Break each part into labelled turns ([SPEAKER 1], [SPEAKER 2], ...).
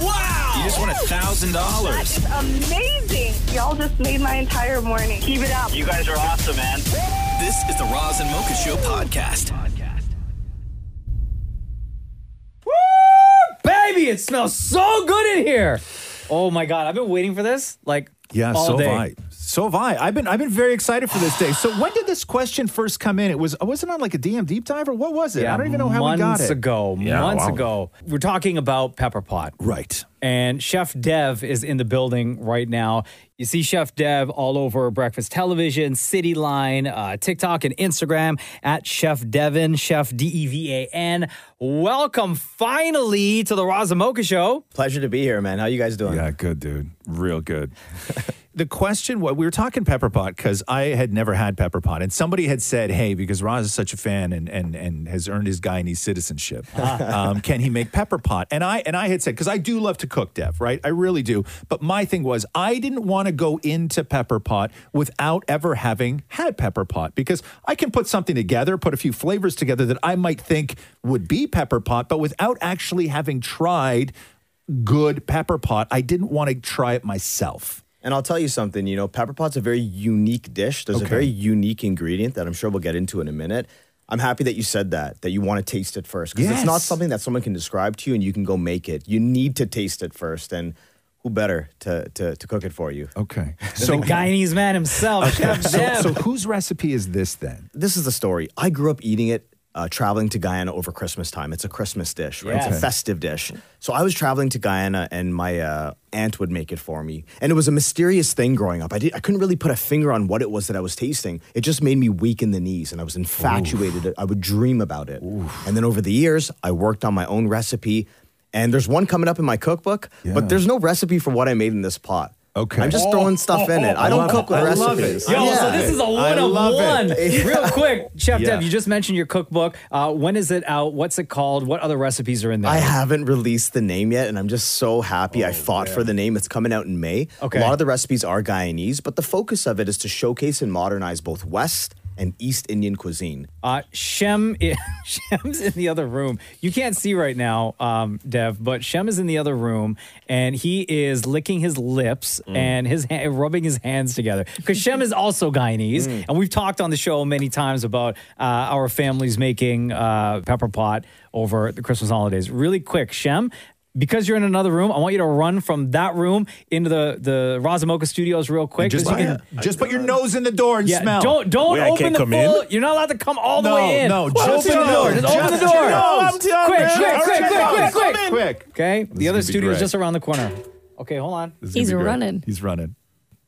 [SPEAKER 1] You
[SPEAKER 2] Wow!
[SPEAKER 1] just won a thousand dollars.
[SPEAKER 3] Amazing. Y'all just made my entire morning. Keep it up.
[SPEAKER 4] You guys are awesome, man.
[SPEAKER 1] This is the Roz and Mocha Show podcast.
[SPEAKER 2] Baby, it smells so good in here. Oh my god, I've been waiting for this like
[SPEAKER 5] Yeah,
[SPEAKER 2] all
[SPEAKER 5] so
[SPEAKER 2] day.
[SPEAKER 5] have I. So have I. I've been I've been very excited for this day. So when did this question first come in? It was was it on like a DM deep dive or what was it?
[SPEAKER 2] Yeah,
[SPEAKER 5] I don't even know how we
[SPEAKER 2] months
[SPEAKER 5] got it.
[SPEAKER 2] ago,
[SPEAKER 5] Yeah,
[SPEAKER 2] months
[SPEAKER 5] wow.
[SPEAKER 2] ago, we're talking about Pepper Pot,
[SPEAKER 5] Right.
[SPEAKER 2] and Chef Dev is in the building right now. You see Chef Dev all over breakfast television, City Line, uh, TikTok, and Instagram at Chef Devin, Chef D E V A N. Welcome finally to the Razamoka Show.
[SPEAKER 6] Pleasure to be here, man. How you guys doing?
[SPEAKER 5] Yeah, good dude. Real good. the question what we were talking pepper pot because I had never had pepper pot and somebody had said, Hey, because Roz is such a fan and and and has earned his Guyanese citizenship, um, can he make pepper pot? And I and I had said, because I do love to cook, Dev, right? I really do. But my thing was I didn't want to go into pepper pot without ever having had pepper pot because I can put something together, put a few flavors together that I might think would be pepper pot, but without actually having tried good pepper pot. I didn't want to try it myself.
[SPEAKER 6] And I'll tell you something, you know, pepper pot's a very unique dish. There's a
[SPEAKER 5] Okay.
[SPEAKER 6] very unique ingredient that I'm sure we'll get into in a minute. I'm happy that you said that, that you want to taste it first. Because it's not
[SPEAKER 5] Yes.
[SPEAKER 6] something that someone can describe to you and you can go make it. You need to taste it first. And who better to to, to cook it for you?
[SPEAKER 5] Okay. So,
[SPEAKER 2] Guyanese man himself, Chef
[SPEAKER 5] so,
[SPEAKER 2] Dev.
[SPEAKER 5] so whose recipe is this then?
[SPEAKER 6] This is the story. I grew up eating it. Uh, traveling to Guyana over Christmas time. It's a Christmas dish, right? It's
[SPEAKER 2] Yes.
[SPEAKER 6] a festive dish. So I was traveling to Guyana and my uh, aunt would make it for me. And it was a mysterious thing growing up. I, did, I couldn't really put a finger on what it was that I was tasting. It just made me weak in the knees and I was infatuated. I would dream about it. And then over the years, I worked on my own recipe. And there's one coming up in my cookbook,
[SPEAKER 5] Yeah.
[SPEAKER 6] but there's no recipe for what I made in this pot.
[SPEAKER 5] Okay.
[SPEAKER 6] I'm just throwing stuff in it. I
[SPEAKER 2] Oh,
[SPEAKER 6] don't
[SPEAKER 5] love
[SPEAKER 6] cook
[SPEAKER 5] it.
[SPEAKER 6] with
[SPEAKER 5] I
[SPEAKER 6] recipes.
[SPEAKER 5] love it.
[SPEAKER 2] Yo, so
[SPEAKER 6] Yeah.
[SPEAKER 2] this is a
[SPEAKER 5] I
[SPEAKER 2] one of
[SPEAKER 5] love it.
[SPEAKER 2] one. Real quick, Chef
[SPEAKER 5] Yeah.
[SPEAKER 2] Dev, you just mentioned your cookbook. Uh, when is it out? What's it called? What other recipes are in there? Oh,
[SPEAKER 6] I haven't released the name yet, and I'm just so happy I fought for the name. It's coming out in May.
[SPEAKER 2] Okay.
[SPEAKER 6] A lot of the recipes are Guyanese, but the focus of it is to showcase and modernize both West and East Indian cuisine.
[SPEAKER 2] Uh, Shem, i- Shem's in the other room. You can't see right now, um, Dev, but Shem is in the other room and he is licking his lips
[SPEAKER 5] Mm.
[SPEAKER 2] and his ha- rubbing his hands together because Shem is also Guyanese,
[SPEAKER 5] Mm.
[SPEAKER 2] and we've talked on the show many times about uh, our families making uh, pepper pot over the Christmas holidays. Really quick, Shem. Because you're in another room, I want you to run from that room into the the Razamoka Studios real quick.
[SPEAKER 5] Just,
[SPEAKER 2] 'cause you
[SPEAKER 5] put,
[SPEAKER 2] can-
[SPEAKER 5] just put your nose in the door and
[SPEAKER 2] yeah,
[SPEAKER 5] smell.
[SPEAKER 2] don't don't
[SPEAKER 7] Wait, I
[SPEAKER 2] open
[SPEAKER 7] can't
[SPEAKER 2] the
[SPEAKER 7] come
[SPEAKER 2] full. You're not allowed to come all the
[SPEAKER 5] No,
[SPEAKER 2] way in.
[SPEAKER 5] no,
[SPEAKER 2] just
[SPEAKER 5] just
[SPEAKER 2] open the
[SPEAKER 5] your
[SPEAKER 2] door.
[SPEAKER 5] nose.
[SPEAKER 2] Just open the
[SPEAKER 5] Just
[SPEAKER 2] door.
[SPEAKER 5] your nose. I'm telling
[SPEAKER 2] quick,
[SPEAKER 5] you.
[SPEAKER 2] quick,
[SPEAKER 5] Just
[SPEAKER 2] quick,
[SPEAKER 5] your
[SPEAKER 2] quick,
[SPEAKER 5] nose.
[SPEAKER 2] quick,
[SPEAKER 5] Come in.
[SPEAKER 2] quick. Okay, the
[SPEAKER 5] is
[SPEAKER 2] other
[SPEAKER 5] gonna be
[SPEAKER 2] studio is
[SPEAKER 5] great.
[SPEAKER 2] just around the corner. Okay, hold on.
[SPEAKER 5] This is gonna
[SPEAKER 8] He's
[SPEAKER 5] be great.
[SPEAKER 8] running.
[SPEAKER 5] He's running.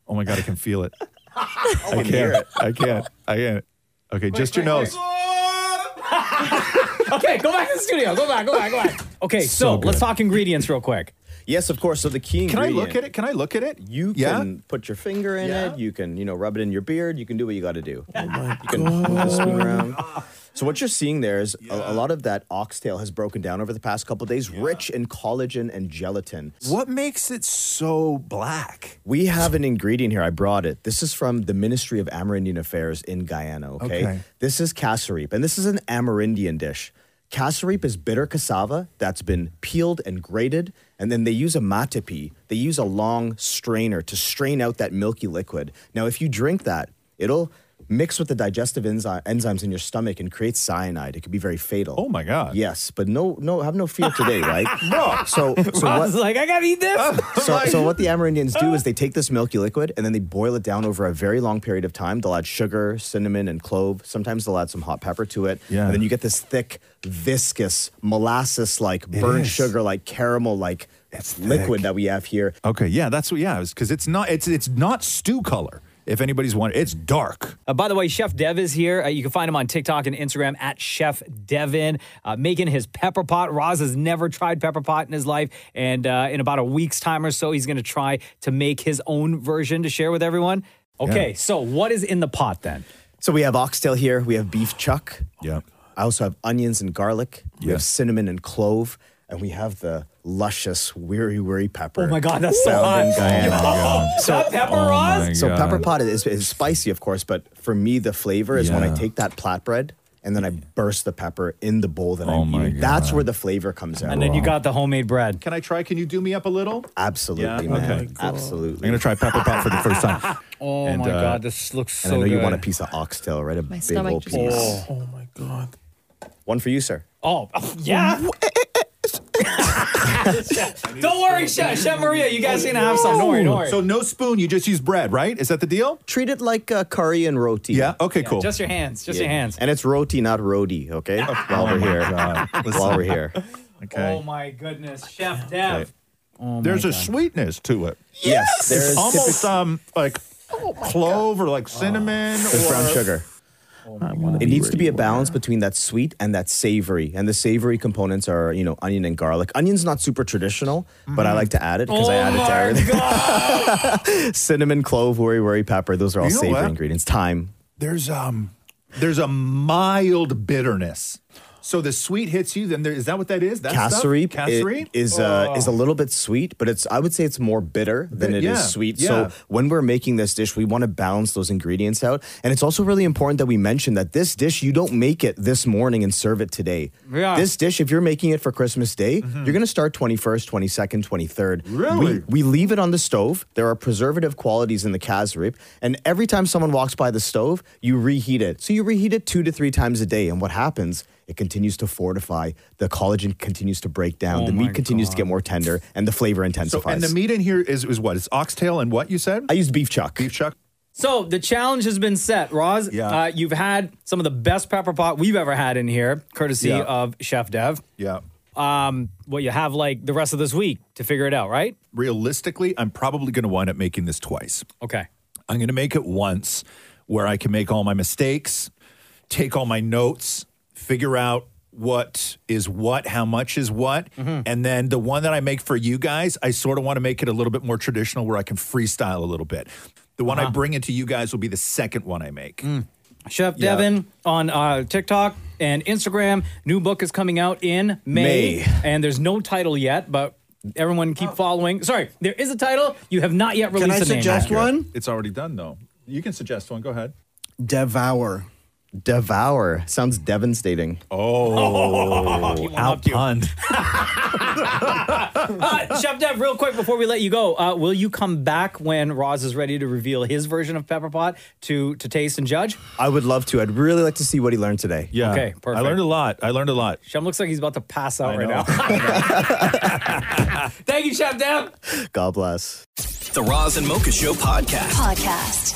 [SPEAKER 5] Oh my god, I can feel it. I can't. I can't. I can't. Okay, just your nose.
[SPEAKER 2] Okay, go back to the studio. Go back. Go back. Go back. Okay, so,
[SPEAKER 5] good.
[SPEAKER 2] let's talk ingredients real quick.
[SPEAKER 6] Yes, of course. So the key
[SPEAKER 5] Can I
[SPEAKER 6] ingredient.
[SPEAKER 5] look at it? Can I look at it?
[SPEAKER 6] You
[SPEAKER 5] yeah?
[SPEAKER 6] can put your finger in
[SPEAKER 5] Yeah.
[SPEAKER 6] it. You can, you know, rub it in your beard. You can do what you got to do. you can move the spoon around. So what you're seeing there is a, a lot of that oxtail has broken down over the past couple days, rich in collagen and gelatin.
[SPEAKER 5] What makes it so black?
[SPEAKER 6] We have an ingredient here. I brought it. This is from the Ministry of Amerindian Affairs in Guyana. Okay.
[SPEAKER 5] Okay.
[SPEAKER 6] This is cassareep, and this is an Amerindian dish. Cassareep is bitter cassava that's been peeled and grated, and then they use a matapi. They use a long strainer to strain out that milky liquid. Now, if you drink that, it'll mix with the digestive enzy- enzymes in your stomach and create cyanide. It could be very fatal.
[SPEAKER 5] Oh my god.
[SPEAKER 6] Yes, but no, no, have no fear today, right? no. So, so
[SPEAKER 2] I
[SPEAKER 6] what?
[SPEAKER 2] was like, I gotta eat this.
[SPEAKER 6] Oh, So, so what the Amerindians
[SPEAKER 5] Oh.
[SPEAKER 6] do is they take this milky liquid and then they boil it down over a very long period of time. They'll add sugar, cinnamon, and clove. Sometimes they'll add some hot pepper to it.
[SPEAKER 5] Yeah.
[SPEAKER 6] And then you get this thick, viscous, molasses-like, burnt
[SPEAKER 5] is.
[SPEAKER 6] sugar-like, caramel-like
[SPEAKER 5] It's
[SPEAKER 6] liquid
[SPEAKER 5] thick.
[SPEAKER 6] that we have here.
[SPEAKER 5] Okay, yeah, that's what yeah, because it's not it's it's not stew color. If anybody's wondering, it's dark.
[SPEAKER 2] Uh, by the way, Chef Dev is here. Uh, you can find him on TikTok and Instagram at Chef Devin, uh, making his pepper pot. Roz has never tried pepper pot in his life, and uh, in about a week's time or so, he's going to try to make his own version to share with everyone. Okay,
[SPEAKER 6] Yeah.
[SPEAKER 2] so what is in the pot then?
[SPEAKER 6] So we have oxtail here. We have beef chuck.
[SPEAKER 5] Yeah.
[SPEAKER 6] I also have onions and garlic. We have cinnamon and clove. And we have the luscious weary weary pepper.
[SPEAKER 2] Oh my God, that's so
[SPEAKER 6] found in
[SPEAKER 2] hot.
[SPEAKER 6] Guyana.
[SPEAKER 2] Oh my God. That pepper, Oh Roz? my
[SPEAKER 6] So
[SPEAKER 2] God.
[SPEAKER 6] pepper pot is, is spicy, of course, but for me the flavor is when I
[SPEAKER 5] Yeah.
[SPEAKER 6] take that flatbread and then I burst the pepper in the bowl that
[SPEAKER 5] Oh
[SPEAKER 6] I'm
[SPEAKER 5] my
[SPEAKER 6] eating. That's where the flavor comes out.
[SPEAKER 5] And then you
[SPEAKER 2] got the homemade bread.
[SPEAKER 5] Can I try? Can you do me up a little?
[SPEAKER 6] Absolutely,
[SPEAKER 5] Yeah?
[SPEAKER 6] man.
[SPEAKER 5] Okay, cool.
[SPEAKER 6] Absolutely. I'm
[SPEAKER 5] gonna try pepper pot for the first time.
[SPEAKER 2] Oh
[SPEAKER 6] And,
[SPEAKER 2] my
[SPEAKER 6] uh,
[SPEAKER 2] God, this looks
[SPEAKER 6] And I
[SPEAKER 2] so
[SPEAKER 6] know
[SPEAKER 2] good.
[SPEAKER 6] you want a piece of oxtail, right? A
[SPEAKER 2] My
[SPEAKER 6] big
[SPEAKER 2] stomach
[SPEAKER 6] old
[SPEAKER 2] just-
[SPEAKER 6] piece.
[SPEAKER 2] Oh.
[SPEAKER 6] my god. One for you, sir.
[SPEAKER 2] Oh, yeah. don't worry, Chef, Chef Maria. You guys are going to have some. Don't worry, don't worry.
[SPEAKER 5] So no spoon. You just use bread, right? Is that the deal?
[SPEAKER 6] Treat it like uh, curry and roti.
[SPEAKER 5] Yeah. Okay.
[SPEAKER 6] cool.
[SPEAKER 2] Just your hands. Just your
[SPEAKER 6] Yeah.
[SPEAKER 2] hands.
[SPEAKER 6] And it's roti, not roti. Okay. While
[SPEAKER 5] Oh
[SPEAKER 6] we're
[SPEAKER 5] my
[SPEAKER 6] here.
[SPEAKER 5] God.
[SPEAKER 6] While
[SPEAKER 5] Listen.
[SPEAKER 6] we're here.
[SPEAKER 2] Oh my goodness, Chef Dev.
[SPEAKER 5] There's
[SPEAKER 2] Oh my
[SPEAKER 5] a
[SPEAKER 2] God.
[SPEAKER 5] sweetness to it.
[SPEAKER 6] Yes,
[SPEAKER 5] It's
[SPEAKER 6] there is
[SPEAKER 5] almost
[SPEAKER 6] typic- Oh
[SPEAKER 5] um like clove or like cinnamon.
[SPEAKER 6] There's
[SPEAKER 5] or
[SPEAKER 6] brown sugar.
[SPEAKER 5] Oh,
[SPEAKER 6] it needs to be a balance between that sweet and that savory. And the savory components are, you know, onion and garlic. Onion's not super traditional, but
[SPEAKER 5] Mm-hmm.
[SPEAKER 6] I like to add it because I
[SPEAKER 7] Oh
[SPEAKER 6] add it to
[SPEAKER 7] my
[SPEAKER 6] everything. Cinnamon, clove, worry, worry, pepper. Those are all
[SPEAKER 5] You know
[SPEAKER 6] savory
[SPEAKER 5] what?
[SPEAKER 6] ingredients. Thyme.
[SPEAKER 5] There's um there's a mild bitterness. So the sweet hits you. Then there is that what that is? That stuff?
[SPEAKER 6] Casserie
[SPEAKER 5] Casserie
[SPEAKER 6] is uh,
[SPEAKER 5] Oh.
[SPEAKER 6] is a little bit sweet, but it's I would say it's more bitter than it is
[SPEAKER 5] Yeah,
[SPEAKER 6] sweet.
[SPEAKER 5] yeah.
[SPEAKER 6] So when we're making this dish, we want to balance those ingredients out, and it's also really important that we mention that this dish you don't make it this morning and serve it today.
[SPEAKER 4] Yeah.
[SPEAKER 6] This dish, if you're making it for Christmas Day, you're going to start 21st, 22nd, 23rd. Really? We, we leave it on the stove. There are preservative qualities in the casserole, and every time someone walks by the stove, you reheat it. So you reheat it two to three times a day, and what happens? It continues to fortify. The collagen continues to break down.
[SPEAKER 5] Oh
[SPEAKER 6] the
[SPEAKER 5] my
[SPEAKER 6] meat continues to get more tender, and the flavor
[SPEAKER 5] So
[SPEAKER 6] intensifies.
[SPEAKER 5] and the meat in here is is what? It's oxtail and what you said? I
[SPEAKER 6] used beef chuck.
[SPEAKER 5] Beef chuck.
[SPEAKER 2] So the challenge has been set, Roz. Yeah. Uh, you've had some of the best pepper pot we've ever had in here, courtesy
[SPEAKER 5] Yeah.
[SPEAKER 2] of Chef Dev.
[SPEAKER 5] Yeah.
[SPEAKER 2] Um, well, you have like the rest of this week to figure it out, right?
[SPEAKER 5] Realistically, I'm probably going to wind up making this twice.
[SPEAKER 2] Okay.
[SPEAKER 5] I'm going to make it once where I can make all my mistakes, take all my notes, figure out what is what, how much is what.
[SPEAKER 2] Mm-hmm.
[SPEAKER 5] And then the one that I make for you guys, I sort of want to make it a little bit more traditional where I can freestyle a little bit. The one
[SPEAKER 2] Uh-huh.
[SPEAKER 5] I bring into you guys will be the second one I make.
[SPEAKER 2] Mm. Chef
[SPEAKER 5] Yeah.
[SPEAKER 2] Devin on uh, TikTok and Instagram. New book is coming out in
[SPEAKER 5] May.
[SPEAKER 2] May, and there's no title yet, but everyone keep following. Sorry, there is a title. You have not yet released. the name. Accurate.
[SPEAKER 5] It's already done though. You can suggest one. Go ahead.
[SPEAKER 6] Devour. Devour sounds devastating.
[SPEAKER 5] Oh, outpunned.
[SPEAKER 2] uh, Chef Dev, real quick before we let you go, uh, will you come back when Roz is ready to reveal his version of Pepper Pot to to taste and judge?
[SPEAKER 6] I would love to. I'd really like to see what he learned today.
[SPEAKER 5] Yeah.
[SPEAKER 2] Okay, perfect.
[SPEAKER 5] Uh, I learned a lot. I learned a lot.
[SPEAKER 2] Shem looks like he's about to pass out right now. Thank you, Chef Dev.
[SPEAKER 6] God bless.
[SPEAKER 1] The Roz and Mocha Show podcast.
[SPEAKER 8] Podcast.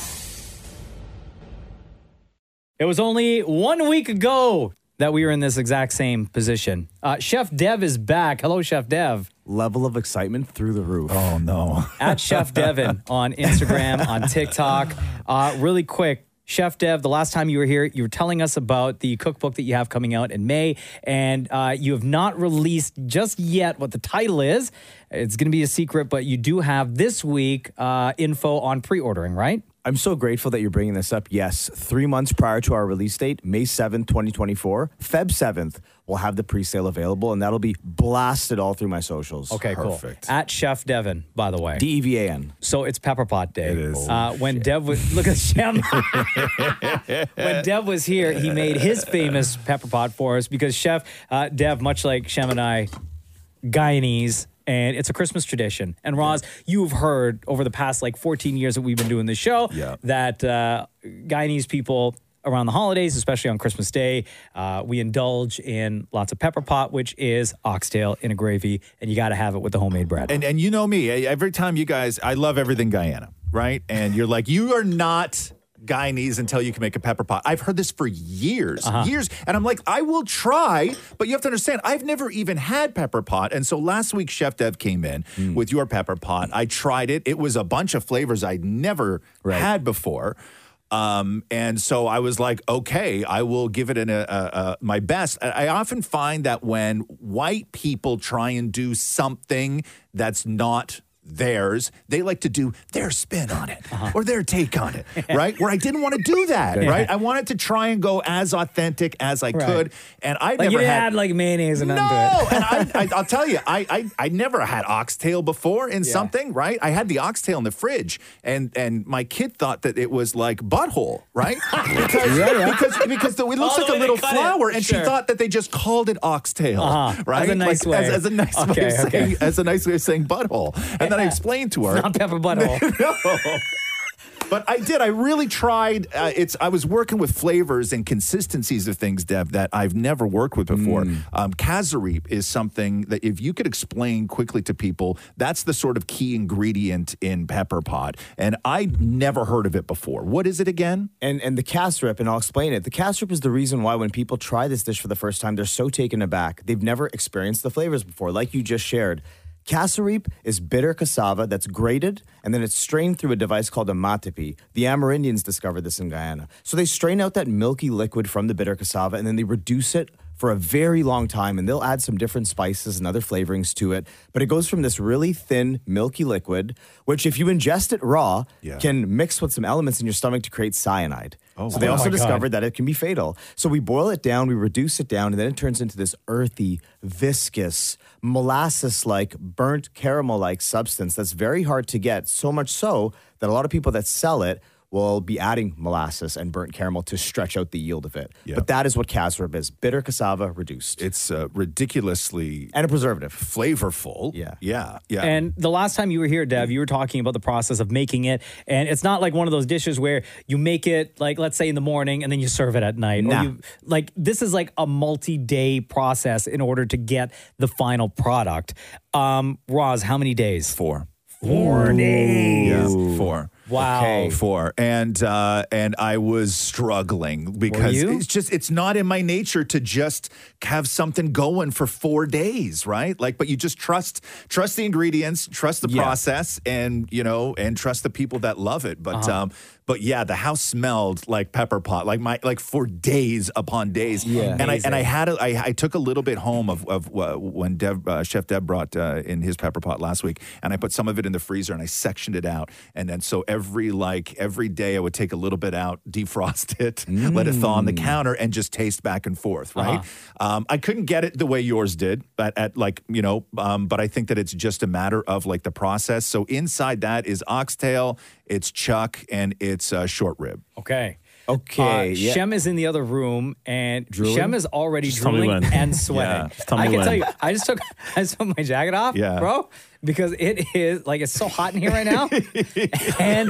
[SPEAKER 2] It was only one week ago that we were in this exact same position. Uh, Chef Dev is back. Hello, Chef Dev.
[SPEAKER 6] Level of excitement through the roof.
[SPEAKER 5] Oh no.
[SPEAKER 2] At Chef Devin on Instagram, on TikTok. Uh, really quick, Chef Dev, the last time you were here, you were telling us about the cookbook that you have coming out in May, and uh, you have not released just yet what the title is. It's going to be a secret, but you do have this week uh, info on pre ordering, right?
[SPEAKER 6] I'm so grateful that you're bringing this up. Yes, three months prior to our release date, May 7th, 2024, Feb 7th, we'll have the pre sale available, and that'll be blasted all through my socials.
[SPEAKER 2] Okay, cool. At Chef Devin, by the way.
[SPEAKER 6] D E V A N.
[SPEAKER 2] So it's Pepper Pot Day. It
[SPEAKER 6] is.
[SPEAKER 2] Uh, when Dev was look at Shem. when Dev was here, he made his famous pepper pot for us because Chef uh, Dev, much like Shem and I, Guyanese. And it's a Christmas tradition. And Roz, you've heard over the past like 14 years that we've been doing this show that uh, Guyanese people around the holidays, especially on Christmas Day, uh, we indulge in lots of pepper pot, which is oxtail in a gravy, and you got to have it with the homemade bread.
[SPEAKER 5] And and you e, know me, eh, every time you guys, I love everything Guyana, right? And you're like, you are not Guyanese until you can make a pepper pot. I've heard this for years,
[SPEAKER 7] Uh-huh.
[SPEAKER 5] years. And I'm like, I will try, but you have to understand, I've never even had pepper pot. And so last week, Chef Dev came in with your pepper pot. I tried it. It was a bunch of flavors I'd never had before. Um, and so I was like, okay, I will give it an, uh, uh, uh, my best. I I often find that when white people try and do something that's not theirs, they like to do their spin on it or their take on it, right? Where I didn't want to do that,
[SPEAKER 2] Yeah.
[SPEAKER 5] right? I wanted to try and go as authentic as I
[SPEAKER 2] Right.
[SPEAKER 5] could. And I
[SPEAKER 2] like
[SPEAKER 5] never
[SPEAKER 2] you didn't
[SPEAKER 5] had
[SPEAKER 2] add like mayonnaise and nothing to it.
[SPEAKER 5] no, and I, I, I'll tell you, I, I I never had oxtail before in
[SPEAKER 2] Yeah.
[SPEAKER 5] something, right? I had the oxtail in the fridge, and and my kid thought that it was like butthole, right? because,
[SPEAKER 2] Yeah, yeah.
[SPEAKER 5] because because the, it looks
[SPEAKER 2] All
[SPEAKER 5] like a
[SPEAKER 2] the way
[SPEAKER 5] little
[SPEAKER 2] they cut it.
[SPEAKER 5] flower, and
[SPEAKER 2] Sure.
[SPEAKER 5] she thought that they just called it oxtail,
[SPEAKER 2] Uh-huh.
[SPEAKER 5] right?
[SPEAKER 2] As a nice
[SPEAKER 5] Like,
[SPEAKER 2] way.
[SPEAKER 5] as, as a nice way
[SPEAKER 2] Okay,
[SPEAKER 5] of
[SPEAKER 2] okay.
[SPEAKER 5] saying, as a nice way of saying butthole, and then I explained to her,
[SPEAKER 2] Not pepper butthole.
[SPEAKER 5] no. But I did. I really tried. Uh, it's. I was working with flavors and consistencies of things, Deb, that I've never worked with before. Um, Kazarip is something that if you could explain quickly to people, that's the sort of key ingredient in pepper pot, and I'd never heard of it before. What is it again?
[SPEAKER 6] And and the casserip, and I'll explain it. The casserip is the reason why when people try this dish for the first time, they're so taken aback. They've never experienced the flavors before, like you just shared. Casserip is bitter cassava that's grated and then it's strained through a device called a matapi. The Amerindians discovered this in Guyana. So they strain out that milky liquid from the bitter cassava and then they reduce it for a very long time and they'll add some different spices and other flavorings to it. But it goes from this really thin, milky liquid, which if you ingest it raw,
[SPEAKER 5] Yeah.
[SPEAKER 6] can mix with some elements in your stomach to create cyanide.
[SPEAKER 5] Oh,
[SPEAKER 6] so they
[SPEAKER 5] wow.
[SPEAKER 6] also
[SPEAKER 2] Oh my God.
[SPEAKER 6] discovered that it can be fatal. So we boil it down, we reduce it down, and then it turns into this earthy, viscous, molasses like, burnt caramel like substance that's very hard to get. So much so that a lot of people that sell it will be adding molasses and burnt caramel to stretch out the yield of it.
[SPEAKER 5] Yeah.
[SPEAKER 6] But that is what casserib is bitter cassava reduced
[SPEAKER 5] It's uh, ridiculously
[SPEAKER 6] and a preservative.
[SPEAKER 5] flavorful.
[SPEAKER 6] Yeah.
[SPEAKER 5] Yeah. Yeah.
[SPEAKER 2] And the last time you were here, Dev, you were talking about the process of making it. And it's not like one of those dishes where you make it, like, let's say in the morning and then you serve it at night.
[SPEAKER 6] Nah.
[SPEAKER 2] Or you, like, this is like a multi day process in order to get the final product. Um, Roz, how many days?
[SPEAKER 5] four.
[SPEAKER 2] Four days.
[SPEAKER 5] Yeah. Four.
[SPEAKER 2] Wow.
[SPEAKER 5] for and uh and i was struggling because
[SPEAKER 2] you?
[SPEAKER 5] it's just it's not in my nature to just have something going for four days right like but you just trust trust the ingredients trust the
[SPEAKER 2] Yeah.
[SPEAKER 5] process and you know and trust the people that love it but
[SPEAKER 2] Uh-huh.
[SPEAKER 5] um but yeah the house smelled like pepper pot like my like for days upon days
[SPEAKER 6] Yeah.
[SPEAKER 5] and i and i had a, I, I took a little bit home of of uh, when Dev, uh, chef Deb brought uh, in his pepper pot last week and i put some of it in the freezer and i sectioned it out and then so every like every day i would take a little bit out defrost it let it thaw on
[SPEAKER 6] Mm.
[SPEAKER 5] the counter and just taste back and forth
[SPEAKER 6] Uh-huh.
[SPEAKER 5] right um, i couldn't get it the way yours did but at like you know um, but i think that it's just a matter of like the process so inside that is oxtail it's chuck and it's uh, short rib
[SPEAKER 2] Okay.
[SPEAKER 6] Okay,
[SPEAKER 2] Uh,
[SPEAKER 6] yeah.
[SPEAKER 2] Shem is in the other room, and
[SPEAKER 6] Drooling?
[SPEAKER 2] Shem is already
[SPEAKER 7] Just tell me
[SPEAKER 2] drooling
[SPEAKER 7] when.
[SPEAKER 2] and sweating.
[SPEAKER 7] Yeah, just tell
[SPEAKER 2] I
[SPEAKER 7] me
[SPEAKER 2] can
[SPEAKER 7] when.
[SPEAKER 2] tell you, I just took I just took my jacket off,
[SPEAKER 5] Yeah.
[SPEAKER 2] bro, because it is like it's so hot in here right now, and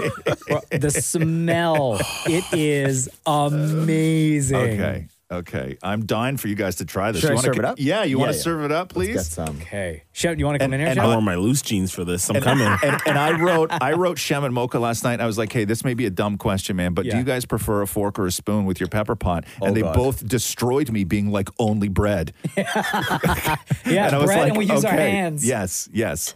[SPEAKER 2] bro, the smell it is amazing.
[SPEAKER 5] Okay. Okay. I'm dying for you guys to try this.
[SPEAKER 6] Should
[SPEAKER 5] you
[SPEAKER 6] I
[SPEAKER 5] wanna
[SPEAKER 6] serve
[SPEAKER 5] co-
[SPEAKER 6] it up?
[SPEAKER 5] Yeah, you want to
[SPEAKER 6] Yeah, yeah.
[SPEAKER 5] serve it up, please?
[SPEAKER 6] Let's get some.
[SPEAKER 2] Okay, Shem, do you want to
[SPEAKER 5] And-
[SPEAKER 2] come in here?
[SPEAKER 5] and
[SPEAKER 2] Shem?
[SPEAKER 5] I
[SPEAKER 7] I wore my loose jeans for this. I'm coming.
[SPEAKER 5] and, and I wrote I wrote Shem and Mocha last night. And I was like, hey, this may be a dumb question, man, but do
[SPEAKER 2] Yeah.
[SPEAKER 5] you guys prefer a fork or a spoon with your pepper pot? And
[SPEAKER 6] Oh,
[SPEAKER 5] they
[SPEAKER 6] God.
[SPEAKER 5] both destroyed me, being like only bread.
[SPEAKER 2] yeah,
[SPEAKER 5] and I
[SPEAKER 2] bread,
[SPEAKER 5] was like,
[SPEAKER 2] and we use our
[SPEAKER 5] okay,
[SPEAKER 2] hands.
[SPEAKER 5] Yes, yes.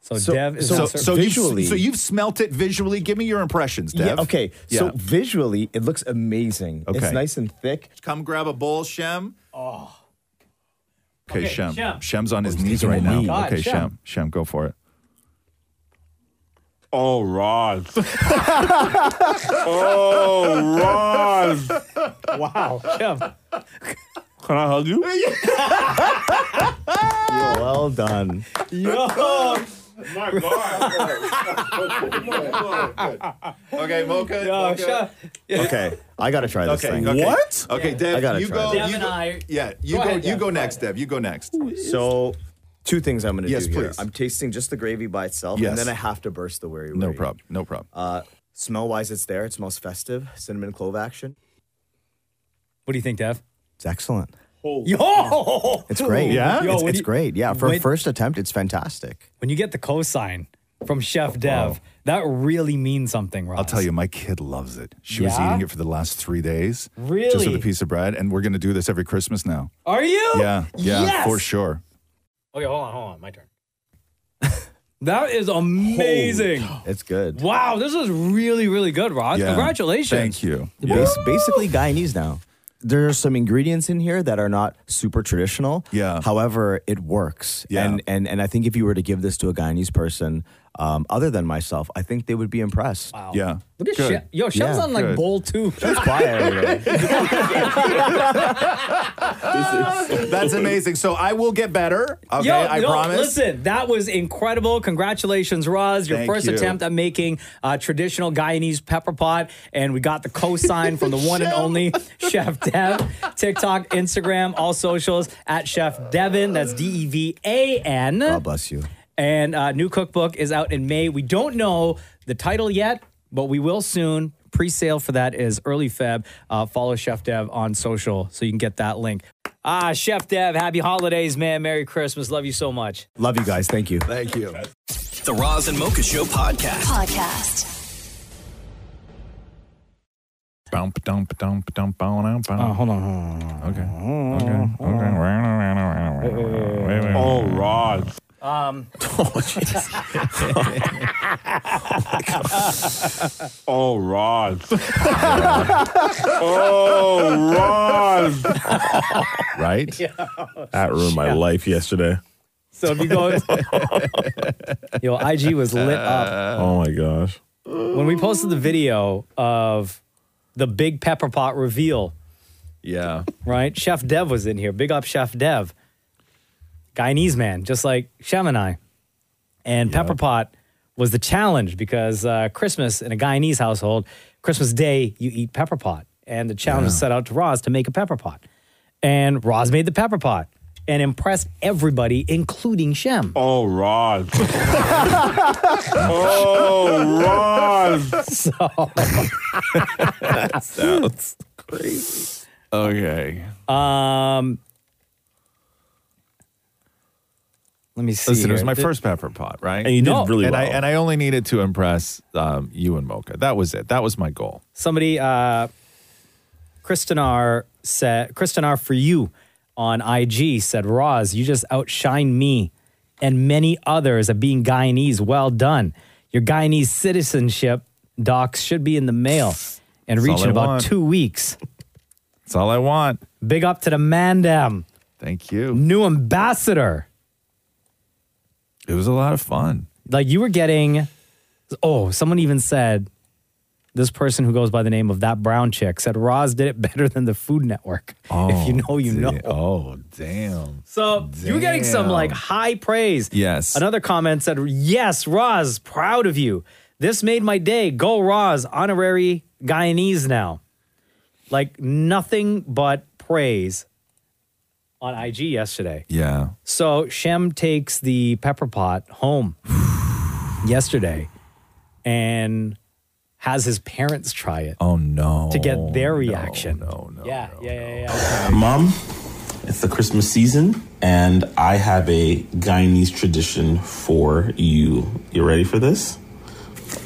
[SPEAKER 2] So, Dev is
[SPEAKER 5] So,
[SPEAKER 2] on
[SPEAKER 5] so you've-
[SPEAKER 6] Visually-
[SPEAKER 5] so you've smelt it visually. Give me your impressions, Dev.
[SPEAKER 6] Yeah, okay, so
[SPEAKER 5] Yeah.
[SPEAKER 6] visually, it looks amazing.
[SPEAKER 5] Okay.
[SPEAKER 6] It's nice and thick.
[SPEAKER 5] Come grab a bowl, Shem. Oh. Okay,
[SPEAKER 2] Okay,
[SPEAKER 5] Shem.
[SPEAKER 2] Shem.
[SPEAKER 5] Shem's on his
[SPEAKER 6] he's
[SPEAKER 5] knees
[SPEAKER 6] taking
[SPEAKER 5] right
[SPEAKER 6] the
[SPEAKER 5] now.
[SPEAKER 6] lead.
[SPEAKER 2] God,
[SPEAKER 5] okay,
[SPEAKER 2] Shem.
[SPEAKER 5] Shem. Shem, go for it.
[SPEAKER 7] oh, Roz. oh, Roz.
[SPEAKER 2] wow, Shem.
[SPEAKER 7] Can I hug you?
[SPEAKER 6] Well done.
[SPEAKER 7] My God.
[SPEAKER 5] Okay, Mocha.
[SPEAKER 2] Oh, Shem.
[SPEAKER 6] Okay, I gotta try this thing.
[SPEAKER 7] What?
[SPEAKER 5] Okay,
[SPEAKER 6] I
[SPEAKER 5] Dev,
[SPEAKER 6] gotta
[SPEAKER 5] you
[SPEAKER 6] try
[SPEAKER 5] go.
[SPEAKER 6] this.
[SPEAKER 5] you
[SPEAKER 2] Dev and
[SPEAKER 5] go-
[SPEAKER 2] I-
[SPEAKER 5] Yeah, you
[SPEAKER 2] Go
[SPEAKER 5] go.
[SPEAKER 2] ahead,
[SPEAKER 5] you
[SPEAKER 2] Dev,
[SPEAKER 5] go
[SPEAKER 2] go
[SPEAKER 5] next, Dev. You go next.
[SPEAKER 6] So, two things I'm gonna
[SPEAKER 5] Yes,
[SPEAKER 6] do here.
[SPEAKER 5] please.
[SPEAKER 6] I'm tasting just the gravy by itself,
[SPEAKER 5] Yes.
[SPEAKER 6] and then I have to burst the wary.
[SPEAKER 5] No
[SPEAKER 6] wary.
[SPEAKER 5] problem. No problem.
[SPEAKER 6] Smell wise, it's there. It smells festive. Cinnamon clove action.
[SPEAKER 2] What do you think, Dev? Oh,
[SPEAKER 6] It's excellent.
[SPEAKER 2] Yo,
[SPEAKER 6] It's great.
[SPEAKER 5] Yeah?
[SPEAKER 2] Yo,
[SPEAKER 6] it's,
[SPEAKER 2] when
[SPEAKER 6] it's
[SPEAKER 2] you-
[SPEAKER 6] great. Yeah, for
[SPEAKER 2] when-
[SPEAKER 6] a first attempt, it's fantastic.
[SPEAKER 2] when you get the cosine from Chef Dev. That really means something, Ross.
[SPEAKER 5] I'll tell you, my kid loves it. She was
[SPEAKER 2] Yeah?
[SPEAKER 5] eating it for the last three days. Just with
[SPEAKER 2] Really?
[SPEAKER 5] a piece of bread. And we're going to do this every Christmas now.
[SPEAKER 2] Are you?
[SPEAKER 5] Yeah. Yeah.
[SPEAKER 2] Yes!
[SPEAKER 5] For sure.
[SPEAKER 2] Okay, hold on, hold on. My turn. that is amazing.
[SPEAKER 6] It's good.
[SPEAKER 2] Wow, this is really, really good, Ross.
[SPEAKER 6] Yeah.
[SPEAKER 2] Uh, Congratulations.
[SPEAKER 6] Thank
[SPEAKER 5] you.
[SPEAKER 6] Bas- basically Guyanese now. There are some ingredients in here that are not super traditional. Yeah. However, it works. Yeah. And and and I think if you were to give this to a Guyanese person, um, other than myself, I think they would be impressed.
[SPEAKER 2] Wow.
[SPEAKER 6] Yeah.
[SPEAKER 2] Look at Shem. Yo, Shem's on like bowl two.
[SPEAKER 6] She's quiet over there.
[SPEAKER 5] That's amazing. So I will get better. Okay.
[SPEAKER 2] Yo,
[SPEAKER 5] I
[SPEAKER 2] yo,
[SPEAKER 5] promise.
[SPEAKER 2] Listen, that was incredible. Congratulations, Roz. Your
[SPEAKER 5] Thank
[SPEAKER 2] first
[SPEAKER 5] you.
[SPEAKER 2] attempt at making uh, traditional Guyanese pepper pot. And we got the cosign from the one and only Chef Dev. TikTok, Instagram, all socials at Chef Devin. That's D E V A N. God
[SPEAKER 6] bless you.
[SPEAKER 2] And uh, new cookbook is out in May. We don't know the title yet, but we will soon. Pre sale for that is early Feb. Uh, follow Chef Dev on social so you can get that link. Ah, Chef Dev, happy holidays, man. Merry Christmas. Love you so much.
[SPEAKER 6] Love you guys. Thank you.
[SPEAKER 5] Thank you.
[SPEAKER 1] The Roz and Mocha Show podcast.
[SPEAKER 9] Podcast.
[SPEAKER 5] Bump, dump, dump, dump, bow, dump, bow.
[SPEAKER 2] Uh, hold on, Uh, hold
[SPEAKER 5] on. Okay. Okay. Okay.
[SPEAKER 7] Oh, Rod.
[SPEAKER 2] Um,
[SPEAKER 7] Oh, Rod. oh, Rod.
[SPEAKER 4] right?
[SPEAKER 2] Yeah.
[SPEAKER 4] That ruined my life yesterday.
[SPEAKER 2] So if you go, yo, IG was lit up.
[SPEAKER 4] Oh my gosh.
[SPEAKER 2] When we posted the video of the big pepper pot reveal,
[SPEAKER 5] yeah,
[SPEAKER 2] right? Chef Dev was in here. Big up, Chef Dev, Guyanese man, just like Shem and I. And pepper pot was the challenge because uh, Christmas in a Guyanese household, Christmas Day you eat pepper pot, and the challenge was set out to Roz to make a pepper pot, and Roz made the pepper pot and impressed everybody, including Shem.
[SPEAKER 7] Oh, Rod. oh, Rod.
[SPEAKER 2] that
[SPEAKER 4] sounds crazy. Okay.
[SPEAKER 2] Um, let me see.
[SPEAKER 5] Listen, it was
[SPEAKER 2] here.
[SPEAKER 5] my
[SPEAKER 2] The-
[SPEAKER 5] first pepper pot, right?
[SPEAKER 2] And you did No. really
[SPEAKER 5] and I,
[SPEAKER 2] well.
[SPEAKER 5] and I only needed to impress um, you and Mocha. That was it. That was my goal.
[SPEAKER 2] Somebody, uh, Kristinar said, Kristinar for you on IG said, Roz, you just outshine me and many others at being Guyanese. Well done. Your Guyanese citizenship docs should be in the mail and
[SPEAKER 5] That's all
[SPEAKER 2] reach in
[SPEAKER 5] I
[SPEAKER 2] about
[SPEAKER 5] want.
[SPEAKER 2] two weeks.
[SPEAKER 5] That's all I want.
[SPEAKER 2] Big up to the Mandam.
[SPEAKER 5] Thank you.
[SPEAKER 2] New ambassador.
[SPEAKER 5] It was a lot of fun.
[SPEAKER 2] Like you were getting, oh, someone even said, this person who goes by the name of that brown chick said Roz did it better than the Food Network. if you know, you know.
[SPEAKER 5] Oh, damn.
[SPEAKER 2] So you were getting some
[SPEAKER 5] Damn.
[SPEAKER 2] like high praise.
[SPEAKER 5] Yes.
[SPEAKER 2] Another comment said, Yes, Roz, proud of you. This made my day. Go, Roz, honorary Guyanese now. Like nothing but praise on IG yesterday.
[SPEAKER 5] Yeah.
[SPEAKER 2] So Shem takes the pepper pot home yesterday and has his parents try it.
[SPEAKER 5] Oh no.
[SPEAKER 2] To get their reaction.
[SPEAKER 5] No, no.
[SPEAKER 2] yeah, yeah, yeah, yeah.
[SPEAKER 10] Mom, it's the Christmas season, and I have a Guyanese tradition for you. You ready for this?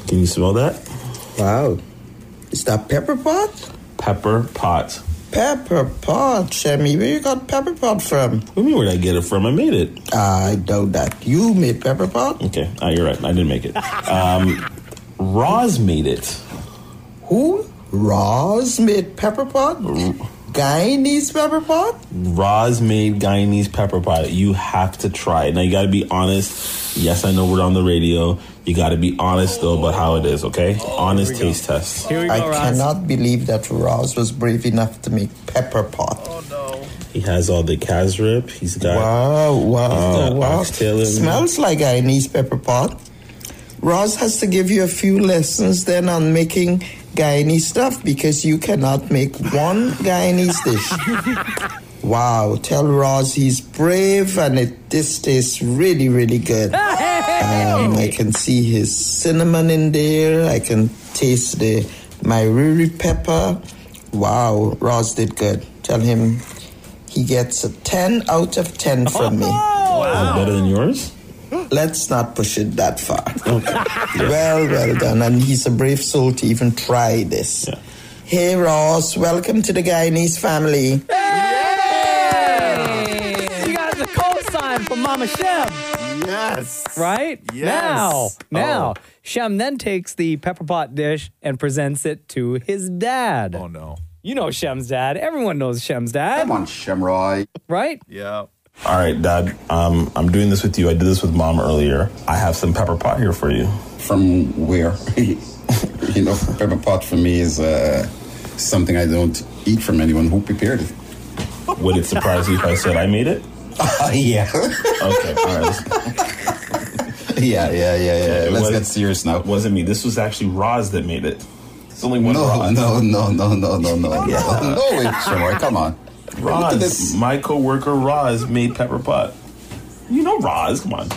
[SPEAKER 10] Can you smell that? Wow. Is that pepper pot? Pepper pot.
[SPEAKER 11] Pepper pot, Sammy. Where you got pepper pot from?
[SPEAKER 10] What do you mean where'd I get it from? I made it.
[SPEAKER 11] I know that. You made pepper pot?
[SPEAKER 10] Okay, ah, you're right. I didn't make it. Um, Roz made it.
[SPEAKER 11] Who? Roz made pepper pot? Guyanese pepper pot?
[SPEAKER 10] Roz made Guyanese pepper pot. You have to try it. Now you got to be honest. Yes, I know we're on the radio. You got to be honest though about how it is. Okay, honest taste test.
[SPEAKER 11] I cannot believe that Roz was brave enough to make pepper pot.
[SPEAKER 10] He has all the Kaz rib. He's got
[SPEAKER 11] Wow, wow,
[SPEAKER 10] he's got
[SPEAKER 11] wow.
[SPEAKER 10] oxtail in
[SPEAKER 11] Smells like Guyanese pepper pot. Roz has to give you a few lessons then on making Guyanese stuff because you cannot make one Guyanese dish. Wow, tell Roz he's brave and it this tastes really, really good. Um, I can see his cinnamon in there. I can taste the myriri pepper. Wow, Roz did good. Tell him he gets a 10 out of 10 from me.
[SPEAKER 10] Is it better than yours?
[SPEAKER 11] Let's not push it that far. Well, well done. And he's a brave soul to even try this. Hey, Ross, welcome to the Guyanese family.
[SPEAKER 2] You got the call sign for Mama Shem.
[SPEAKER 4] Yes.
[SPEAKER 2] Right?
[SPEAKER 4] Yes.
[SPEAKER 2] Now, now,
[SPEAKER 4] Oh.
[SPEAKER 2] Shem then takes the pepper pot dish and presents it to his dad. Oh,
[SPEAKER 5] no.
[SPEAKER 2] You know Shem's dad. Everyone knows Shem's dad. Come
[SPEAKER 10] on, Shemroy.
[SPEAKER 2] Right?
[SPEAKER 5] Yeah.
[SPEAKER 10] All right, Dad. Um, I'm doing this with you. I did this with Mom earlier. I have some pepper pot here for you.
[SPEAKER 12] From where? you know, pepper pot for me is uh, something I don't eat from anyone who prepared it.
[SPEAKER 10] Would it surprise you if I said I made it?
[SPEAKER 12] yeah.
[SPEAKER 10] okay. All right.
[SPEAKER 12] yeah, yeah, yeah, yeah. Let's get serious now.
[SPEAKER 10] Wasn't me. This was actually Roz that made it. It's only one
[SPEAKER 12] no,
[SPEAKER 10] Roz.
[SPEAKER 12] no, no, no, no, no, no, no. No, wait, Shemroy, come on. Look at
[SPEAKER 10] Roz,
[SPEAKER 12] this.
[SPEAKER 10] my coworker Roz made pepper pot. You know Roz. Come on.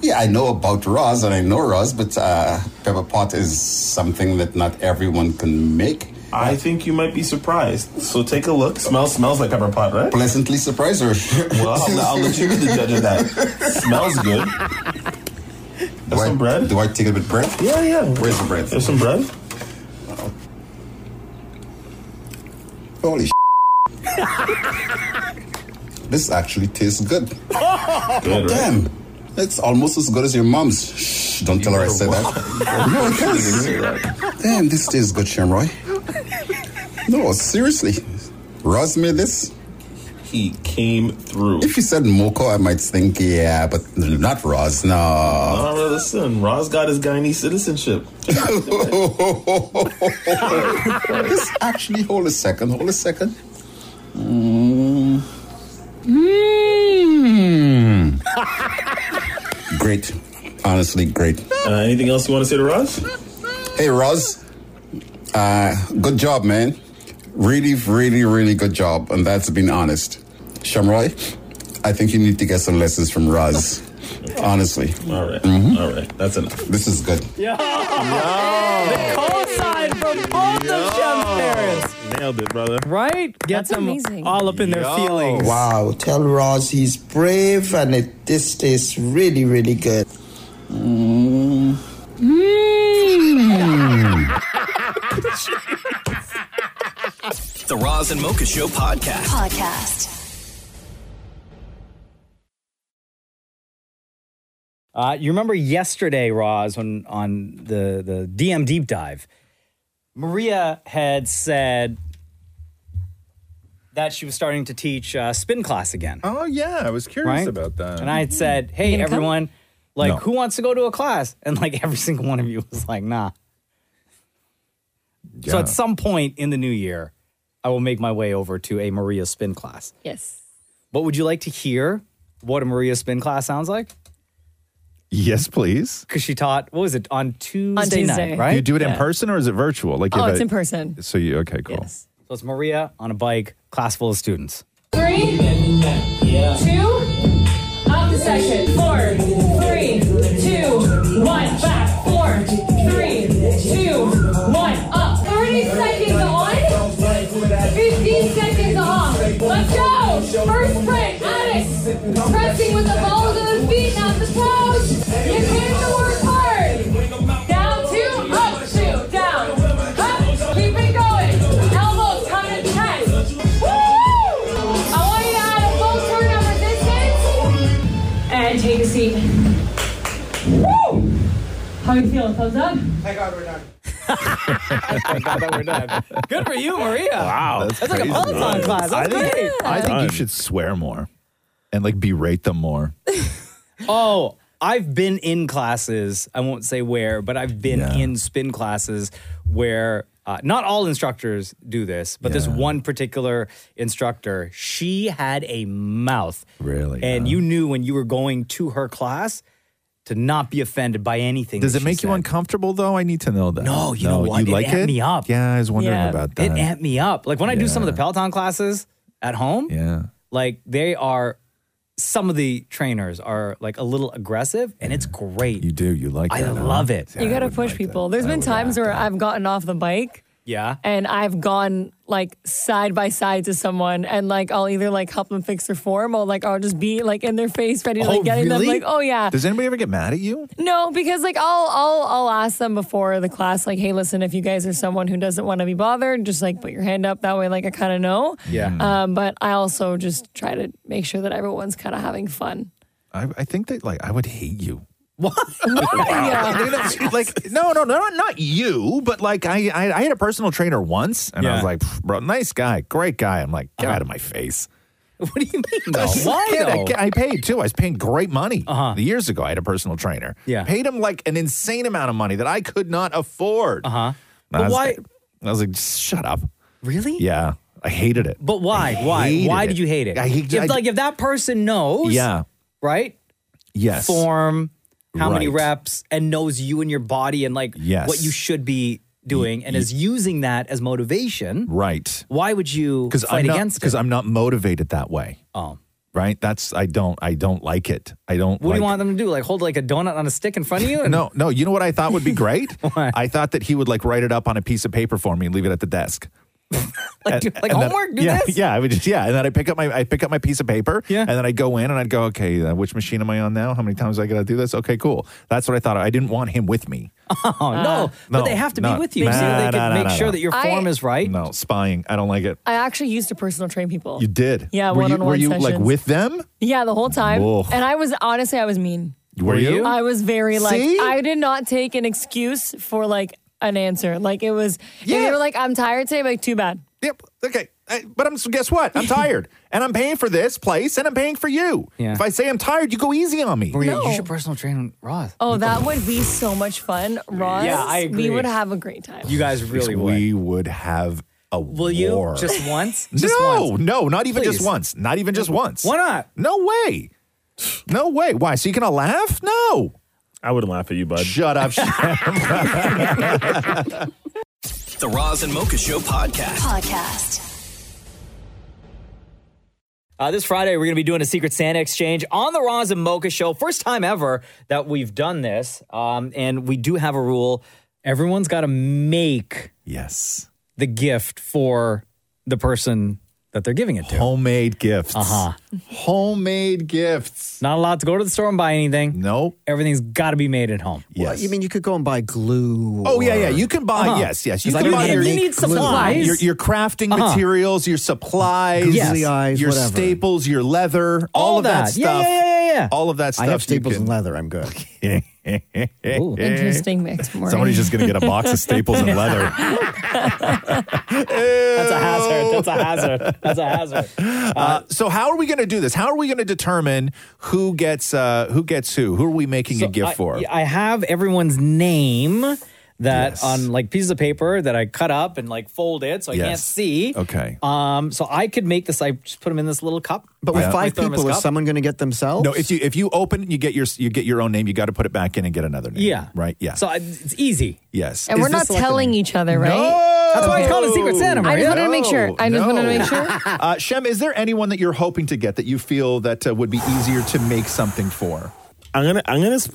[SPEAKER 12] Yeah, I know about Roz and I know Roz, but uh, pepper pot is something that not everyone can make.
[SPEAKER 10] I think you might be surprised. So take a look. Smell smells like pepper pot, right?
[SPEAKER 12] Pleasantly surprised, or
[SPEAKER 10] well, I'll, I'll let you be the judge of that. smells good.
[SPEAKER 12] Do I, do I take it with bread?
[SPEAKER 10] Yeah, yeah.
[SPEAKER 12] Where's the bread?
[SPEAKER 10] There's some bread.
[SPEAKER 12] Holy sh! this actually tastes good.
[SPEAKER 10] right?
[SPEAKER 12] Oh, Damn, it's almost as good as your mom's. Shh, don't tell her I said that. no, it is. Damn, this tastes good, Shamroy. No, seriously, Roz made this.
[SPEAKER 10] He came through.
[SPEAKER 12] If you said Moko, I might think, yeah, but not Roz. No.
[SPEAKER 10] Oh, well, listen, Roz got his Guyanese citizenship.
[SPEAKER 12] this actually, hold a second, hold a second.
[SPEAKER 10] Hmm.
[SPEAKER 12] Mm. Mm. great. Honestly, great.
[SPEAKER 10] Uh, anything else you want to say to Roz?
[SPEAKER 12] Hey, Roz. Uh, good job, man. Really, really, really good job. And that's being honest. Shamroy, I think you need to get some lessons from Roz. Honestly. Mm-hmm.
[SPEAKER 10] All right. All right. That's enough.
[SPEAKER 12] This is good.
[SPEAKER 2] Yo! The call sign for both of Shem's parents.
[SPEAKER 10] Nailed it, brother.
[SPEAKER 2] Right? Gets them all up in their feelings.
[SPEAKER 11] Wow, tell Ross he's brave and it this tastes really, really good. Mm.
[SPEAKER 1] The Roz and Mocha Show podcast.
[SPEAKER 8] Podcast.
[SPEAKER 2] Uh, you remember yesterday, Roz, when on the, the DM deep dive, Maria had said that she was starting to teach uh, spin class again.
[SPEAKER 5] Oh yeah, I was curious about that.
[SPEAKER 2] And I had
[SPEAKER 5] Hmm.
[SPEAKER 2] said,
[SPEAKER 5] You
[SPEAKER 2] "Hey,
[SPEAKER 5] gonna come?"
[SPEAKER 2] everyone, like,
[SPEAKER 5] No.
[SPEAKER 2] who wants to go to a class?" And like every single one of you was like, "Nah." So
[SPEAKER 5] Yeah.
[SPEAKER 2] at some point in the new year, I will make my way over to a Maria spin class.
[SPEAKER 13] Yes.
[SPEAKER 2] But would you like to hear what a Maria spin class sounds like?
[SPEAKER 5] yes, please.
[SPEAKER 2] Because she taught what was it on Tuesday,
[SPEAKER 13] Tuesday.
[SPEAKER 2] night, right?
[SPEAKER 5] You do it in person or is it virtual? Like
[SPEAKER 13] oh,
[SPEAKER 5] if
[SPEAKER 13] it's
[SPEAKER 5] I-
[SPEAKER 13] in person.
[SPEAKER 5] So you okay? Cool.
[SPEAKER 2] So it's Maria on a bike, class full of students.
[SPEAKER 14] Three, two, up the section. Four, three, two, one, back. Four, three, two, one, up. 30 seconds on, 15 seconds off. Let's go. First print, at it. Pressing with the balls of the feet, not the toes. You came to work hard. Down two, up two, down. Up, keep it going. Elbows coming tight. I want you to add a full turn of resistance and take a seat. Woo! How you feeling? Thumbs up? I got we're done.
[SPEAKER 2] Good for you, Maria.
[SPEAKER 5] Wow,
[SPEAKER 2] That's like a
[SPEAKER 5] crazy.
[SPEAKER 2] Peloton class.
[SPEAKER 5] I
[SPEAKER 2] That's
[SPEAKER 5] think,
[SPEAKER 2] great.
[SPEAKER 5] I think
[SPEAKER 2] Done.
[SPEAKER 5] you should swear more and like berate them more.
[SPEAKER 2] Oh, I've been in classes. I won't say where, but I've been in spin classes where uh, not all instructors do this, but this one particular instructor, she had a mouth. Really? And you knew when you were going to her class to not be offended by anything.
[SPEAKER 5] Does
[SPEAKER 2] that
[SPEAKER 5] it
[SPEAKER 2] she
[SPEAKER 5] make you
[SPEAKER 2] said.
[SPEAKER 5] uncomfortable though? I need to know that.
[SPEAKER 2] No, you know what?
[SPEAKER 5] You
[SPEAKER 2] it
[SPEAKER 5] like
[SPEAKER 2] amped
[SPEAKER 5] it?
[SPEAKER 2] me up.
[SPEAKER 5] Yeah, I was wondering
[SPEAKER 2] Yeah.
[SPEAKER 5] about that.
[SPEAKER 2] It amped me up. Like when I do some of the Peloton classes at home,
[SPEAKER 5] yeah.
[SPEAKER 2] like they are some of the trainers are like a little aggressive and it's great. You
[SPEAKER 5] do, you like
[SPEAKER 2] I
[SPEAKER 5] that, huh?
[SPEAKER 2] love it.
[SPEAKER 13] you got to push people. There's been times where I've gotten off the bike
[SPEAKER 2] Yeah.
[SPEAKER 13] and I've gone like side by side to someone and like I'll either like help them fix their form or like I'll just be like in their face ready to like getting them like oh yeah.
[SPEAKER 5] Does anybody ever get mad at you?
[SPEAKER 13] no, because like I'll I'll I'll ask them before the class like hey listen if you guys are someone who doesn't want to be bothered just like put your hand up that way like I kind of know.
[SPEAKER 5] Yeah.
[SPEAKER 2] Uh,
[SPEAKER 13] Um, but I also just try to make sure that everyone's kind of having fun.
[SPEAKER 5] I, I think that like I would hate you.
[SPEAKER 13] Yeah.
[SPEAKER 5] I mean, that's- like no, no, no, not, not you, but like I, I, I had a personal trainer once, and I was like, "Pff, bro, nice guy, great guy. I'm like, get out of my face. What do you mean?
[SPEAKER 2] though? Uh-huh. Why, though? Uh-huh.
[SPEAKER 5] I, paid too. I was paying great money years ago. I had a personal trainer.
[SPEAKER 2] Yeah.
[SPEAKER 5] paid him like an insane amount of money that I could not afford. Uh huh.
[SPEAKER 2] Uh-huh. But why-
[SPEAKER 5] I was like, "Just shut up.
[SPEAKER 2] Really?
[SPEAKER 5] Yeah, I hated it.
[SPEAKER 2] But why?
[SPEAKER 5] I
[SPEAKER 2] Why?
[SPEAKER 5] hated
[SPEAKER 2] Why
[SPEAKER 5] it.
[SPEAKER 2] did you hate it?
[SPEAKER 5] I hate-
[SPEAKER 2] if,
[SPEAKER 5] I-
[SPEAKER 2] like if that person knows,
[SPEAKER 5] Yeah.
[SPEAKER 2] right?
[SPEAKER 5] Yes.
[SPEAKER 2] Form, how many
[SPEAKER 5] Right.
[SPEAKER 2] reps, and knows you and your body and like
[SPEAKER 5] Yes.
[SPEAKER 2] what you should be doing, and is using that as motivation.
[SPEAKER 5] Right.
[SPEAKER 2] Why would you
[SPEAKER 5] because
[SPEAKER 2] fight
[SPEAKER 5] I'm not
[SPEAKER 2] against?
[SPEAKER 5] because I'm not motivated that way.
[SPEAKER 2] Oh.
[SPEAKER 5] Right. That's I don't I don't like it. I don't.
[SPEAKER 2] What do
[SPEAKER 5] like,
[SPEAKER 2] you want them to do? Like hold like a donut on a stick in front of you? And,
[SPEAKER 5] No, no. You know what I thought would be great? I thought that he would like write it up on a piece of paper for me and leave it at the desk.
[SPEAKER 2] Like,
[SPEAKER 5] And-
[SPEAKER 2] do- like
[SPEAKER 5] and then-
[SPEAKER 2] homework, do
[SPEAKER 5] yeah,
[SPEAKER 2] this?
[SPEAKER 5] Yeah, I would just yeah, and then I pick up my I pick up my piece of paper, yeah, and then I go in and I'd go, okay, uh, which machine am I on now? How many times I got to do this? Okay, cool. That's what I thought. I didn't want him with me.
[SPEAKER 2] Oh no! but
[SPEAKER 5] No,
[SPEAKER 2] they have to
[SPEAKER 5] no,
[SPEAKER 2] be with you so
[SPEAKER 5] nah,
[SPEAKER 2] they can
[SPEAKER 5] nah, nah,
[SPEAKER 2] make
[SPEAKER 5] nah,
[SPEAKER 2] sure
[SPEAKER 5] nah.
[SPEAKER 2] that your
[SPEAKER 13] I-
[SPEAKER 2] form is right.
[SPEAKER 5] No spying. I don't like it.
[SPEAKER 13] I actually used to personal train people.
[SPEAKER 5] You did.
[SPEAKER 13] Yeah,
[SPEAKER 5] Were you,
[SPEAKER 13] one-on-one
[SPEAKER 5] were you like
[SPEAKER 13] sessions.
[SPEAKER 5] with them?
[SPEAKER 13] Yeah, the whole time.
[SPEAKER 5] Whoa.
[SPEAKER 13] And I was honestly, I was mean.
[SPEAKER 5] Were you?
[SPEAKER 13] I was very like,
[SPEAKER 5] See?
[SPEAKER 13] I did not take an excuse for like an answer. Like it was, yeah. they
[SPEAKER 5] Yeah.
[SPEAKER 13] were like, I'm tired today. I'm like, too bad.
[SPEAKER 5] Yep. Okay. I, but I'm so guess what? I'm tired, and I'm paying for this place, and I'm paying for you. If I say I'm tired, you go easy on me.
[SPEAKER 2] Or you- you should personal train Ross.
[SPEAKER 13] Oh, that would be so much fun, Ross.
[SPEAKER 2] Yeah, I agree.
[SPEAKER 13] We would have a great time.
[SPEAKER 2] You guys really would.
[SPEAKER 5] We would have a
[SPEAKER 2] Will you?
[SPEAKER 5] war.
[SPEAKER 2] Just once?
[SPEAKER 5] no,
[SPEAKER 2] Just once.
[SPEAKER 5] no, Oh, not even
[SPEAKER 2] Please.
[SPEAKER 5] just once. Not even just once.
[SPEAKER 2] Why not?
[SPEAKER 5] No way. No way. Why? So you cannot laugh? No.
[SPEAKER 15] I wouldn't laugh at you, bud.
[SPEAKER 5] Shut up.
[SPEAKER 1] The Roz and Mocha Show podcast.
[SPEAKER 9] Podcast.
[SPEAKER 2] Uh, this Friday, we're going to be doing a Secret Santa exchange on the Roz and Mocha Show. First time ever that we've done this. Um, and we do have a rule everyone's got to make
[SPEAKER 5] yes
[SPEAKER 2] the gift for the person that they're giving it to.
[SPEAKER 5] Homemade gifts.
[SPEAKER 2] Uh huh.
[SPEAKER 5] Homemade gifts.
[SPEAKER 2] Not allowed to go to the store and buy anything.
[SPEAKER 5] No.
[SPEAKER 2] Everything's got to be made at home.
[SPEAKER 5] Yes.
[SPEAKER 4] You mean you could go and buy glue?
[SPEAKER 5] Oh yeah,
[SPEAKER 4] or-
[SPEAKER 5] yeah. You can buy.
[SPEAKER 4] Uh-huh.
[SPEAKER 5] Yes, yes. You
[SPEAKER 4] 'Cause I
[SPEAKER 5] can
[SPEAKER 4] don't
[SPEAKER 5] buy
[SPEAKER 4] know how to make glue.
[SPEAKER 5] Your, your crafting
[SPEAKER 4] Uh-huh.
[SPEAKER 5] materials, your supplies,
[SPEAKER 4] Googly Yes. eyes,
[SPEAKER 5] your
[SPEAKER 4] whatever.
[SPEAKER 5] staples, your leather, all,
[SPEAKER 4] All
[SPEAKER 5] of that,
[SPEAKER 4] that. Yeah,
[SPEAKER 5] stuff.
[SPEAKER 4] yeah,
[SPEAKER 2] yeah, yeah, yeah.
[SPEAKER 5] All of that
[SPEAKER 4] I
[SPEAKER 5] stuff. you
[SPEAKER 4] have staples
[SPEAKER 5] can-
[SPEAKER 4] and leather. I'm good.
[SPEAKER 13] Interesting mix. Maury.
[SPEAKER 5] Somebody's just gonna get a box of staples and leather.
[SPEAKER 2] That's a hazard. That's a hazard. That's a hazard.
[SPEAKER 5] Uh, so how are we going to do this? How are we going to determine who gets uh, who gets who? Who are we making a
[SPEAKER 2] So
[SPEAKER 5] gift
[SPEAKER 2] I,
[SPEAKER 5] for?
[SPEAKER 2] I have everyone's name that on like pieces of paper that I cut up and like fold it so I can't
[SPEAKER 5] Yes.
[SPEAKER 2] see.
[SPEAKER 5] Okay.
[SPEAKER 2] Um, so I could make this. I just put them in this little cup.
[SPEAKER 5] But with five
[SPEAKER 2] My thermos
[SPEAKER 5] people, is someone
[SPEAKER 2] cup.
[SPEAKER 4] Someone going to get themselves?
[SPEAKER 5] No, if you if you open it, you get your you get your own name. You got to put it back in and get another name.
[SPEAKER 2] Yeah.
[SPEAKER 5] Right. Yeah.
[SPEAKER 2] So I, it's easy.
[SPEAKER 5] Yes.
[SPEAKER 13] And we're not telling each other, right?
[SPEAKER 2] That's why it's called a Secret Santa,
[SPEAKER 13] I
[SPEAKER 2] Maria.
[SPEAKER 13] just wanted to make sure. I just wanted to make sure.
[SPEAKER 5] uh, Shem, is there anyone that you're hoping to get that you feel that uh, would be easier to make something for?
[SPEAKER 15] I'm gonna I'm gonna s-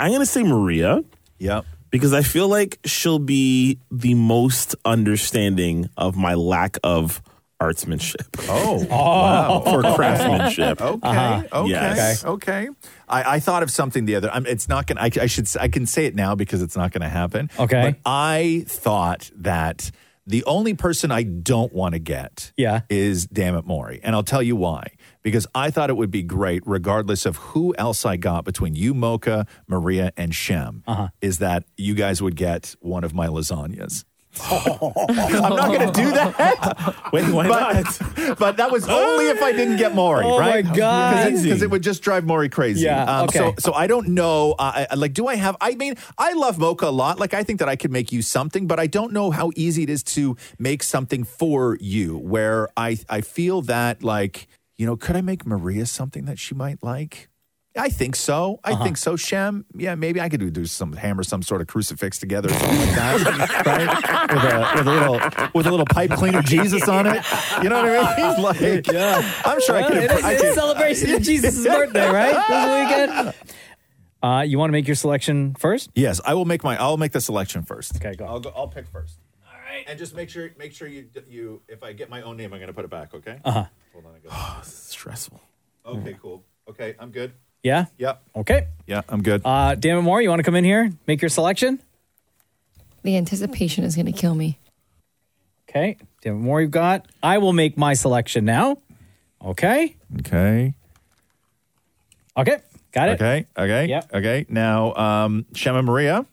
[SPEAKER 15] I'm gonna say Maria.
[SPEAKER 5] Yep.
[SPEAKER 15] Because I feel like she'll be the most understanding of my lack of artsmanship.
[SPEAKER 5] Oh,
[SPEAKER 15] wow. For craftsmanship.
[SPEAKER 5] Okay,
[SPEAKER 15] Uh-huh.
[SPEAKER 5] okay,
[SPEAKER 15] Yes.
[SPEAKER 5] okay. I, I thought of something the other. I'm, it's not gonna. I, I should. s- I can say it now because it's not gonna happen.
[SPEAKER 2] Okay.
[SPEAKER 5] But I thought that the only person I don't want to get,
[SPEAKER 2] Yeah.
[SPEAKER 5] is damn it, Maury, and I'll tell you why. Because I thought it would be great, regardless of who else I got between you, Mocha, Maria, and Shem,
[SPEAKER 2] Uh-huh.
[SPEAKER 5] is that you guys would get one of my lasagnas. I'm not going to do that.
[SPEAKER 15] Wait, why
[SPEAKER 5] but, not? But that was only if I didn't get Maury,
[SPEAKER 15] Oh my
[SPEAKER 5] right?
[SPEAKER 15] God.
[SPEAKER 5] Because it, would just drive Maury crazy. Um,
[SPEAKER 15] Yeah, okay.
[SPEAKER 5] So, so I don't know. Uh, I- like, do I have? I mean, I love Mocha a lot. Like, I think that I could make you something, but I don't know how easy it is to make something for you. Where I, I feel that like, you know, could I make Maria something that she might like? I think so. I think so, Shem. Yeah, maybe I could do- do some hammer some sort of crucifix together or something like that, right? With a, with a little with a little pipe cleaner Jesus on it. You know what I mean? Like, I'm sure I
[SPEAKER 2] Well,
[SPEAKER 5] could.
[SPEAKER 2] it is-
[SPEAKER 5] I
[SPEAKER 2] it
[SPEAKER 5] could-
[SPEAKER 2] is celebration of Jesus' birthday, right? This weekend. Uh, you want to make your selection first?
[SPEAKER 5] Yes, I will make my. I'll make the selection first.
[SPEAKER 2] Okay, go.
[SPEAKER 5] I'll go. I'll pick first.
[SPEAKER 2] All
[SPEAKER 5] And just make sure, make sure you, you. If I get my own name, I'm going to put it back. Okay.
[SPEAKER 2] Uh-huh.
[SPEAKER 5] Hold on. I got
[SPEAKER 15] stressful.
[SPEAKER 5] Okay. Cool. Okay. I'm good.
[SPEAKER 2] Yeah?
[SPEAKER 5] Yep.
[SPEAKER 2] Okay.
[SPEAKER 5] Yeah, I'm good.
[SPEAKER 2] Uh, Damon Moore, you want to come in here, make your selection?
[SPEAKER 13] The anticipation is going to kill me.
[SPEAKER 2] Okay. Damon Moore, you've got. I will make my selection now. Okay.
[SPEAKER 5] Okay.
[SPEAKER 2] Okay. Got it.
[SPEAKER 5] Okay. Okay.
[SPEAKER 2] Yep.
[SPEAKER 5] Okay. Now, um, Shema Maria.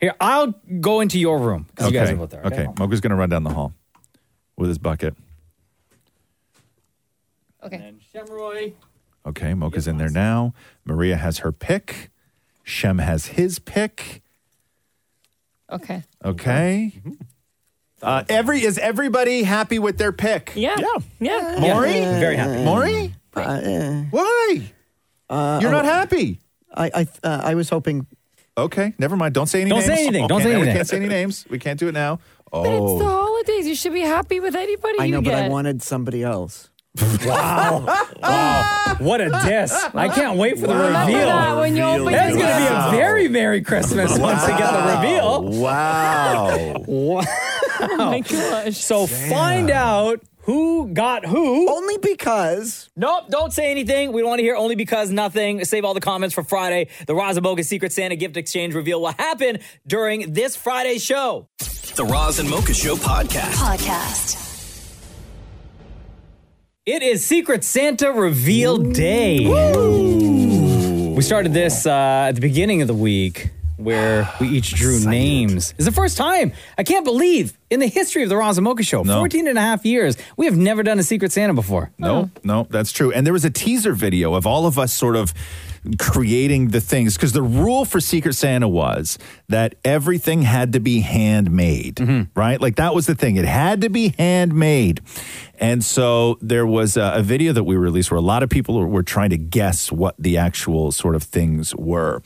[SPEAKER 2] Here, I'll go into your room. 'cause You guys are both there.
[SPEAKER 5] Okay. Mocha's going to run down the hall with his bucket.
[SPEAKER 13] Okay.
[SPEAKER 2] And Shemroy.
[SPEAKER 5] Okay, Mocha's in there now. Maria has her pick. Shem has his pick.
[SPEAKER 13] Okay.
[SPEAKER 5] Okay. Mm-hmm. Uh, every is everybody happy with their pick?
[SPEAKER 13] Yeah. Yeah. Yeah.
[SPEAKER 5] Maury? Very happy. Maury?
[SPEAKER 4] Uh, eh.
[SPEAKER 5] Why? You're not happy.
[SPEAKER 4] oh, I I uh, I was hoping.
[SPEAKER 5] Okay, never mind. Don't say any names. Okay, now We can't say any names. We can't do it now. Oh.
[SPEAKER 13] But it's the holidays. You should be happy with anybody
[SPEAKER 4] I
[SPEAKER 13] you
[SPEAKER 4] know,
[SPEAKER 13] get.
[SPEAKER 4] but I wanted somebody else.
[SPEAKER 2] wow. wow. What a diss. I can't wait for the reveal.
[SPEAKER 13] Remember that when you opened
[SPEAKER 2] That's
[SPEAKER 13] your
[SPEAKER 2] going to
[SPEAKER 13] gift.
[SPEAKER 2] be a very Merry Christmas once we get the reveal.
[SPEAKER 5] Wow.
[SPEAKER 2] Wow.
[SPEAKER 13] Oh my gosh.
[SPEAKER 2] So find out who got who.
[SPEAKER 4] Only because.
[SPEAKER 2] Nope, don't say anything. We want to hear only because nothing. Save all the comments for Friday. The Razaboga Secret Santa gift exchange reveal will happen during this Friday's show.
[SPEAKER 1] The Roz and Mocha Show podcast.
[SPEAKER 8] Podcast.
[SPEAKER 2] It is Secret Santa Reveal Day. We started this uh, at the beginning of the week where we each drew names. It's the first time. I can't believe in the history of the Roz and Mocha Show,
[SPEAKER 5] No.
[SPEAKER 2] 14 and a half years, we have never done a Secret Santa before.
[SPEAKER 5] No, no, that's true. And there was a teaser video of all of us sort of creating the things because the rule for Secret Santa was that everything had to be handmade, right? Like that was the thing. It had to be handmade. And so there was a, a video that we released where a lot of people were, were trying to guess what the actual sort of things were.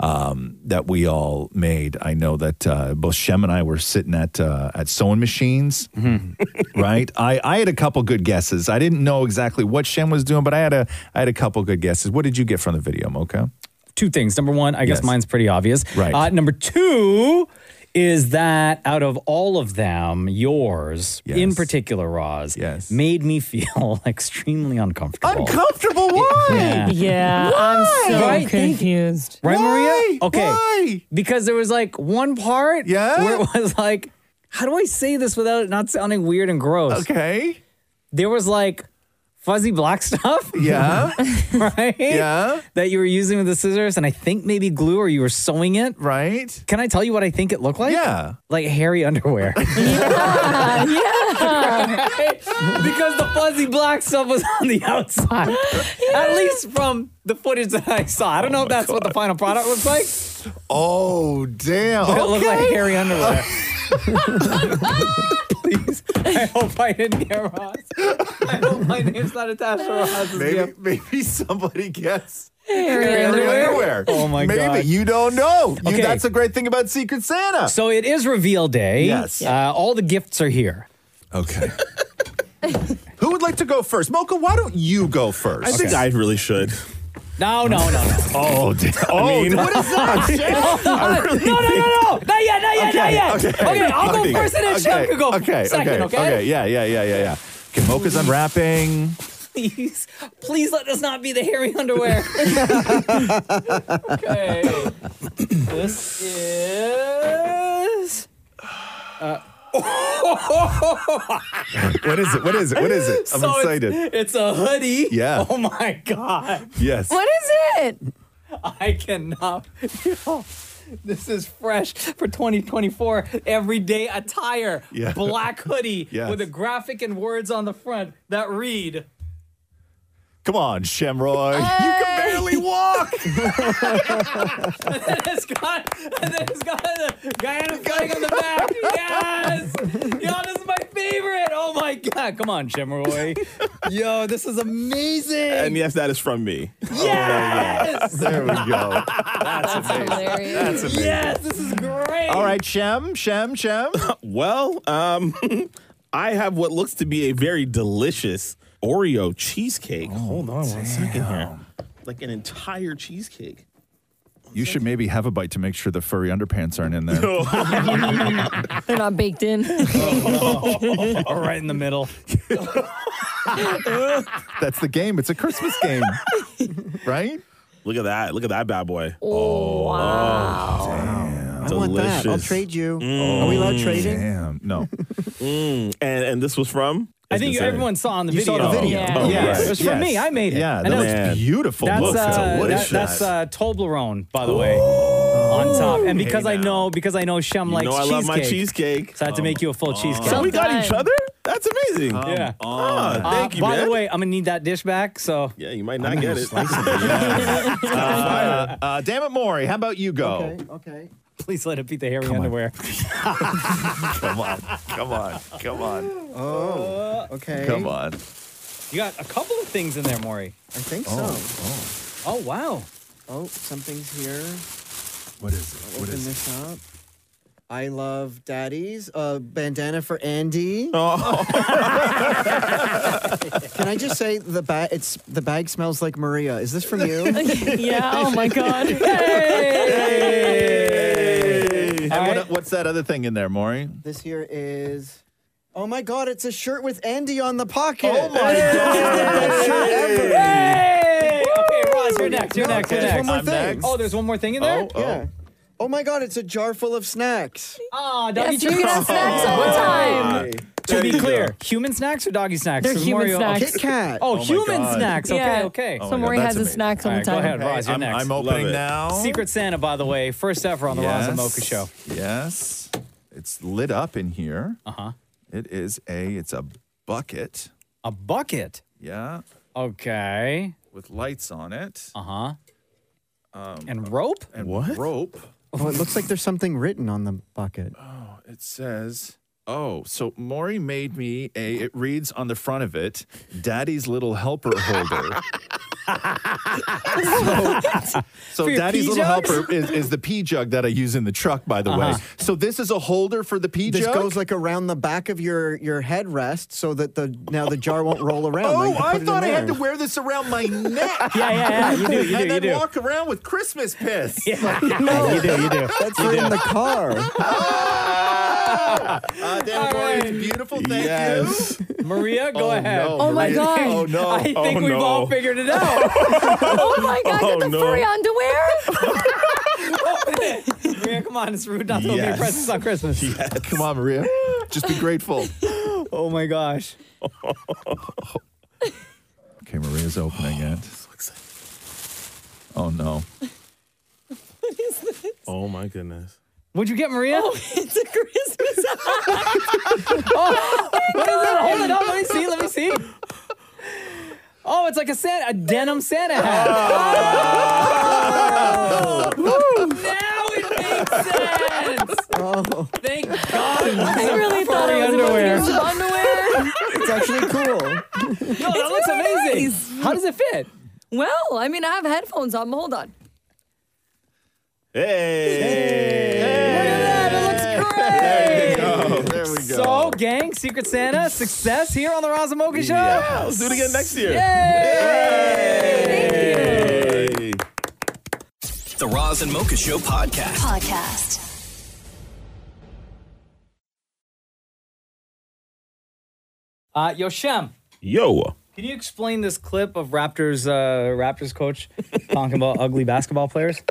[SPEAKER 5] Um, that we all made. I know that uh, both Shem and I were sitting at uh, at sewing machines
[SPEAKER 2] Hmm.
[SPEAKER 5] right? I, I had a couple good guesses. I didn't know exactly what Shem was doing, but I had a I had a couple good guesses. What did you get from the video, Mocha?
[SPEAKER 2] Two things. Number one, I guess
[SPEAKER 5] Yes.
[SPEAKER 2] mine's pretty obvious.
[SPEAKER 5] Right.
[SPEAKER 2] Uh, number two is that out of all of them, yours in particular, Roz, yes. made me feel extremely uncomfortable.
[SPEAKER 5] Uncomfortable? Why?
[SPEAKER 2] Yeah.
[SPEAKER 13] Yeah, I'm so
[SPEAKER 2] Right?
[SPEAKER 13] confused.
[SPEAKER 2] Right, Maria? Okay. Because there was like one part yeah? where it was like, how do I say this without it not sounding weird and gross?
[SPEAKER 5] Okay.
[SPEAKER 2] There was like fuzzy black stuff.
[SPEAKER 5] Yeah.
[SPEAKER 2] right?
[SPEAKER 5] Yeah.
[SPEAKER 2] That you were using with the scissors and I think maybe glue or you were sewing it.
[SPEAKER 5] Right.
[SPEAKER 2] Can I tell you what I think it looked like?
[SPEAKER 5] Yeah.
[SPEAKER 2] Like hairy underwear. Uh,
[SPEAKER 14] yeah.
[SPEAKER 2] because the fuzzy black stuff was on the outside. At least from the footage that I saw. I don't know if that's what the final product looks like.
[SPEAKER 5] Oh damn!
[SPEAKER 2] But it looked like
[SPEAKER 14] Okay.
[SPEAKER 2] hairy underwear. Please, I hope I didn't get Ross. I hope my name's not attached to Ross's
[SPEAKER 5] Maybe-
[SPEAKER 2] gift.
[SPEAKER 5] Maybe somebody guessed.
[SPEAKER 2] Hairy underwear? Oh my
[SPEAKER 5] Maybe.
[SPEAKER 2] God.
[SPEAKER 5] you don't know. You-
[SPEAKER 2] Okay.
[SPEAKER 5] Oh, that's the great thing about Secret Santa.
[SPEAKER 2] So it is reveal day.
[SPEAKER 5] Yes.
[SPEAKER 2] Uh, all the gifts are here.
[SPEAKER 5] Okay. Who would like to go first, Mocha? Why don't you go first?
[SPEAKER 15] I think I really should.
[SPEAKER 2] No, no, no, no.
[SPEAKER 5] Oh, damn. oh,
[SPEAKER 15] mean-
[SPEAKER 5] what is that? Shem? I
[SPEAKER 2] Oh, no, no,
[SPEAKER 5] really think-
[SPEAKER 2] no, no, not yet, not
[SPEAKER 5] Okay,
[SPEAKER 2] yet, not yet. Okay, I'll go first and then Shem can go
[SPEAKER 5] okay,
[SPEAKER 2] second,
[SPEAKER 5] okay,
[SPEAKER 2] okay?
[SPEAKER 5] yeah, yeah, yeah, yeah, yeah. Okay, Mocha's unwrapping.
[SPEAKER 2] Please, please let this not be the hairy underwear. okay. This is. Uh, oh
[SPEAKER 5] What is it? What is it? What is it? I'm
[SPEAKER 2] So it's-
[SPEAKER 5] excited.
[SPEAKER 2] It's, a hoodie.
[SPEAKER 5] Yeah.
[SPEAKER 2] Oh my god.
[SPEAKER 5] Yes. What
[SPEAKER 2] is it? I cannot. this is fresh for 2024 everyday attire.
[SPEAKER 14] Yeah.
[SPEAKER 2] Black hoodie
[SPEAKER 5] Yes.
[SPEAKER 2] with a graphic and words on the front that read.
[SPEAKER 5] Come on,
[SPEAKER 15] Uh,
[SPEAKER 5] Shemroy.
[SPEAKER 2] You
[SPEAKER 5] can barely walk.
[SPEAKER 2] and then it's got, and then it's got the Guyana flag on the back. Yes, y'all, this is my favorite. Oh my god, come on, Shemroy. Yo, this is amazing.
[SPEAKER 15] And yes, that is from me. Oh,
[SPEAKER 2] Yes.
[SPEAKER 5] there we go. That's amazing. That's amazing.
[SPEAKER 2] Yes, this is great.
[SPEAKER 5] All right, Shem, Shem, Shem.
[SPEAKER 15] well, um, I have what looks to be a very delicious Oreo
[SPEAKER 4] Oh,
[SPEAKER 15] cheesecake. Hold on one second here. Like an entire cheesecake.
[SPEAKER 5] You should maybe have a bite to make sure the furry underpants aren't in there.
[SPEAKER 13] They're not baked in.
[SPEAKER 2] All right in the middle.
[SPEAKER 5] That's the game. It's a Christmas game, right?
[SPEAKER 15] Look at that. Look at that bad boy. Oh, wow.
[SPEAKER 4] I want that. I'll
[SPEAKER 15] Delicious.
[SPEAKER 4] trade you. Are we allowed trading?
[SPEAKER 5] Damn. No.
[SPEAKER 15] mm, and, and this was from?
[SPEAKER 2] I think
[SPEAKER 15] It's insane.
[SPEAKER 2] everyone saw on the
[SPEAKER 15] You
[SPEAKER 2] video.
[SPEAKER 15] saw the video.
[SPEAKER 2] Yeah.
[SPEAKER 15] Oh,
[SPEAKER 2] Yeah.
[SPEAKER 15] yes.
[SPEAKER 2] It was from
[SPEAKER 15] Yes.
[SPEAKER 2] me. I made it.
[SPEAKER 15] Yeah,
[SPEAKER 2] And
[SPEAKER 15] that
[SPEAKER 2] was
[SPEAKER 15] looks beautiful.
[SPEAKER 2] That's,
[SPEAKER 15] Look, that's
[SPEAKER 2] uh,
[SPEAKER 15] a- what
[SPEAKER 2] that-
[SPEAKER 15] is
[SPEAKER 2] that's uh,
[SPEAKER 15] that?
[SPEAKER 2] Toblerone, by the way, on top. And
[SPEAKER 15] Oh, Hey
[SPEAKER 2] because I know, because I know Shem
[SPEAKER 15] You
[SPEAKER 2] likes
[SPEAKER 15] know I
[SPEAKER 2] cheesecake.
[SPEAKER 15] love my cheesecake. Oh.
[SPEAKER 2] So I had to make you a full cheesecake.
[SPEAKER 15] So we got each other? That's amazing.
[SPEAKER 2] yeah.
[SPEAKER 15] Ah,
[SPEAKER 2] Uh,
[SPEAKER 15] thank you,
[SPEAKER 2] By
[SPEAKER 15] man.
[SPEAKER 2] the way, I'm gonna need that dish back. So
[SPEAKER 15] yeah, you might not get it.
[SPEAKER 5] Uh, uh, damn it, Maury. How about you go?
[SPEAKER 4] Okay.
[SPEAKER 2] Please let it be the hairy underwear.
[SPEAKER 5] Come on. Come on. Come on.
[SPEAKER 4] Oh.
[SPEAKER 13] uh,
[SPEAKER 4] Okay.
[SPEAKER 5] Come on.
[SPEAKER 2] You got a couple of things in there, Maury.
[SPEAKER 4] I think
[SPEAKER 2] so. Oh, wow.
[SPEAKER 4] Oh, something's here.
[SPEAKER 5] What is it?
[SPEAKER 4] Open this up. I love daddies. Uh, bandana for Andy.
[SPEAKER 15] Oh.
[SPEAKER 4] Can I just say the bag? It's the bag smells like Maria. Is this from you?
[SPEAKER 13] yeah. Oh my god.
[SPEAKER 5] And what, what's that other thing in there, Maury?
[SPEAKER 4] This here is. Oh my god! It's a shirt with Andy on the pocket.
[SPEAKER 5] Oh my
[SPEAKER 2] Hey! Okay, Roz, you're next. You're
[SPEAKER 4] No,
[SPEAKER 2] next. You're
[SPEAKER 4] there's
[SPEAKER 2] next.
[SPEAKER 4] one more
[SPEAKER 2] I'm
[SPEAKER 4] thing.
[SPEAKER 2] next. Oh, there's one more thing in there.
[SPEAKER 4] Yeah. Oh my god! It's a jar full of snacks.
[SPEAKER 2] Ah,
[SPEAKER 13] doggy Yes, you treats. get snacks all the
[SPEAKER 2] Wait.
[SPEAKER 13] time.
[SPEAKER 2] To be clear, human snacks or doggy snacks?
[SPEAKER 13] They're
[SPEAKER 2] 'Cause
[SPEAKER 13] human
[SPEAKER 2] Mario-
[SPEAKER 13] snacks. Kit
[SPEAKER 4] Kat.
[SPEAKER 2] Oh,
[SPEAKER 5] Oh my
[SPEAKER 2] human
[SPEAKER 5] God.
[SPEAKER 2] snacks. Okay,
[SPEAKER 13] Yeah.
[SPEAKER 2] okay.
[SPEAKER 13] So Oh my Maury God, has that's his amazing. snacks all the
[SPEAKER 2] Alright,
[SPEAKER 13] time.
[SPEAKER 2] Go ahead,
[SPEAKER 13] Hey,
[SPEAKER 2] Roz. You're
[SPEAKER 5] I'm-
[SPEAKER 2] next.
[SPEAKER 5] I'm opening Love it. now.
[SPEAKER 2] Secret Santa, by the way, first ever on the Roz and Mocha show.
[SPEAKER 5] Yes. It's lit up in here. Uh-huh. It is a it's a bucket.
[SPEAKER 2] A bucket?
[SPEAKER 5] Yeah.
[SPEAKER 2] Okay.
[SPEAKER 5] With lights on it. Um,
[SPEAKER 2] Uh-huh. and rope?
[SPEAKER 5] And rope.
[SPEAKER 4] Oh, it looks like there's something written on the bucket.
[SPEAKER 5] Oh, it says Oh, so Maury made me a it reads on the front of it, Daddy's little helper holder. so so
[SPEAKER 14] For your
[SPEAKER 5] Daddy's
[SPEAKER 14] pee
[SPEAKER 5] little
[SPEAKER 14] jugs?
[SPEAKER 5] helper is, is the pee jug that I use in the truck, by the way.
[SPEAKER 4] Uh-huh.
[SPEAKER 5] So this is a holder for the pee
[SPEAKER 4] This
[SPEAKER 5] jug.
[SPEAKER 4] goes like around the back of your your headrest so that the now the jar won't roll around.
[SPEAKER 5] Oh,
[SPEAKER 4] Like, you
[SPEAKER 5] I
[SPEAKER 4] put it in
[SPEAKER 5] thought I had
[SPEAKER 4] there.
[SPEAKER 5] to wear this around my neck.
[SPEAKER 4] Yeah, yeah, yeah. You do, you do,
[SPEAKER 5] and
[SPEAKER 4] you
[SPEAKER 5] then
[SPEAKER 4] do.
[SPEAKER 5] walk around with Christmas piss.
[SPEAKER 4] No. That's for in the car.
[SPEAKER 5] Uh, Dan Roy, it's beautiful. Thank you.
[SPEAKER 2] Maria, go
[SPEAKER 5] Oh,
[SPEAKER 2] ahead.
[SPEAKER 5] no, Oh, my Maria. God. Oh, no.
[SPEAKER 2] I think
[SPEAKER 5] Oh,
[SPEAKER 2] we've
[SPEAKER 5] no.
[SPEAKER 2] all figured it out.
[SPEAKER 13] oh my god!
[SPEAKER 2] Oh,
[SPEAKER 13] Get the
[SPEAKER 2] no.
[SPEAKER 13] furry underwear.
[SPEAKER 2] Maria, come on. It's rude not to open your
[SPEAKER 5] Yes.
[SPEAKER 2] presents on Christmas.
[SPEAKER 5] Come on, Maria. Just be grateful.
[SPEAKER 2] Oh, my gosh.
[SPEAKER 5] Okay, Maria's opening it. Oh no.
[SPEAKER 13] what is this?
[SPEAKER 15] Oh my goodness.
[SPEAKER 2] What'd you get, Maria?
[SPEAKER 13] Oh, it's a Christmas.
[SPEAKER 2] oh, what is it? Hold it up. Let me see. Let me see. Oh, it's like a Santa, a denim Santa hat. Woo. Now it makes sense. Thank God.
[SPEAKER 13] I really thought
[SPEAKER 2] Furry
[SPEAKER 13] it was
[SPEAKER 2] underwear.
[SPEAKER 13] underwear. underwear.
[SPEAKER 4] It's actually cool.
[SPEAKER 2] No, that looks amazing. How does it fit?
[SPEAKER 13] Well, I mean, I have headphones on. but Hold on.
[SPEAKER 5] There we go.
[SPEAKER 2] So, gang, Secret Santa, success here on the Razamoka Show.
[SPEAKER 15] Yeah, let's do it again next year.
[SPEAKER 1] The Roz and Mocha Show podcast.
[SPEAKER 8] Podcast.
[SPEAKER 2] Uh, yo, Shem,
[SPEAKER 15] Yo.
[SPEAKER 2] can you explain this clip of Raptors uh, Raptors coach talking about ugly basketball players?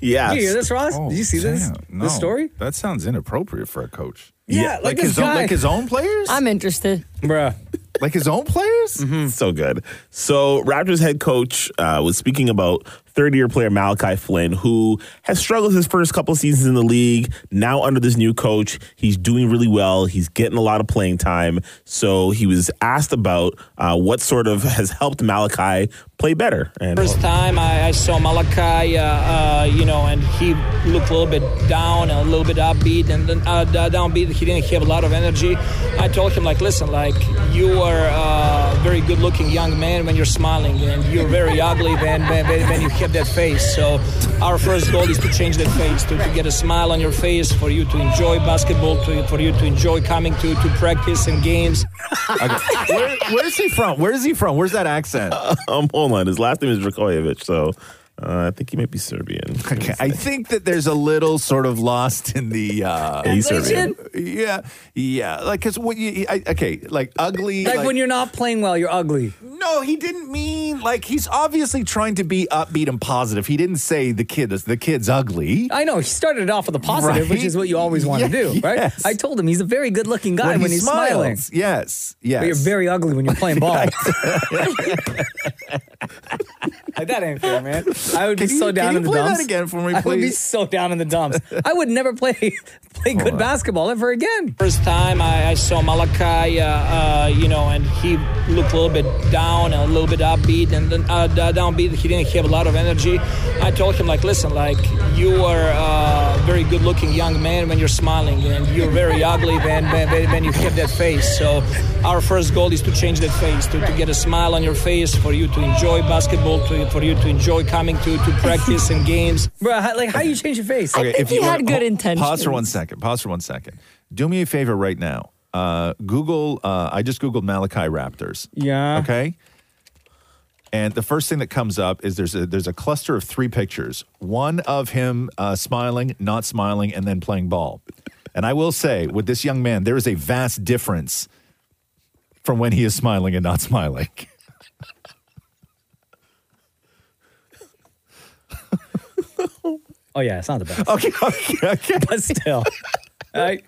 [SPEAKER 15] Yes.
[SPEAKER 2] Did you hear this, Ross?
[SPEAKER 5] Oh,
[SPEAKER 2] Did you see this?
[SPEAKER 5] damn.
[SPEAKER 2] This
[SPEAKER 5] No,
[SPEAKER 2] story?
[SPEAKER 5] That sounds inappropriate for a coach.
[SPEAKER 2] Yeah, like
[SPEAKER 5] like,
[SPEAKER 2] this
[SPEAKER 5] his own,
[SPEAKER 2] guy.
[SPEAKER 5] like his own players.
[SPEAKER 13] I'm interested.
[SPEAKER 2] Bruh.
[SPEAKER 5] like his own players.
[SPEAKER 15] So good. So Raptors head coach uh, was speaking about third-year player Malachi Flynn, who has struggled his first couple seasons in the league. Now under this new coach, he's doing really well. He's getting a lot of playing time. So he was asked about uh, what sort of has helped Malachi play better. And
[SPEAKER 16] First time I, I saw Malachi, uh, uh, you know, and he looked a little bit down and a little bit upbeat, and then uh, da- downbeat. He didn't have a lot of energy. I told him like, listen, like you are a very good-looking young man when you're smiling, and you're very ugly when, when, when when you have that face. So our first goal is to change that face, to, to get a smile on your face, for you to enjoy basketball, to, for you to enjoy coming to to practice and games.
[SPEAKER 5] Where, where's he from? Where is he from? Where's that accent?
[SPEAKER 15] um, hold on, his last name is Dracojevic, so Uh, I think he might be Serbian.
[SPEAKER 5] Okay. I think that there's a little sort of lost in the uh,
[SPEAKER 15] Yeah, he's Serbian.
[SPEAKER 5] Yeah, yeah. Like, cause what you I, okay, like ugly.
[SPEAKER 2] Like, when you're not playing well, you're ugly.
[SPEAKER 5] No, he didn't mean like he's obviously trying to be upbeat and positive. He didn't say the kid is the kid's ugly.
[SPEAKER 2] I know he started off with a positive, which is what you always want to do, right? I told him he's a very good-looking guy when,
[SPEAKER 5] When he
[SPEAKER 2] he's
[SPEAKER 5] smiles,
[SPEAKER 2] smiling.
[SPEAKER 5] Yes, yes.
[SPEAKER 2] But you're very ugly when you're playing ball. that ain't fair, man. I would be
[SPEAKER 5] Can you-
[SPEAKER 2] so
[SPEAKER 5] can
[SPEAKER 2] down
[SPEAKER 5] you
[SPEAKER 2] in the
[SPEAKER 5] play that
[SPEAKER 2] dumps.
[SPEAKER 5] again for me,
[SPEAKER 2] I would be
[SPEAKER 5] please?
[SPEAKER 2] so down in the dumps. I would never play play good basketball ever again.
[SPEAKER 16] First time I, I saw Malachi, uh, uh, you know, and he looked a little bit down and a little bit upbeat and then uh, d- downbeat. He didn't have a lot of energy. I told him, like, listen, like, you are a very good looking young man when you're smiling, and you're very ugly when, when, when- when you have that face. So, our first goal is to change that face, to, to get a smile on your face, for you to enjoy basketball, to, for you to enjoy coming to, to practice and games.
[SPEAKER 2] Bro, how, like, how you change your face?
[SPEAKER 5] wanna- hold- Pause for one second. Pause for one second. Do me a favor right now. Uh, Google. Uh, I just googled Malachi Raptors.
[SPEAKER 2] Yeah.
[SPEAKER 5] Okay. And the first thing that comes up is there's a there's a cluster of three pictures. One of him uh, smiling, not smiling, and then playing ball. And I will say, with this young man, there is a vast difference from when he is smiling and not smiling.
[SPEAKER 2] Oh yeah, it's not the best.
[SPEAKER 5] Okay, okay, okay.
[SPEAKER 2] but still, I,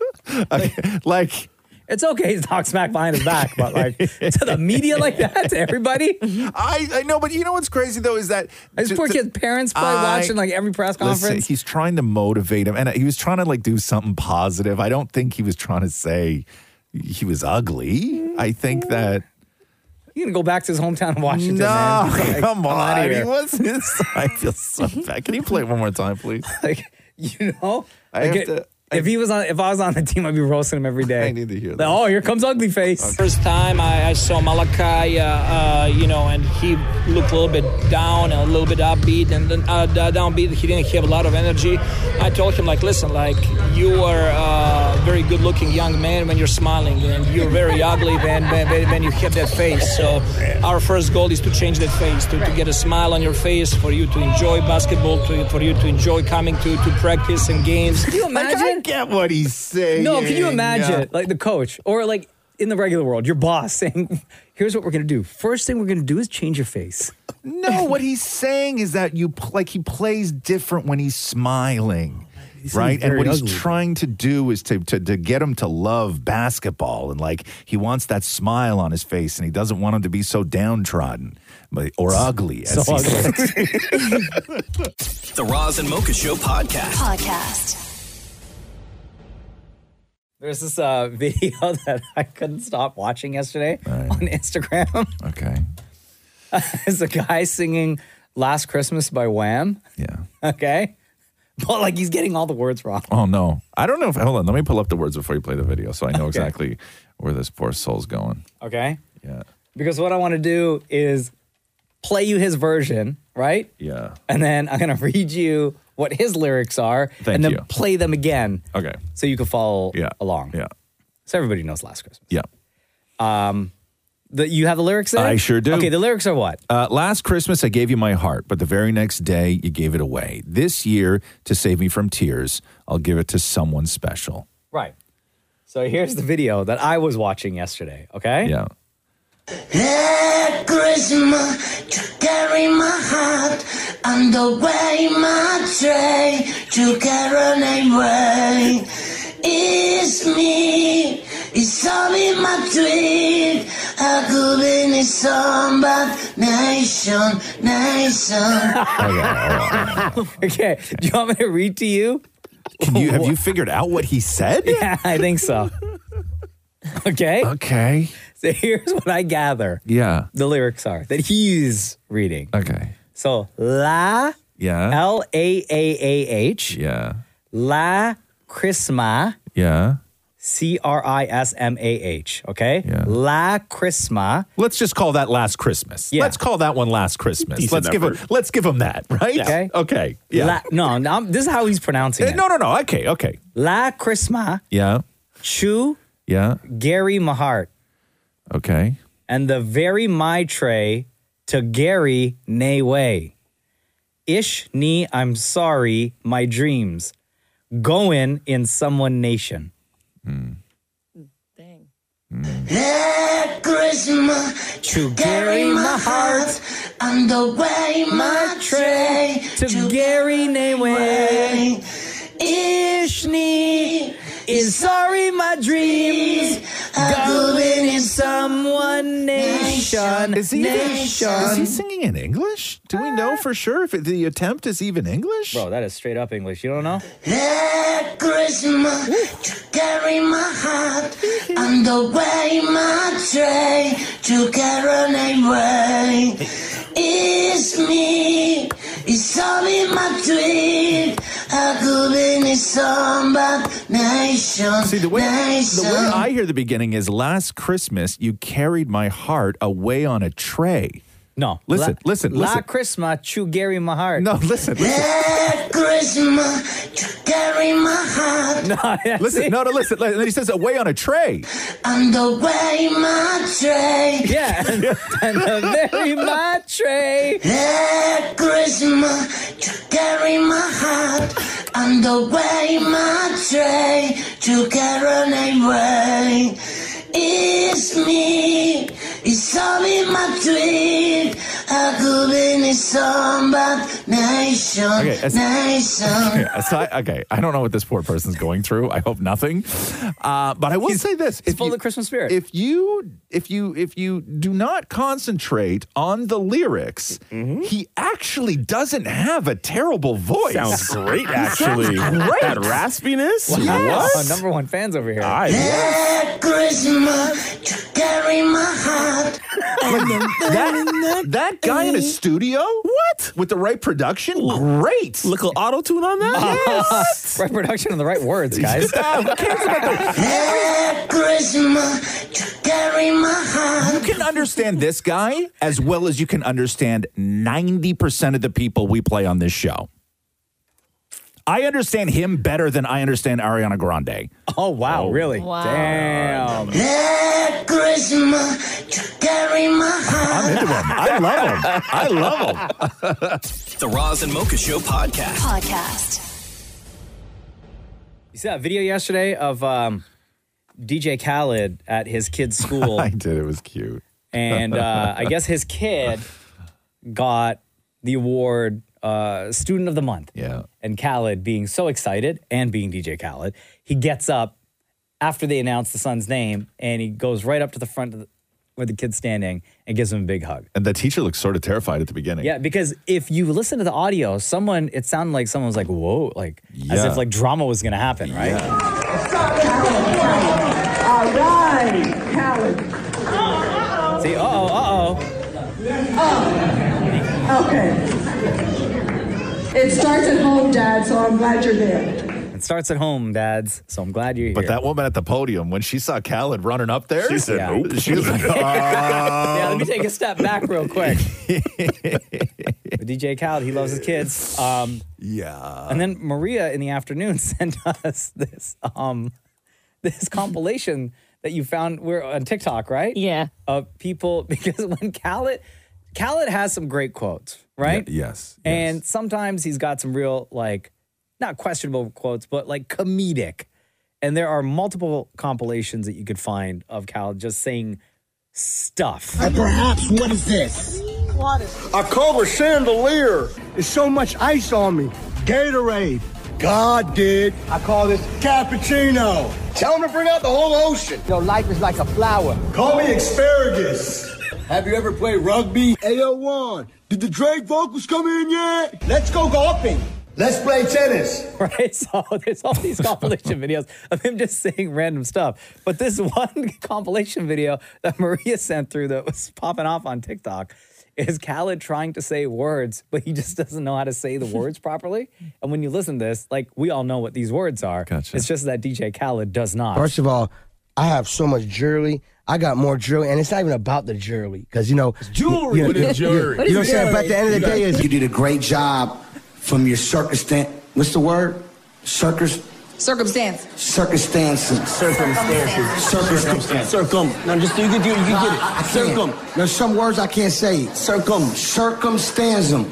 [SPEAKER 5] like, like
[SPEAKER 2] it's okay to talk smack behind his back, but like to the media like that, to everybody.
[SPEAKER 5] I, I know, but you know what's crazy though is that
[SPEAKER 2] his poor kid's parents probably
[SPEAKER 5] I-
[SPEAKER 2] watching like every press
[SPEAKER 5] Listen,
[SPEAKER 2] conference.
[SPEAKER 5] he's trying to motivate him, and he was trying to like do something positive. I don't think he was trying to say he was ugly. I
[SPEAKER 2] Mm.
[SPEAKER 5] think that
[SPEAKER 2] He's gonna go back to his hometown in Washington.
[SPEAKER 5] no,
[SPEAKER 2] man. He's like,
[SPEAKER 5] come
[SPEAKER 2] "I'm outta
[SPEAKER 5] on, he
[SPEAKER 2] here."
[SPEAKER 5] was his. I feel so bad. Can you play it one more time, please?
[SPEAKER 2] like you know,
[SPEAKER 5] I
[SPEAKER 2] like,
[SPEAKER 5] have
[SPEAKER 2] it-
[SPEAKER 5] to-
[SPEAKER 2] if he was on, if I was on the team, I'd be roasting him every day. I need
[SPEAKER 5] to hear
[SPEAKER 2] that. oh, here comes ugly face.
[SPEAKER 16] First time I, I saw Malachi, uh, uh, you know, and he looked a little bit down and a little bit upbeat and then uh, d- downbeat. He didn't have a lot of energy. I told him, like, listen, like, you are uh, a very good looking young man when you're smiling, and you're very ugly when, when, when when you have that face. So, our first goal is to change that face, to, to get a smile on your face, for you to enjoy basketball, to, for you to enjoy coming to, to practice and games.
[SPEAKER 2] Can you imagine?
[SPEAKER 5] get what he's saying.
[SPEAKER 2] No, can you imagine? Like the coach or like in the regular world, your boss saying, "Here's what we're gonna do. First thing we're gonna do is change your face."
[SPEAKER 5] No, what he's saying is that you pl- like he plays different when he's smiling.
[SPEAKER 2] He's
[SPEAKER 5] Right, and
[SPEAKER 2] very
[SPEAKER 5] what
[SPEAKER 2] ugly.
[SPEAKER 5] he's trying to do is to, to to get him to love basketball, and like he wants that smile on his face, and he doesn't want him to be so downtrodden but- or ugly. As
[SPEAKER 1] So
[SPEAKER 5] he
[SPEAKER 1] ugly.
[SPEAKER 5] said.
[SPEAKER 1] The Roz and Mocha Show podcast.
[SPEAKER 9] Podcast.
[SPEAKER 2] There's this uh, video that I couldn't stop watching yesterday on Instagram.
[SPEAKER 5] Okay.
[SPEAKER 2] There's a guy singing Last Christmas by Wham.
[SPEAKER 5] Yeah.
[SPEAKER 2] Okay. But like he's getting all the words wrong.
[SPEAKER 5] Oh no, I don't know. if Hold on, let me pull up the words before you play the video, so I know exactly where this poor soul's going.
[SPEAKER 2] Okay.
[SPEAKER 5] Yeah.
[SPEAKER 2] Because what I want to do is play you his version, right?
[SPEAKER 5] Yeah.
[SPEAKER 2] And then I'm going to read you what his lyrics are
[SPEAKER 5] Thank
[SPEAKER 2] and then
[SPEAKER 5] you.
[SPEAKER 2] play them again
[SPEAKER 5] Okay.
[SPEAKER 2] so you can follow along.
[SPEAKER 5] Yeah.
[SPEAKER 2] So everybody knows Last Christmas.
[SPEAKER 5] Yeah.
[SPEAKER 2] Um, the, you have the lyrics there?
[SPEAKER 5] I sure do.
[SPEAKER 2] Okay, the lyrics are what?
[SPEAKER 5] Uh, last Christmas, I gave you my heart, but the very next day, you gave it away. This year, to save me from tears, I'll give it to someone special.
[SPEAKER 2] Right. So here's the video that I was watching yesterday, okay?
[SPEAKER 5] Yeah.
[SPEAKER 17] That Christmas, to carry my heart on the way, my tray to carry away. It's me, it's all in my dream. I could be in some but nation, nation.
[SPEAKER 2] okay, do you want me to read to you?
[SPEAKER 5] Can you have you figured out what he said?
[SPEAKER 2] Yeah, I think so. okay.
[SPEAKER 5] Okay.
[SPEAKER 2] So here's what I gather.
[SPEAKER 5] Yeah.
[SPEAKER 2] The lyrics are that he's reading.
[SPEAKER 5] Okay.
[SPEAKER 2] So la
[SPEAKER 5] Yeah.
[SPEAKER 2] L A A A H.
[SPEAKER 5] Yeah.
[SPEAKER 2] La Chrisma.
[SPEAKER 5] Yeah.
[SPEAKER 2] C R I S M A H. Okay. Yeah. La Chrisma.
[SPEAKER 5] Let's just call that last Christmas. Let's call that one last Christmas.
[SPEAKER 2] Decent
[SPEAKER 5] let's give him.
[SPEAKER 2] effort.
[SPEAKER 5] Let's give him that. Right.
[SPEAKER 2] Yeah. Okay.
[SPEAKER 5] Okay. Yeah.
[SPEAKER 2] La, no, no, I'm- this is how he's pronouncing
[SPEAKER 5] Eh,
[SPEAKER 2] it.
[SPEAKER 5] No. No. No. Okay. Okay.
[SPEAKER 2] La Chrisma.
[SPEAKER 5] Yeah.
[SPEAKER 2] Chu
[SPEAKER 5] Yeah.
[SPEAKER 2] Gary Mahart.
[SPEAKER 5] Okay.
[SPEAKER 2] and the very my tray to Gary Nayway. Ish Ni, I'm sorry, my dreams. Going in someone nation.
[SPEAKER 17] Hey, Christmas,
[SPEAKER 2] To
[SPEAKER 17] carry my heart on the way my tray to
[SPEAKER 2] Gary
[SPEAKER 17] Nayway.
[SPEAKER 2] Ishni is sorry my dreams
[SPEAKER 17] are going in
[SPEAKER 2] someone nation. Uh.
[SPEAKER 5] Is he, is he singing in English? Do we know for sure if the attempt is even English?
[SPEAKER 2] Bro, that is straight up English. You don't know?
[SPEAKER 17] Hey, Christmas, to carry my heart on the way my tray to carry Way. It's me, it's only my dream. I could be in somebody nation. See, the way,
[SPEAKER 5] The way I hear the beginning is last Christmas you carried my heart away on a tray.
[SPEAKER 2] No.
[SPEAKER 5] Listen,
[SPEAKER 2] La-
[SPEAKER 5] listen,
[SPEAKER 2] La
[SPEAKER 5] listen.
[SPEAKER 2] Christmas, chu Gary Mahart.
[SPEAKER 5] No, listen,
[SPEAKER 17] Hey, Christmas, to carry my heart.
[SPEAKER 5] listen, no, no, listen. And then he says away on a tray.
[SPEAKER 17] On the way my tray.
[SPEAKER 2] Yeah, on the very my tray.
[SPEAKER 17] Hey, Christmas, to carry my heart. On the way my tray to carry away. It's me, it's only my dream. I could be in somebody nation,
[SPEAKER 5] Okay, as-
[SPEAKER 17] nation.
[SPEAKER 5] Okay, aside, okay, I don't know what this poor person's going through. I hope nothing. Uh, but I will say this: it's full of
[SPEAKER 2] Christmas spirit.
[SPEAKER 5] If you, if you, if you do not concentrate on the lyrics, he actually doesn't have a terrible voice.
[SPEAKER 15] Sounds great,
[SPEAKER 5] He sounds
[SPEAKER 15] actually.
[SPEAKER 5] great.
[SPEAKER 15] That raspiness?
[SPEAKER 5] Wow.
[SPEAKER 2] Our number one fans over here.
[SPEAKER 17] Hey, Christmas, to carry my heart.
[SPEAKER 5] that, that guy in a studio? What? With the right production? Great.
[SPEAKER 15] Little auto tune on that?
[SPEAKER 2] right production and the right words, guys.
[SPEAKER 17] Hey, Christmas, to carry my heart.
[SPEAKER 5] You can understand this guy as well as you can understand 90% of the people we play on this show. I understand him better than I understand Ariana Grande.
[SPEAKER 2] Oh, wow. really?
[SPEAKER 17] Wow.
[SPEAKER 2] Damn.
[SPEAKER 17] Hey, Christmas, to carry my heart.
[SPEAKER 5] I'm into him. I love him. I love him.
[SPEAKER 1] The Roz and Mocha Show podcast.
[SPEAKER 9] Podcast.
[SPEAKER 2] You saw a video yesterday of um, DJ Khaled at his kid's school.
[SPEAKER 5] I did. It was cute.
[SPEAKER 2] and uh, I guess his kid got the award uh, Student of the Month.
[SPEAKER 5] Yeah.
[SPEAKER 2] And Khaled, being so excited and being DJ Khaled, he gets up after they announce the son's name and he goes right up to the front of the, where the kid's standing and gives him a big hug.
[SPEAKER 5] And the teacher looks sort of terrified at the beginning.
[SPEAKER 2] Yeah, because if you listen to the audio, someone it sounded like someone was like, "Whoa!" Like as
[SPEAKER 5] Yeah.
[SPEAKER 2] if like drama was gonna happen, right?
[SPEAKER 17] All right, Khaled.
[SPEAKER 2] See, uh oh, uh
[SPEAKER 18] Okay. It starts at home, Dad, so I'm glad you're there.
[SPEAKER 2] oh, it starts at home, dads. So I'm glad you're here.
[SPEAKER 5] But that woman at the podium, when she saw Khaled running up there,
[SPEAKER 2] She said, Yeah. "Nope."
[SPEAKER 5] She was like, "Oh."
[SPEAKER 2] yeah, let me take a step back real quick. But DJ Khaled, he loves his kids. Um,
[SPEAKER 5] yeah.
[SPEAKER 2] And then Maria in the afternoon sent us this um, this compilation that you found we're on TikTok, right?
[SPEAKER 13] Yeah.
[SPEAKER 2] Of people because when Khaled Khaled has some great quotes, right?
[SPEAKER 5] yes.
[SPEAKER 2] And sometimes he's got some real, like, not questionable quotes, but like comedic. And there are multiple compilations that you could find of Cal just saying stuff.
[SPEAKER 17] And perhaps what is this?
[SPEAKER 19] I call a chandelier. There's so much ice on me. Gatorade. God did. I call this cappuccino. Tell him to bring out the whole ocean. Your life is like a flower. Call me asparagus. Have you ever played rugby? AO1. Did the Drake vocals come in yet? Let's go golfing. Let's play tennis.
[SPEAKER 2] Right? So there's all these compilation videos of him just saying random stuff. But this one compilation video that Maria sent through that was popping off on TikTok is Khaled trying to say words, but he just doesn't know how to say the words properly. And when you listen to this, like we all know what these words are. Gotcha. It's just that DJ Khaled does not.
[SPEAKER 19] First of all, I have so much jewelry. I got more jewelry, and it's not even about the jewelry because you know
[SPEAKER 20] Jewelry.
[SPEAKER 19] You know,
[SPEAKER 20] What is
[SPEAKER 19] you-
[SPEAKER 20] jewelry?
[SPEAKER 19] You, you know what I'm saying? But at the end of the
[SPEAKER 20] You
[SPEAKER 19] day,
[SPEAKER 20] got-
[SPEAKER 19] is you did a great job from your circumstance. What's the word? Circus.
[SPEAKER 8] Circumstance.
[SPEAKER 19] Circumstances. Circumstances. Circumstances. Circum. No, just you can do. You can
[SPEAKER 17] No,
[SPEAKER 19] get it. circum. There's some words I can't say. Circum. Circumstances.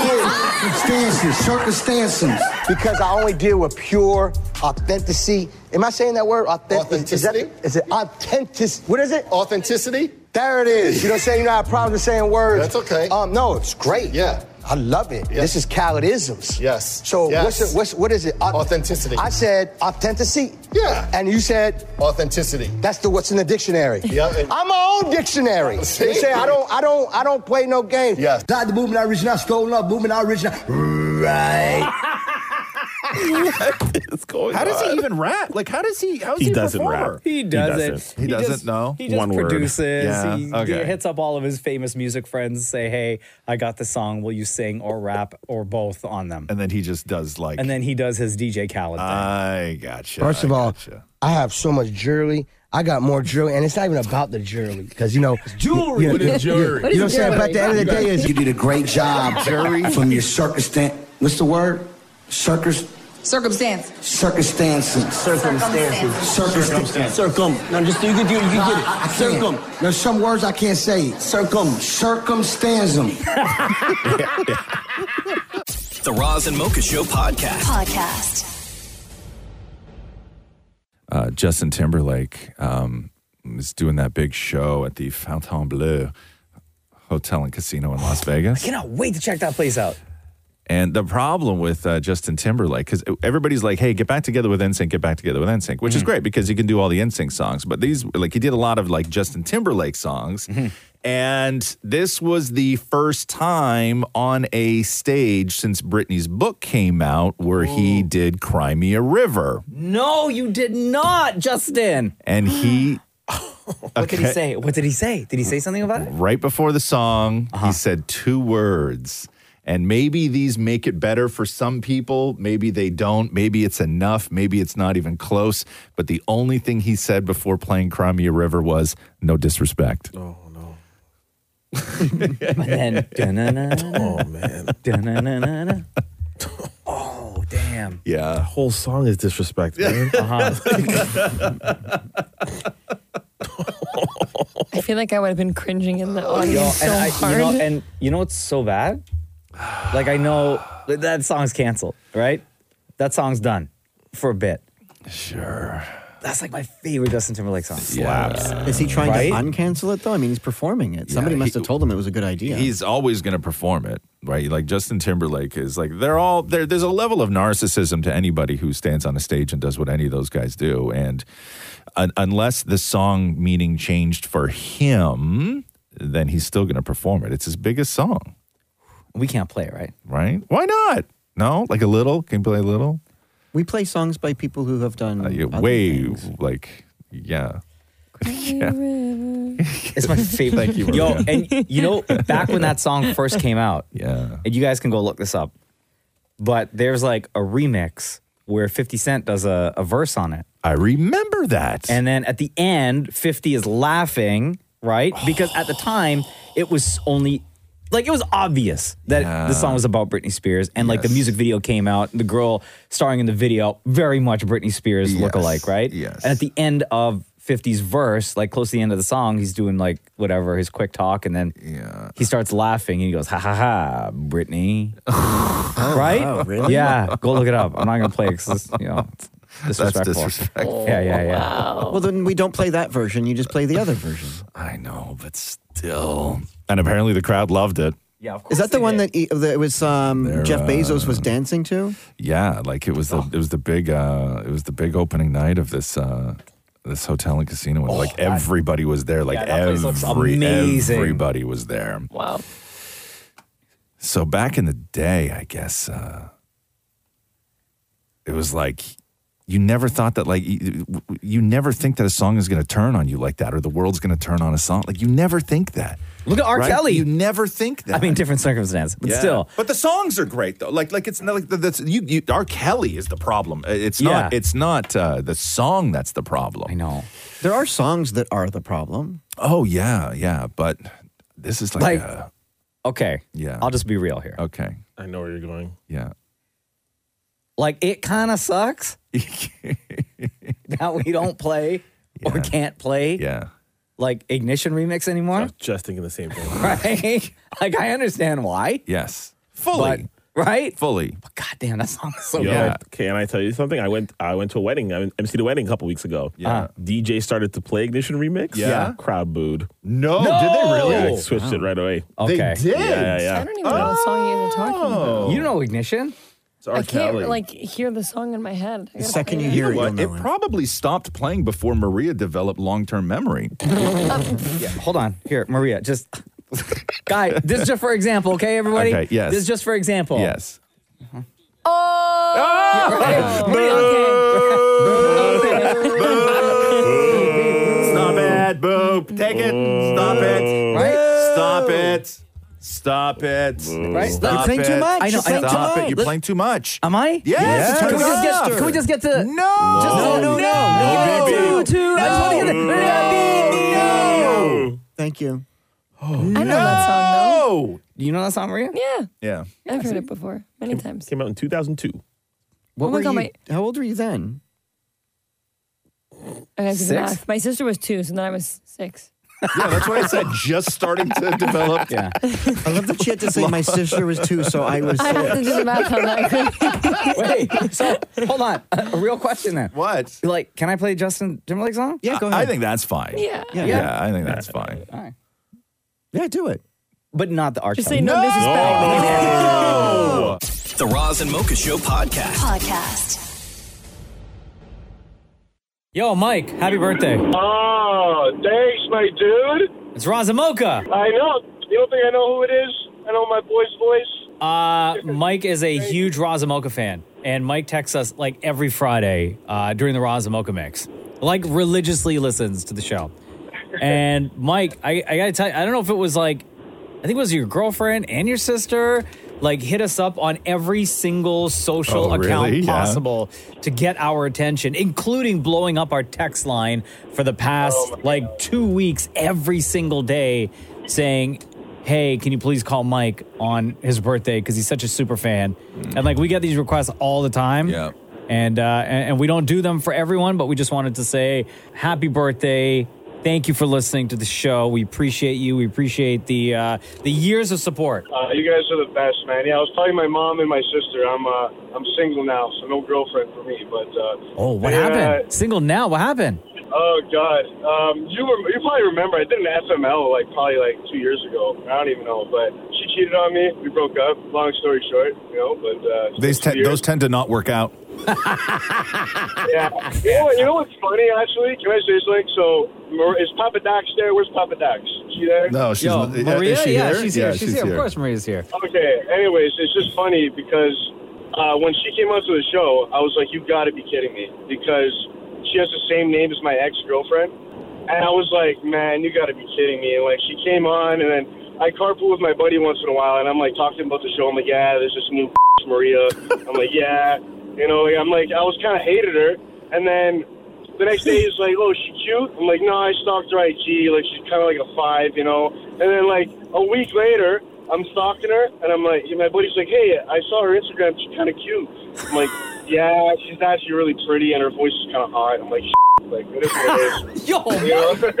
[SPEAKER 19] Stances. Stances, circumstances. Because I only deal with pure authenticity. Am I saying that word? Authentic- is that- Is it authentic? What is it? Authenticity. There it is. You know what I'm saying? You don't have problems with saying words. That's okay. Um, no, it's great. Yeah. I love it. This is Calidisms. Yes. So what's it, what's what is it? Authenticity. I said authenticity. Yeah. And you said authenticity. That's the what's in the dictionary. Yeah. I'm my own dictionary. You
[SPEAKER 20] See?
[SPEAKER 19] say I don't I don't I don't play no games. Yes. Not the movement I reach, not stolen up, movement I reach. Right.
[SPEAKER 5] how does he even rap? Like, how does he? How is he,
[SPEAKER 2] He
[SPEAKER 5] a
[SPEAKER 2] doesn't rap.
[SPEAKER 5] performer?
[SPEAKER 2] He doesn't.
[SPEAKER 5] He doesn't.
[SPEAKER 2] just-
[SPEAKER 5] know.
[SPEAKER 2] He just produces. He,
[SPEAKER 5] Yeah.
[SPEAKER 2] he
[SPEAKER 5] Okay.
[SPEAKER 2] hits up all of his famous music friends. Say, hey, I got this song. Will you sing or rap or both on them?
[SPEAKER 5] And then he just does like.
[SPEAKER 2] And then he does his DJ Khaled thing.
[SPEAKER 5] I gotcha.
[SPEAKER 19] First of all, I have so much jewelry. I got more jewelry, and it's not even about the jewelry because you know
[SPEAKER 20] Jewelry?
[SPEAKER 19] You know,
[SPEAKER 20] What is
[SPEAKER 19] you-
[SPEAKER 20] jewelry?
[SPEAKER 19] You,
[SPEAKER 20] What is
[SPEAKER 19] know what I'm saying?
[SPEAKER 20] jewelry?
[SPEAKER 19] But at the end of the day, is
[SPEAKER 20] You did a great job, jewelry, from your
[SPEAKER 19] circumstance. What's the word? Circus.
[SPEAKER 8] Circumstance.
[SPEAKER 19] Circumstances.
[SPEAKER 8] Circumstances.
[SPEAKER 19] Circumstances. Circum. No, just you can do. You can
[SPEAKER 20] No,
[SPEAKER 19] get it.
[SPEAKER 20] I- I can't.
[SPEAKER 19] circum. There's some words I can't say. Circum. Circumstantum.
[SPEAKER 1] The Roz and Mocha Show podcast.
[SPEAKER 9] Podcast.
[SPEAKER 5] uh, Justin Timberlake um, is doing that big show at the Fontainebleau Hotel and Casino in Las
[SPEAKER 2] I
[SPEAKER 5] Vegas.
[SPEAKER 2] cannot wait to check that place out.
[SPEAKER 5] And the problem with uh, Justin Timberlake, because everybody's like, "Hey, get back together with NSYNC, get back together with NSYNC," which is
[SPEAKER 2] Mm-hmm.
[SPEAKER 5] great because you can do all the NSYNC songs. But these, like, he did a lot of like Justin Timberlake songs,
[SPEAKER 2] Mm-hmm.
[SPEAKER 5] and this was the first time on a stage since Britney's book came out where he did "Cry Me a River,"
[SPEAKER 2] No, you did not, Justin.
[SPEAKER 5] and he.
[SPEAKER 2] What did he say? What did he say? Did he say something about it?
[SPEAKER 5] right before the song, he said two words. And maybe these make it better for some people. Maybe they don't. Maybe it's enough. Maybe it's not even close. But the only thing he said before playing Crimea River was no disrespect.
[SPEAKER 2] And oh man. Oh damn.
[SPEAKER 5] Yeah. The
[SPEAKER 10] whole song is disrespect, man.
[SPEAKER 15] Uh-huh.
[SPEAKER 13] I feel like I would have been cringing in
[SPEAKER 4] Oh,
[SPEAKER 13] the
[SPEAKER 2] Yo,
[SPEAKER 13] audience so
[SPEAKER 2] and I,
[SPEAKER 13] hard.
[SPEAKER 2] you know, and you know what's so bad? Like I know that- that song's canceled, right? That song's done for a bit.
[SPEAKER 5] Sure.
[SPEAKER 2] That's like my favorite Justin Timberlake song.
[SPEAKER 5] Slaps.
[SPEAKER 4] Is he trying
[SPEAKER 2] Right?
[SPEAKER 4] to uncancel it though? I mean, he's performing it. Somebody
[SPEAKER 5] he-
[SPEAKER 4] must have told him it was a good idea.
[SPEAKER 5] He's always going to perform it, right? Like Justin Timberlake is like they're all there. There's a level of narcissism to anybody who stands on a stage and does what any of those guys do, and un- unless the song meaning changed for him, then he's still going to perform it. It's his biggest song.
[SPEAKER 2] We can't play it, right?
[SPEAKER 5] Right? Why not? No, like a little. Can you play a little?
[SPEAKER 4] we play songs by people who have done
[SPEAKER 5] Uh, yeah,
[SPEAKER 4] other
[SPEAKER 5] way
[SPEAKER 4] things.
[SPEAKER 5] like yeah.
[SPEAKER 2] It's my favorite.
[SPEAKER 5] Thank you,
[SPEAKER 2] Yo,
[SPEAKER 5] Maria.
[SPEAKER 2] and you know, back when that song first came out,
[SPEAKER 5] yeah,
[SPEAKER 2] and you guys can go look this up, but there's like a remix where 50 Cent does a, a verse on it.
[SPEAKER 5] I remember that.
[SPEAKER 2] And then at the end, 50 is laughing, right? Because at the
[SPEAKER 5] Oh.
[SPEAKER 2] time, it was only like it was obvious that
[SPEAKER 5] Yeah.
[SPEAKER 2] the song was about Britney Spears, and like the music video came out. The girl starring in the video, very much Britney Spears
[SPEAKER 5] Yes.
[SPEAKER 2] lookalike, right? Yes. And at the end of 50's verse, like close to the end of the song, he's doing like whatever his quick talk, and then he starts laughing and he goes, "Ha ha ha, Britney!" right?
[SPEAKER 5] Oh, wow, really?
[SPEAKER 2] Yeah. Go look it up. I'm not gonna play it because you know
[SPEAKER 5] That's
[SPEAKER 2] disrespectful.
[SPEAKER 5] disrespectful.
[SPEAKER 2] Yeah, yeah, yeah.
[SPEAKER 4] Well, then we don't play that version. You just play the other version.
[SPEAKER 5] I know, but still. And apparently the crowd loved it.
[SPEAKER 2] Yeah, of
[SPEAKER 4] Is that the one that, he, that it was um, Jeff
[SPEAKER 5] uh,
[SPEAKER 4] Bezos was dancing to?
[SPEAKER 5] Yeah, like it was the it was the big uh it was the big opening night of this uh this hotel and casino and like everybody was there. Like
[SPEAKER 2] Oh, Yeah, that place looks
[SPEAKER 5] every
[SPEAKER 2] amazing.
[SPEAKER 5] everybody was there.
[SPEAKER 13] Wow.
[SPEAKER 5] So back in the day, I guess uh it was like you never thought that like you, you never think that a song is going to turn on you like that or the world's going to turn on a song. Like you never think that.
[SPEAKER 2] Look at R.
[SPEAKER 5] Right?
[SPEAKER 2] Kelly.
[SPEAKER 5] You never think that.
[SPEAKER 2] I mean, different circumstance, but
[SPEAKER 5] Yeah.
[SPEAKER 2] still.
[SPEAKER 5] But the songs are great though. Like like it's not like that's you, you R. Kelly is the problem. Uh, It's not
[SPEAKER 2] Yeah.
[SPEAKER 5] it's not uh, the song that's the problem. I
[SPEAKER 2] know.
[SPEAKER 4] There are songs that are the problem.
[SPEAKER 5] Oh yeah, yeah. But this is like,
[SPEAKER 4] Like-
[SPEAKER 5] a,
[SPEAKER 2] Okay.
[SPEAKER 5] Yeah.
[SPEAKER 2] I'll just be real here.
[SPEAKER 5] Okay.
[SPEAKER 10] I know where you're going.
[SPEAKER 5] Yeah.
[SPEAKER 2] Like it kind of sucks that we don't play or can't play.
[SPEAKER 5] Yeah.
[SPEAKER 2] Like ignition remix anymore,
[SPEAKER 10] Just thinking the same thing.
[SPEAKER 2] right? Like I understand why.
[SPEAKER 5] Yes. Fully.
[SPEAKER 2] But, right?
[SPEAKER 5] Fully.
[SPEAKER 2] God damn, that song is so
[SPEAKER 15] Yo,
[SPEAKER 2] good.
[SPEAKER 15] Can I tell you something? I went I went to a wedding. I emceed a wedding a couple weeks ago.
[SPEAKER 2] Yeah. Uh-huh.
[SPEAKER 15] DJ started to play Ignition Remix.
[SPEAKER 2] Yeah. Yeah.
[SPEAKER 15] Crowd booed.
[SPEAKER 5] No,
[SPEAKER 2] No! did they really?
[SPEAKER 15] Yeah, I switched it right away.
[SPEAKER 2] They Okay. did?
[SPEAKER 15] Yeah, yeah, yeah.
[SPEAKER 13] I don't even know what song you're even talking
[SPEAKER 5] Oh.
[SPEAKER 21] Oh,
[SPEAKER 13] about.
[SPEAKER 2] You know Ignition?
[SPEAKER 15] It's
[SPEAKER 13] I can't like hear the song in my head. I gotta play
[SPEAKER 5] you know what? it probably stopped playing before Maria developed long-term memory.
[SPEAKER 2] yeah, hold on. Here, Maria, just Um, guy, this is just for example, okay, everybody?
[SPEAKER 5] Okay, yes.
[SPEAKER 2] This is just for example.
[SPEAKER 5] Yes.
[SPEAKER 2] Oh, Oh.
[SPEAKER 5] Stop it. Boop. Take it. Stop it.
[SPEAKER 2] Right?
[SPEAKER 5] Stop it. Stop it.
[SPEAKER 2] Right?
[SPEAKER 5] Stop
[SPEAKER 2] You're playing
[SPEAKER 5] it.
[SPEAKER 2] too much. I know,
[SPEAKER 5] Stop
[SPEAKER 2] I know. Stop
[SPEAKER 5] it.
[SPEAKER 2] it.
[SPEAKER 5] You're
[SPEAKER 2] Let's-
[SPEAKER 5] playing too much.
[SPEAKER 2] Am I?
[SPEAKER 5] Yes.
[SPEAKER 2] Can we just get? Can we just get to? No. Just
[SPEAKER 5] No,
[SPEAKER 2] no.
[SPEAKER 5] no,
[SPEAKER 2] No. No. Two. I just want to hear the.
[SPEAKER 5] No.
[SPEAKER 4] Thank you.
[SPEAKER 15] Oh,
[SPEAKER 2] I
[SPEAKER 13] know that song,
[SPEAKER 5] though.
[SPEAKER 2] You know that song, Maria?
[SPEAKER 13] Yeah.
[SPEAKER 5] Yeah.
[SPEAKER 13] I've heard it before many times.
[SPEAKER 15] Came out in 2002.
[SPEAKER 13] What Oh my were God, you- my-
[SPEAKER 4] How old were you then?
[SPEAKER 13] I have to do
[SPEAKER 4] Six?
[SPEAKER 13] math. My sister was two, so then I was six.
[SPEAKER 5] Yeah, that's why I said just starting to develop.
[SPEAKER 2] Yeah.
[SPEAKER 4] I love that she had to say my sister was two, so I was
[SPEAKER 13] I have to do
[SPEAKER 4] six.
[SPEAKER 13] the math on that.
[SPEAKER 2] Wait. So hold on. A, a real question then.
[SPEAKER 5] What?
[SPEAKER 2] Like, can I play Justin Timberlake song?
[SPEAKER 5] I- I think that's fine.
[SPEAKER 13] Yeah.
[SPEAKER 5] Yeah,
[SPEAKER 2] Yeah.
[SPEAKER 5] I think that's fine.
[SPEAKER 4] Yeah, do it.
[SPEAKER 2] But not the arch.
[SPEAKER 1] Just
[SPEAKER 2] song.
[SPEAKER 1] say no No! Mrs.
[SPEAKER 5] Oh.
[SPEAKER 2] No.
[SPEAKER 1] The Roz and Mocha Show podcast.
[SPEAKER 9] Podcast.
[SPEAKER 2] Yo, Mike, happy birthday.
[SPEAKER 21] Oh, thanks, my dude.
[SPEAKER 2] It's Razamoka.
[SPEAKER 21] I know. You don't think I know who it is? I know my boy's voice.
[SPEAKER 2] Uh, Mike is a huge Razamoka fan, and Mike texts us like every Friday uh, during the Razamoka mix. Like religiously listens to the show. And Mike, I, I gotta tell you, I don't know if it was like, I think it was your girlfriend and your sister, like hit us up on every single social
[SPEAKER 5] Oh,
[SPEAKER 2] account
[SPEAKER 5] really? Yeah.
[SPEAKER 2] possible to get our attention, including blowing up our text line for the past like two weeks every single day saying, Hey, can you please call Mike on his birthday? Because he's such a super fan. And like we get these requests all the time. Yeah. And, uh, and and we don't do them for everyone, but we just wanted to say happy birthday. Thank you for listening to the show. We appreciate you. We appreciate the uh, the years of support.
[SPEAKER 21] Uh, you guys are the best, man. Yeah, I was telling my mom and my sister I'm uh, I'm single now, so no girlfriend for me. But uh,
[SPEAKER 2] Oh, what
[SPEAKER 21] yeah.
[SPEAKER 2] happened? Single now. What happened?
[SPEAKER 21] Oh God, um, you were, you probably remember I did an FML like probably like two years ago. I don't even know, but she cheated on me. We broke up. Long story short, you know. But uh,
[SPEAKER 5] These te- those tend to not work out.
[SPEAKER 21] yeah, you know, what- you know what's funny actually? Can I say something? So Mar- is Papa Docs there? Where's Papa Docs? Is she there?
[SPEAKER 5] No, she's
[SPEAKER 2] Yo,
[SPEAKER 5] not- yeah,
[SPEAKER 2] Maria.
[SPEAKER 5] is she
[SPEAKER 2] yeah,
[SPEAKER 5] here?
[SPEAKER 2] she's here.
[SPEAKER 5] Yeah,
[SPEAKER 2] she's,
[SPEAKER 5] she's
[SPEAKER 2] here.
[SPEAKER 5] here.
[SPEAKER 2] Of course, Maria's here.
[SPEAKER 21] Okay. Anyways, it's just funny because uh, when she came out to the show, I was like, "You got to be kidding me!" Because she has the same name as my ex girlfriend, and I was like, "Man, you got to be kidding me!" And like, she came on, and then I carpool with my buddy once in a while, and I'm like talking about the show. I'm like, "Yeah, there's this new Maria." I'm like, "Yeah," you know. Like, I'm like, I was kind of hated her, and then. The next day he's like, "Oh, she cute." I'm like, "No, I stalked her IG. Like she's kind of like a five, you know." And then like a week later, I'm stalking her, and I'm like, my buddy's like, "Hey, I saw her Instagram. She's kind of cute." I'm like, "Yeah, she's actually really pretty, and her voice is kind of hot." I'm like, "Shit." "Like, it is what it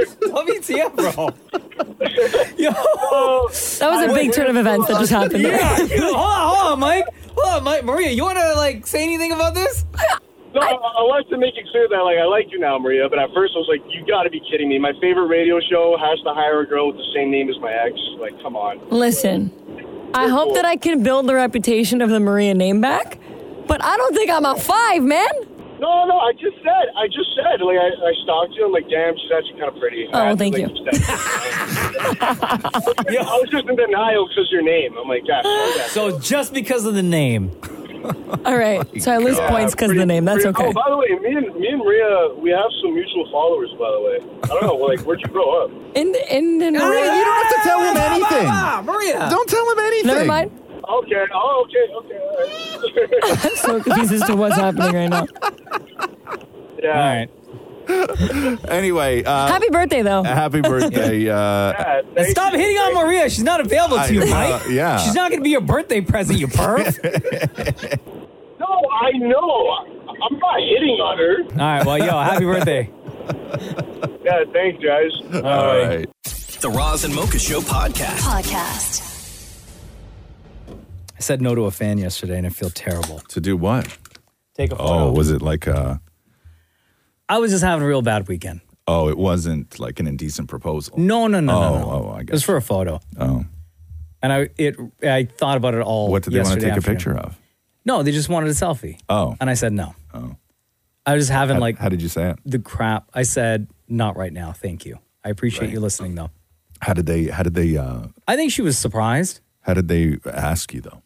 [SPEAKER 21] is."
[SPEAKER 2] Yo, WTF, bro? Yo,
[SPEAKER 13] That was a big turn of events that just happened.
[SPEAKER 2] yeah. You know, hold on, hold on, Mike. Hold on, Mike. Maria, you want to like say anything about this?
[SPEAKER 21] No, I, I like to make it clear that like I like you now, Maria. But at first I was like, "You got to be kidding me!" My favorite radio show has to hire a girl with the same name as my ex. Like, come on.
[SPEAKER 13] Listen, I hope that I can build the reputation of the Maria name back, but I don't think I'm a five, man.
[SPEAKER 21] No, no, I just said, I just said, like I, I stalked you. I'm like, "Damn, she's actually kind of pretty."
[SPEAKER 13] Oh, well, thank you.
[SPEAKER 21] yeah, I was just in denial because your name. I'm like, "God." okay."
[SPEAKER 2] So just because of the name,
[SPEAKER 13] All right, so I lose
[SPEAKER 21] God.
[SPEAKER 13] points because of the name. That's
[SPEAKER 21] Pretty-
[SPEAKER 13] okay.
[SPEAKER 21] Oh, by the way, me and me and Maria, we have some mutual followers. By the way, I don't know, like, where'd you grow up?
[SPEAKER 13] In in in
[SPEAKER 5] Maria, you don't have to tell him anything.
[SPEAKER 2] Maria,
[SPEAKER 5] Don't tell him anything.
[SPEAKER 13] Never mind.
[SPEAKER 21] Okay. Oh, okay. Okay. All right.
[SPEAKER 13] I'm so confused as to what's happening right now.
[SPEAKER 2] Yeah.
[SPEAKER 5] Anyway, uh,
[SPEAKER 13] Happy birthday, though.
[SPEAKER 5] happy birthday. Uh,
[SPEAKER 2] Now stop hitting on Maria. She's not available
[SPEAKER 5] I
[SPEAKER 2] to you,
[SPEAKER 5] know,
[SPEAKER 2] Mike.
[SPEAKER 5] yeah.
[SPEAKER 2] she's not going to be your birthday present. You perv.
[SPEAKER 21] no, I know. I'm not hitting on her.
[SPEAKER 2] All right, well, yo, happy birthday.
[SPEAKER 21] Yeah. Thanks, guys.
[SPEAKER 5] All right.
[SPEAKER 1] The Roz and Mocha Show podcast.
[SPEAKER 9] Podcast.
[SPEAKER 2] I said no to a fan yesterday and I feel terrible.
[SPEAKER 5] To do what?
[SPEAKER 2] Take a photo.
[SPEAKER 5] Oh, was it like a?
[SPEAKER 2] I was just having a real bad weekend.
[SPEAKER 5] Oh, it wasn't like an indecent proposal.
[SPEAKER 2] No, no, no,
[SPEAKER 5] oh,
[SPEAKER 2] no, no.
[SPEAKER 5] Oh, I
[SPEAKER 2] It
[SPEAKER 5] got
[SPEAKER 2] was for a photo.
[SPEAKER 5] Oh.
[SPEAKER 2] And I it I thought about it all.
[SPEAKER 5] What did they want to take
[SPEAKER 2] yesterday
[SPEAKER 5] a
[SPEAKER 2] afternoon.
[SPEAKER 5] picture of?
[SPEAKER 2] No, they just wanted a selfie.
[SPEAKER 5] Oh.
[SPEAKER 2] And I said no. Oh. I was just having
[SPEAKER 5] How-
[SPEAKER 2] like
[SPEAKER 5] How did you say it?
[SPEAKER 2] the crap. I said not right now. Thank you. I appreciate you listening though.
[SPEAKER 5] How did they? How did they? uh
[SPEAKER 2] I think she was surprised.
[SPEAKER 5] How did they ask you though?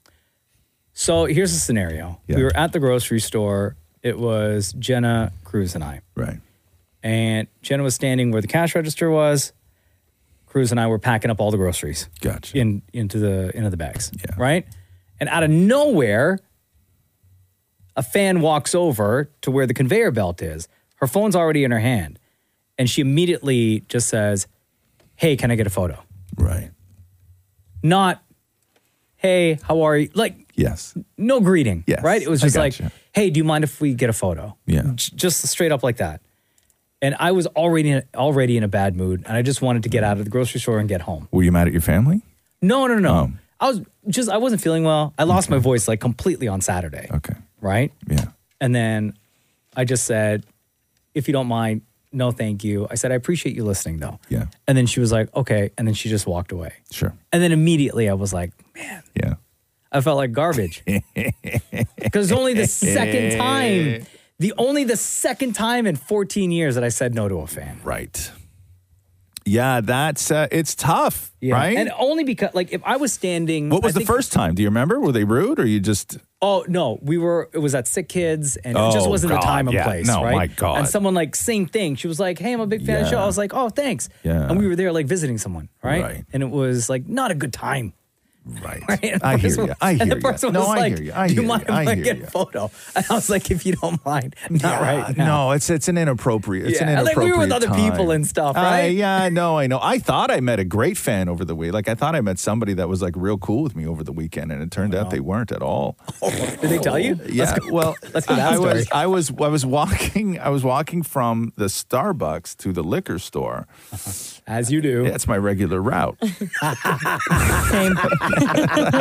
[SPEAKER 2] So here's the scenario. We were at the grocery store. It was Jenna, Cruz, and I.
[SPEAKER 5] Right.
[SPEAKER 2] And Jenna was standing where the cash register was. Cruz and I were packing up all the groceries.
[SPEAKER 5] Gotcha.
[SPEAKER 2] In into the into the bags. Yeah. Right? And out of nowhere, a fan walks over to where the conveyor belt is. Her phone's already in her hand. And she immediately just says, Hey, can I get a photo? Right. Not, hey, how are you? Like,
[SPEAKER 5] yes.
[SPEAKER 2] No greeting. Yes. Right? It was
[SPEAKER 5] I
[SPEAKER 2] just like,
[SPEAKER 5] gotcha.
[SPEAKER 2] hey, do you mind if we get a photo?
[SPEAKER 5] Yeah.
[SPEAKER 2] J- just straight up like that. And I was already in, already in a bad mood, and I just wanted to get out of the grocery store and get home.
[SPEAKER 5] Were you mad at your family?
[SPEAKER 2] No, no, no.
[SPEAKER 5] Um.
[SPEAKER 2] I was just I wasn't feeling well. I lost my voice like completely on Saturday.
[SPEAKER 5] Okay.
[SPEAKER 2] Right?
[SPEAKER 5] Yeah.
[SPEAKER 2] And then I just said, if you don't mind, no thank you. I said, I appreciate you listening though.
[SPEAKER 5] Yeah.
[SPEAKER 2] And then she was like, okay. And then she just walked away.
[SPEAKER 5] Sure.
[SPEAKER 2] And then immediately I was like, man. Yeah. I felt like garbage. Because only the second time, the only the second time in 14 years that I said no to a fan.
[SPEAKER 5] Right. Yeah, that's uh, it's tough, right?
[SPEAKER 2] And only because like if I was standing
[SPEAKER 5] what was
[SPEAKER 2] I
[SPEAKER 5] the
[SPEAKER 2] think-
[SPEAKER 5] first time? Do you remember? Were they rude or you just?
[SPEAKER 2] Oh no, we were. It was at Sick Kids, and it just
[SPEAKER 5] Oh,
[SPEAKER 2] wasn't
[SPEAKER 5] God,
[SPEAKER 2] the time and
[SPEAKER 5] yeah.
[SPEAKER 2] place.
[SPEAKER 5] No,
[SPEAKER 2] right?
[SPEAKER 5] my God.
[SPEAKER 2] And someone like same thing. She was like, "Hey, I'm a big fan of the show."
[SPEAKER 5] Yeah.
[SPEAKER 2] I was like, "Oh, thanks."
[SPEAKER 5] Yeah.
[SPEAKER 2] And we were there like visiting someone, right?
[SPEAKER 5] Right.
[SPEAKER 2] And it was like not a good time.
[SPEAKER 5] Right.
[SPEAKER 2] And the
[SPEAKER 5] I hear
[SPEAKER 2] person-
[SPEAKER 5] you. I hear
[SPEAKER 2] And the
[SPEAKER 5] you.
[SPEAKER 2] person
[SPEAKER 5] No,
[SPEAKER 2] was
[SPEAKER 5] I
[SPEAKER 2] like,
[SPEAKER 5] hear you. I
[SPEAKER 2] "Do you
[SPEAKER 5] hear
[SPEAKER 2] mind
[SPEAKER 5] you. I
[SPEAKER 2] if I
[SPEAKER 5] hear
[SPEAKER 2] get
[SPEAKER 5] you.
[SPEAKER 2] a photo?" And I was like, "If you don't mind, not right." Now.
[SPEAKER 5] uh, No, it's it's an inappropriate. It's an
[SPEAKER 2] Yeah, like,
[SPEAKER 5] inappropriate.
[SPEAKER 2] we were with other
[SPEAKER 5] time.
[SPEAKER 2] people and stuff,
[SPEAKER 5] I-
[SPEAKER 2] right?
[SPEAKER 5] yeah, I know, I know. I thought I met a great fan over the week. Like I thought I met somebody that was like real cool with me over the weekend, and it turned out they weren't at all.
[SPEAKER 2] Did they tell you?
[SPEAKER 5] Yeah.
[SPEAKER 2] Let's go-
[SPEAKER 5] well,
[SPEAKER 2] let's go that
[SPEAKER 5] I, I
[SPEAKER 2] story.
[SPEAKER 5] was I was I was walking I was walking from the Starbucks to the liquor store.
[SPEAKER 2] As you do.
[SPEAKER 5] That's my regular route.
[SPEAKER 13] Same.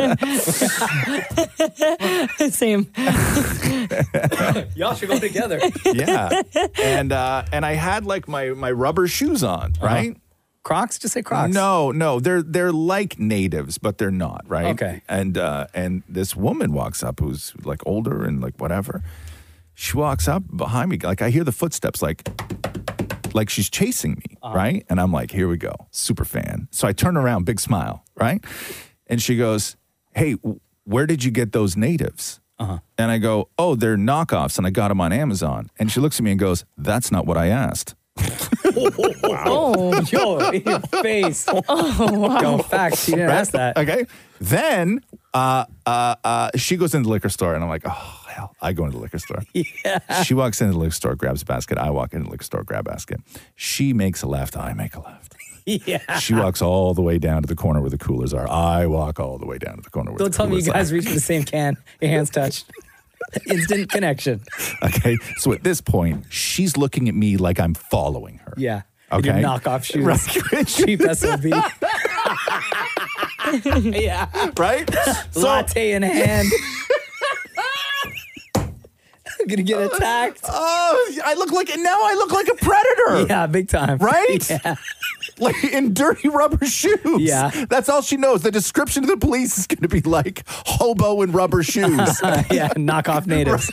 [SPEAKER 13] Same.
[SPEAKER 2] Y'all should go together. Uh-huh.
[SPEAKER 5] yeah. And uh and I had like my my rubber shoes on, right?
[SPEAKER 2] Crocs? Just say Crocs.
[SPEAKER 5] No, no. They're they're like natives, but they're not, right? Okay. And uh and this woman walks up who's like older and like whatever. She walks up behind me, like I hear the footsteps like like she's chasing me, right? And I'm like, here we go, super fan. So I turn around, big smile, right? And she goes, hey, w- where did you get those natives? Uh-huh. And I go, oh, they're knockoffs, and I got them on Amazon. And she looks at me and goes, that's not what I asked.
[SPEAKER 2] Oh, yo, in your face. Oh, wow. Yo, facts. She didn't
[SPEAKER 5] Right?
[SPEAKER 2] ask that.
[SPEAKER 5] Okay. Then uh, uh, uh, she goes into the liquor store, and I'm like, oh, hell. I go into the liquor store. yeah. She walks into the liquor store, grabs a basket. I walk into the liquor store, grab a basket. She makes a left. I make a left.
[SPEAKER 2] Yeah.
[SPEAKER 5] She walks all the way down to the corner where the coolers are. I walk all the way down to the corner where
[SPEAKER 2] Don't
[SPEAKER 5] the
[SPEAKER 2] tell me
[SPEAKER 5] coolers
[SPEAKER 2] you guys
[SPEAKER 5] are.
[SPEAKER 2] reached for the same can. Your hands touched. Instant connection.
[SPEAKER 5] Okay. So at this point, she's looking at me like I'm following her.
[SPEAKER 2] Yeah. And
[SPEAKER 5] Okay.
[SPEAKER 2] Your knockoff shoes.
[SPEAKER 5] Right.
[SPEAKER 2] Cheap SOB. yeah.
[SPEAKER 5] Right?
[SPEAKER 2] Latte in hand. I'm going to get attacked.
[SPEAKER 5] Oh, I look like now I look like a predator.
[SPEAKER 2] Yeah, big time.
[SPEAKER 5] Right?
[SPEAKER 2] Yeah.
[SPEAKER 5] Like in dirty rubber shoes.
[SPEAKER 2] Yeah.
[SPEAKER 5] That's all she knows. The description to the police is going to be like hobo in rubber shoes.
[SPEAKER 2] yeah, knockoff natives.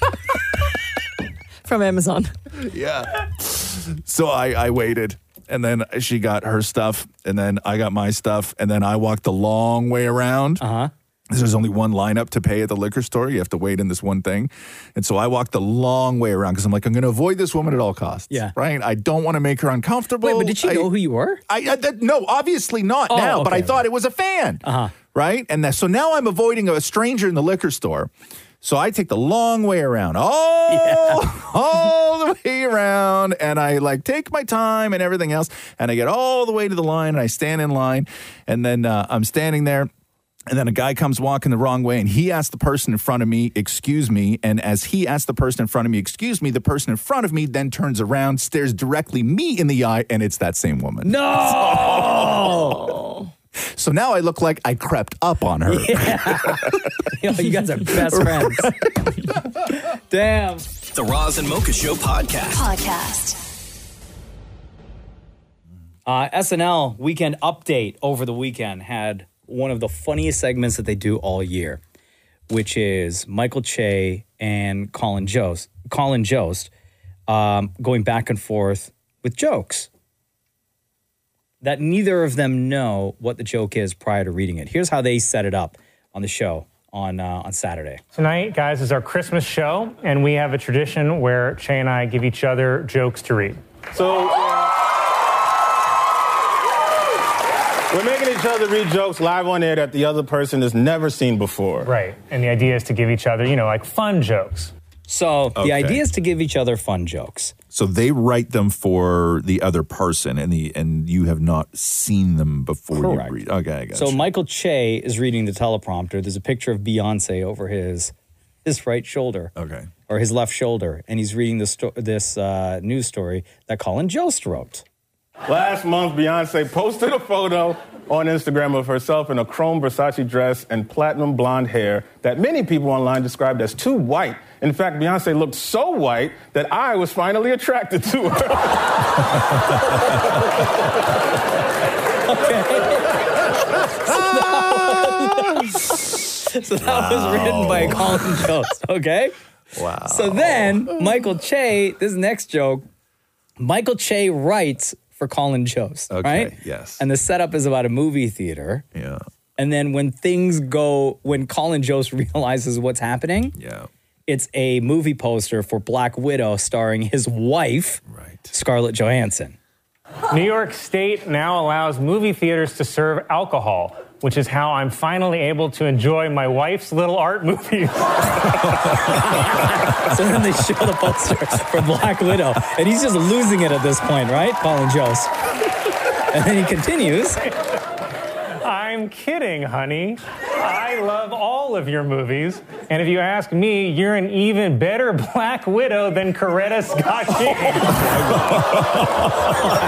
[SPEAKER 13] From Amazon.
[SPEAKER 5] yeah. So I, I waited. And then she got her stuff, and then I got my stuff, and then I walked the long way around. Uh
[SPEAKER 2] Uh-huh.
[SPEAKER 5] huh. There's only one lineup to pay at the liquor store. You have to wait in this one thing. And so I walked the long way around because I'm like, I'm going to avoid this woman at all costs.
[SPEAKER 2] Yeah.
[SPEAKER 5] Right? I don't want to make her uncomfortable.
[SPEAKER 2] Wait, but did she
[SPEAKER 5] I-
[SPEAKER 2] know who you were?
[SPEAKER 5] I, I that, no, obviously not
[SPEAKER 2] Oh,
[SPEAKER 5] now, but I
[SPEAKER 2] okay. Uh-huh.
[SPEAKER 5] thought it was a fan. Uh huh. Right? And that, so now I'm avoiding a stranger in the liquor store. So I take the long way around, all, all the way around, and I like take my time and everything else. And I get all the way to the line and I stand in line. And then uh, I'm standing there. And then a guy comes walking the wrong way and he asks the person in front of me, excuse me. And as he asks the person in front of me, excuse me, the person in front of me then turns around, stares directly me in the eye, and it's that same woman.
[SPEAKER 2] No.
[SPEAKER 5] So now I look like I crept up on her.
[SPEAKER 2] you guys are best friends. Damn.
[SPEAKER 1] The Roz and Mocha Show podcast.
[SPEAKER 9] Podcast.
[SPEAKER 2] Uh, SNL Weekend Update over the weekend had one of the funniest segments that they do all year, which is Michael Che and Colin Jost. Colin Jost um, going back and forth with jokes that neither of them know what the joke is prior to reading it. Here's how they set it up on the show on uh, on Saturday.
[SPEAKER 3] Tonight, guys, is our Christmas show, and we have a tradition where Che and I give each other jokes to read.
[SPEAKER 22] So uh, we're making each other read jokes live on air that the other person has never seen before.
[SPEAKER 3] Right. And the idea is to give each other, you know, like fun jokes.
[SPEAKER 2] So
[SPEAKER 3] Okay.
[SPEAKER 2] the idea is to give each other fun jokes.
[SPEAKER 5] So they write them for the other person, and the and you have not seen them before
[SPEAKER 2] Correct.
[SPEAKER 5] you read. Okay, I got
[SPEAKER 2] So Michael Che is reading the teleprompter. There's a picture of Beyonce over his his right shoulder.
[SPEAKER 5] Okay.
[SPEAKER 2] Or his left shoulder, and he's reading this sto- this uh, news story that Colin Jost wrote.
[SPEAKER 22] Last month, Beyonce posted a photo on Instagram of herself in a chrome Versace dress and platinum blonde hair that many people online described as too white. In fact, Beyonce looked so white that I was finally attracted to her.
[SPEAKER 2] so that was written by Colin Jost. Okay. Wow. So then Michael Che, this next joke, Michael Che writes for Colin Jost. Okay. Right?
[SPEAKER 5] Yes.
[SPEAKER 2] And the setup is about a movie theater.
[SPEAKER 5] Yeah.
[SPEAKER 2] And then when things go, when Colin Jost realizes what's happening,
[SPEAKER 5] yeah,
[SPEAKER 2] it's a movie poster for Black Widow starring his wife, right. Scarlett Johansson.
[SPEAKER 3] New York State now allows movie theaters to serve alcohol, which is how I'm finally able to enjoy my wife's little art movie.
[SPEAKER 2] so then they show the poster for Black Widow, and he's just losing it at this point, right, Colin Jost? And then he continues.
[SPEAKER 3] I'm kidding, honey. I love all of your movies. And if you ask me, you're an even better Black Widow than Coretta Scott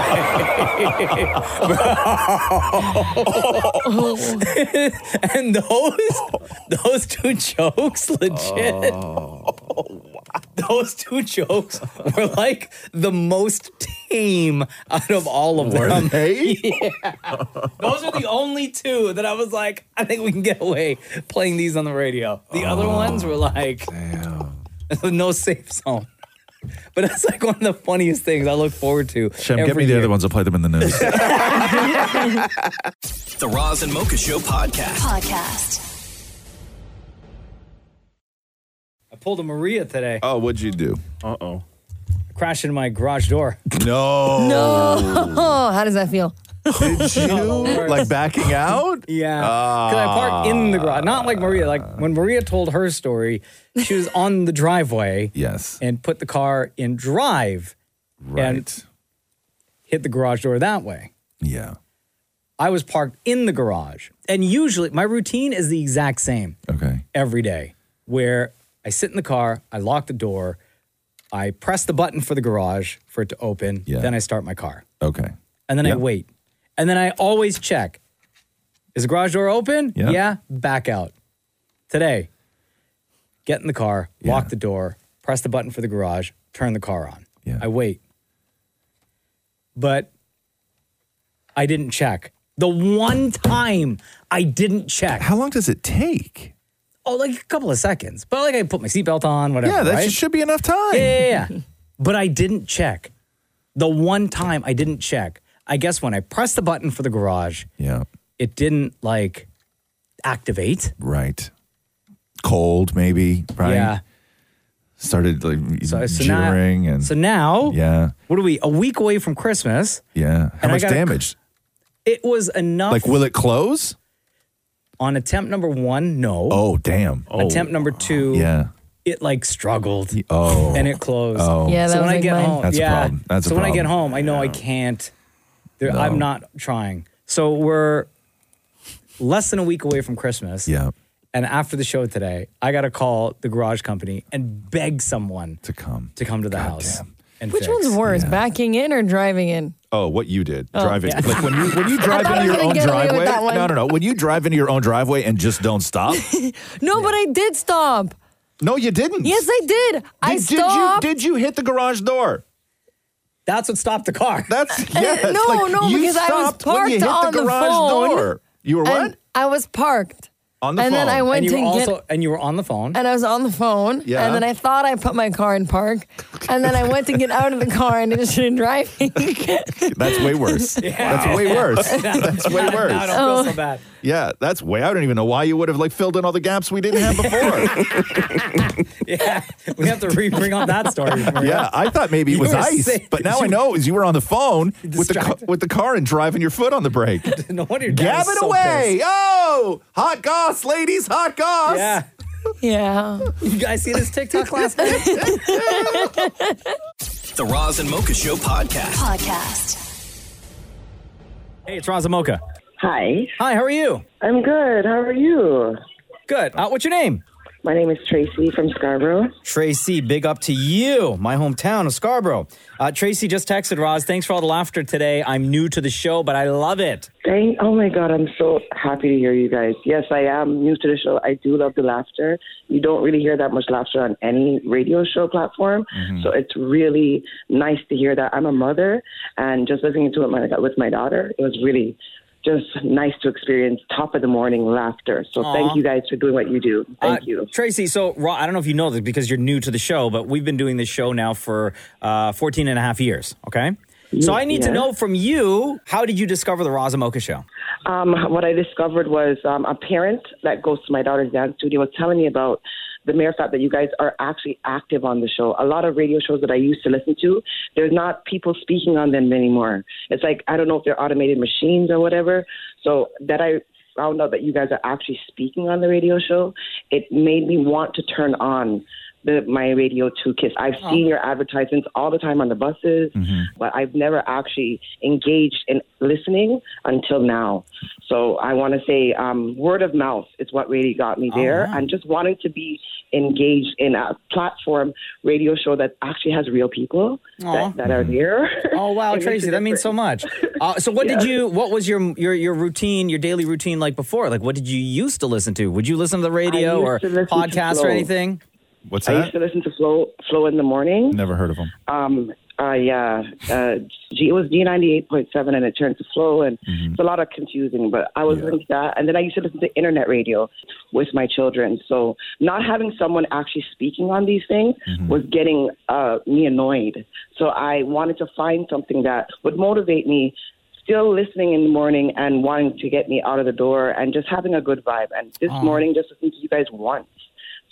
[SPEAKER 3] King.
[SPEAKER 2] and those those two jokes, legit.
[SPEAKER 5] Oh.
[SPEAKER 2] Those two jokes were like the most tame out of all of
[SPEAKER 14] Were
[SPEAKER 2] them.
[SPEAKER 14] they?
[SPEAKER 2] Yeah. Those are the only two that I was like, I think we can get away playing these on the radio. The
[SPEAKER 5] Oh,
[SPEAKER 2] other ones were like, no safe zone. But it's like one of the funniest things I look forward to.
[SPEAKER 5] Shem, get me the other ones. I'll play them in the news.
[SPEAKER 1] The Roz and Mocha Show podcast.
[SPEAKER 9] Podcast.
[SPEAKER 2] I pulled a Maria today.
[SPEAKER 5] Oh, what'd you do?
[SPEAKER 22] Uh oh.
[SPEAKER 2] Crashed into my garage door.
[SPEAKER 5] No.
[SPEAKER 13] No. How does that feel?
[SPEAKER 5] Did you like backing out?
[SPEAKER 2] Yeah. Because I parked in the
[SPEAKER 5] Ah.
[SPEAKER 2] garage. Not like Maria. Like when Maria told her story, she was on the driveway.
[SPEAKER 5] Yes.
[SPEAKER 2] And put the car in drive. And hit the garage door that way.
[SPEAKER 5] Yeah.
[SPEAKER 2] I was parked in the garage. And usually my routine is the exact same.
[SPEAKER 5] Okay.
[SPEAKER 2] Every day, where I sit in the car, I lock the door, I press the button for the garage for it to open, then I start my car.
[SPEAKER 5] Okay.
[SPEAKER 2] And then I
[SPEAKER 5] Yep.
[SPEAKER 2] wait. And then I always check. Is the garage door open?
[SPEAKER 5] Yeah.
[SPEAKER 2] Back out. Today, get in the car, lock the door, press the button for the garage, turn the car on. I wait. But I didn't check. The one time I didn't check. How
[SPEAKER 5] long does it take?
[SPEAKER 2] Oh, like a couple of seconds. But like I put my seatbelt on, whatever.
[SPEAKER 5] Yeah, that
[SPEAKER 2] right?
[SPEAKER 5] should be enough time.
[SPEAKER 2] Yeah, yeah, yeah. but I didn't check. The one time I didn't check, I guess when I pressed the button for the garage,
[SPEAKER 5] yeah,
[SPEAKER 2] it didn't like activate.
[SPEAKER 5] Right. Cold, maybe. Right.
[SPEAKER 2] Yeah.
[SPEAKER 5] Started like
[SPEAKER 2] so now-
[SPEAKER 5] jittering and
[SPEAKER 2] so now
[SPEAKER 5] yeah,
[SPEAKER 2] what are we? A week away from Christmas.
[SPEAKER 5] yeah. How
[SPEAKER 2] And I
[SPEAKER 5] much
[SPEAKER 2] got a-
[SPEAKER 5] damage?
[SPEAKER 2] It was enough.
[SPEAKER 5] Like, will it close?
[SPEAKER 2] On attempt number one, no.
[SPEAKER 5] Oh, damn. Oh.
[SPEAKER 2] Attempt number two,
[SPEAKER 5] Yeah.
[SPEAKER 2] it like struggled. Oh, and it closed.
[SPEAKER 5] Oh. Yeah, that
[SPEAKER 2] so
[SPEAKER 5] was
[SPEAKER 2] when I
[SPEAKER 5] like
[SPEAKER 2] get
[SPEAKER 5] mine.
[SPEAKER 2] home,
[SPEAKER 5] That's a
[SPEAKER 2] yeah.
[SPEAKER 5] problem. That's a
[SPEAKER 2] so when I get
[SPEAKER 5] problem.
[SPEAKER 2] home, I know I can't. There, I'm not trying. So we're less than a week away from Christmas.
[SPEAKER 5] Yeah.
[SPEAKER 2] And after the show today, I got to call the garage company and beg someone
[SPEAKER 5] to come
[SPEAKER 2] to come to the house. and
[SPEAKER 13] Which
[SPEAKER 2] fix.
[SPEAKER 13] one's worse, backing in or driving in?
[SPEAKER 5] Oh, what you did
[SPEAKER 13] Oh.
[SPEAKER 5] driving?
[SPEAKER 13] Yeah.
[SPEAKER 5] Like when you when you
[SPEAKER 13] I
[SPEAKER 5] drive
[SPEAKER 13] thought I
[SPEAKER 5] into
[SPEAKER 13] was
[SPEAKER 5] your
[SPEAKER 13] gonna
[SPEAKER 5] own
[SPEAKER 13] get away with
[SPEAKER 5] driveway.
[SPEAKER 13] that one.
[SPEAKER 5] No, no, no. When you drive into your own driveway and just don't stop.
[SPEAKER 13] No, but I did stop.
[SPEAKER 5] No, you didn't.
[SPEAKER 13] Yes, I did. I
[SPEAKER 5] Did- did you-
[SPEAKER 13] stopped.
[SPEAKER 5] did you hit the garage door?
[SPEAKER 2] That's what stopped the car.
[SPEAKER 5] That's
[SPEAKER 13] And-
[SPEAKER 5] yes.
[SPEAKER 13] no,
[SPEAKER 5] like,
[SPEAKER 13] no,
[SPEAKER 5] you
[SPEAKER 13] because I was
[SPEAKER 5] stopped when
[SPEAKER 13] parked
[SPEAKER 5] you hit
[SPEAKER 13] on
[SPEAKER 5] the
[SPEAKER 13] the
[SPEAKER 5] garage
[SPEAKER 13] phone.
[SPEAKER 5] door. You were what?
[SPEAKER 13] And I was parked.
[SPEAKER 5] On the
[SPEAKER 13] and
[SPEAKER 5] phone.
[SPEAKER 13] then I went
[SPEAKER 2] and you
[SPEAKER 13] to
[SPEAKER 2] were
[SPEAKER 13] get,
[SPEAKER 2] also and you were on the phone.
[SPEAKER 13] and I was on the phone.
[SPEAKER 2] Yeah.
[SPEAKER 13] And then I thought I put my car in park, and then I went to get out of the car and it just didn't drive.
[SPEAKER 5] That's way worse. That's way worse. That's way worse.
[SPEAKER 13] I don't feel so
[SPEAKER 2] bad.
[SPEAKER 5] Yeah, that's way. I don't even know why you would have like filled in all the gaps we didn't have before.
[SPEAKER 2] yeah, we have to re- bring on that story. Maria.
[SPEAKER 5] yeah, I thought maybe it
[SPEAKER 2] You
[SPEAKER 5] was
[SPEAKER 2] were
[SPEAKER 5] ice,
[SPEAKER 2] sick.
[SPEAKER 5] but now I know it was you were on the phone with the ca- with the car and driving your foot on the brake.
[SPEAKER 2] no wonder your dad
[SPEAKER 5] Gab
[SPEAKER 2] was
[SPEAKER 5] it
[SPEAKER 2] so
[SPEAKER 5] away.
[SPEAKER 2] pissed.
[SPEAKER 5] Oh, hot goss, ladies, hot goss.
[SPEAKER 2] Yeah.
[SPEAKER 13] Yeah.
[SPEAKER 2] You guys see this TikTok last night?
[SPEAKER 1] The Roz and Mocha Show podcast.
[SPEAKER 9] Podcast.
[SPEAKER 2] Hey, it's Raza Mocha.
[SPEAKER 7] Hi.
[SPEAKER 2] Hi, how are you?
[SPEAKER 7] I'm good. How are you?
[SPEAKER 2] Good. Uh, what's your name?
[SPEAKER 7] My name is Tracy from Scarborough.
[SPEAKER 2] Tracy, big up to you, my hometown of Scarborough. Uh, Tracy just texted Roz, thanks for all the laughter today. I'm new to the show, but I love it.
[SPEAKER 7] Thank, oh my God, I'm so happy to hear you guys. Yes, I am new to the show. I do love the laughter. You don't really hear that much laughter on any radio show platform.
[SPEAKER 2] Mm-hmm.
[SPEAKER 7] So it's really nice to hear that. I'm a mother, and just listening to it my, with my daughter, it was really just nice to experience top of the morning laughter. So
[SPEAKER 2] Aw.
[SPEAKER 7] thank you guys for doing what you do. Thank
[SPEAKER 2] Uh,
[SPEAKER 7] you.
[SPEAKER 2] Tracy, so Ro- I don't know if you know this because you're new to the show, but we've been doing this show now for uh, 14 and a half years, okay? So I need to
[SPEAKER 7] Yeah.
[SPEAKER 2] know from you, how did you discover the Raza Mocha show?
[SPEAKER 7] Um, what I discovered was um, a parent that goes to my daughter's dance studio was telling me about the mere fact that you guys are actually active on the show. A lot of radio shows that I used to listen to, there's not people speaking on them anymore. It's like I don't know if they're automated machines or whatever. So that I found out that you guys are actually speaking on the radio show, it made me want to turn on the my radio two kiss. I've seen your advertisements all the time on the buses, but I've never actually engaged in listening until now. So I want to say um, word of mouth is what really got me there,
[SPEAKER 6] Alright.
[SPEAKER 7] and just wanting to be engaged in a platform radio show that actually has real people
[SPEAKER 2] Aw.
[SPEAKER 7] that, that are there.
[SPEAKER 2] Oh wow,
[SPEAKER 7] It makes a
[SPEAKER 2] Tracy, that means so much. Uh, so what did you? What was your your your routine, your daily routine like before? Like what did you used to listen to? Would you listen to the radio
[SPEAKER 7] used
[SPEAKER 2] or
[SPEAKER 7] to listen to
[SPEAKER 2] podcast or
[SPEAKER 7] Flow.
[SPEAKER 2] anything?
[SPEAKER 5] What's
[SPEAKER 7] I used to listen to Flow Flow in the morning.
[SPEAKER 5] Never heard of him.
[SPEAKER 7] Um, uh, yeah, uh, G, it was G ninety eight point seven, and it turned to Flow, and
[SPEAKER 5] Mm-hmm.
[SPEAKER 7] it's a lot of confusing. But I was listening to that, and then I used to listen to internet radio with my children. So not having someone actually speaking on these things was getting uh, me annoyed. So I wanted to find something that would motivate me. Still listening in the morning and wanting to get me out of the door and just having a good vibe. And this
[SPEAKER 6] Aw.
[SPEAKER 7] morning, just listening to you guys once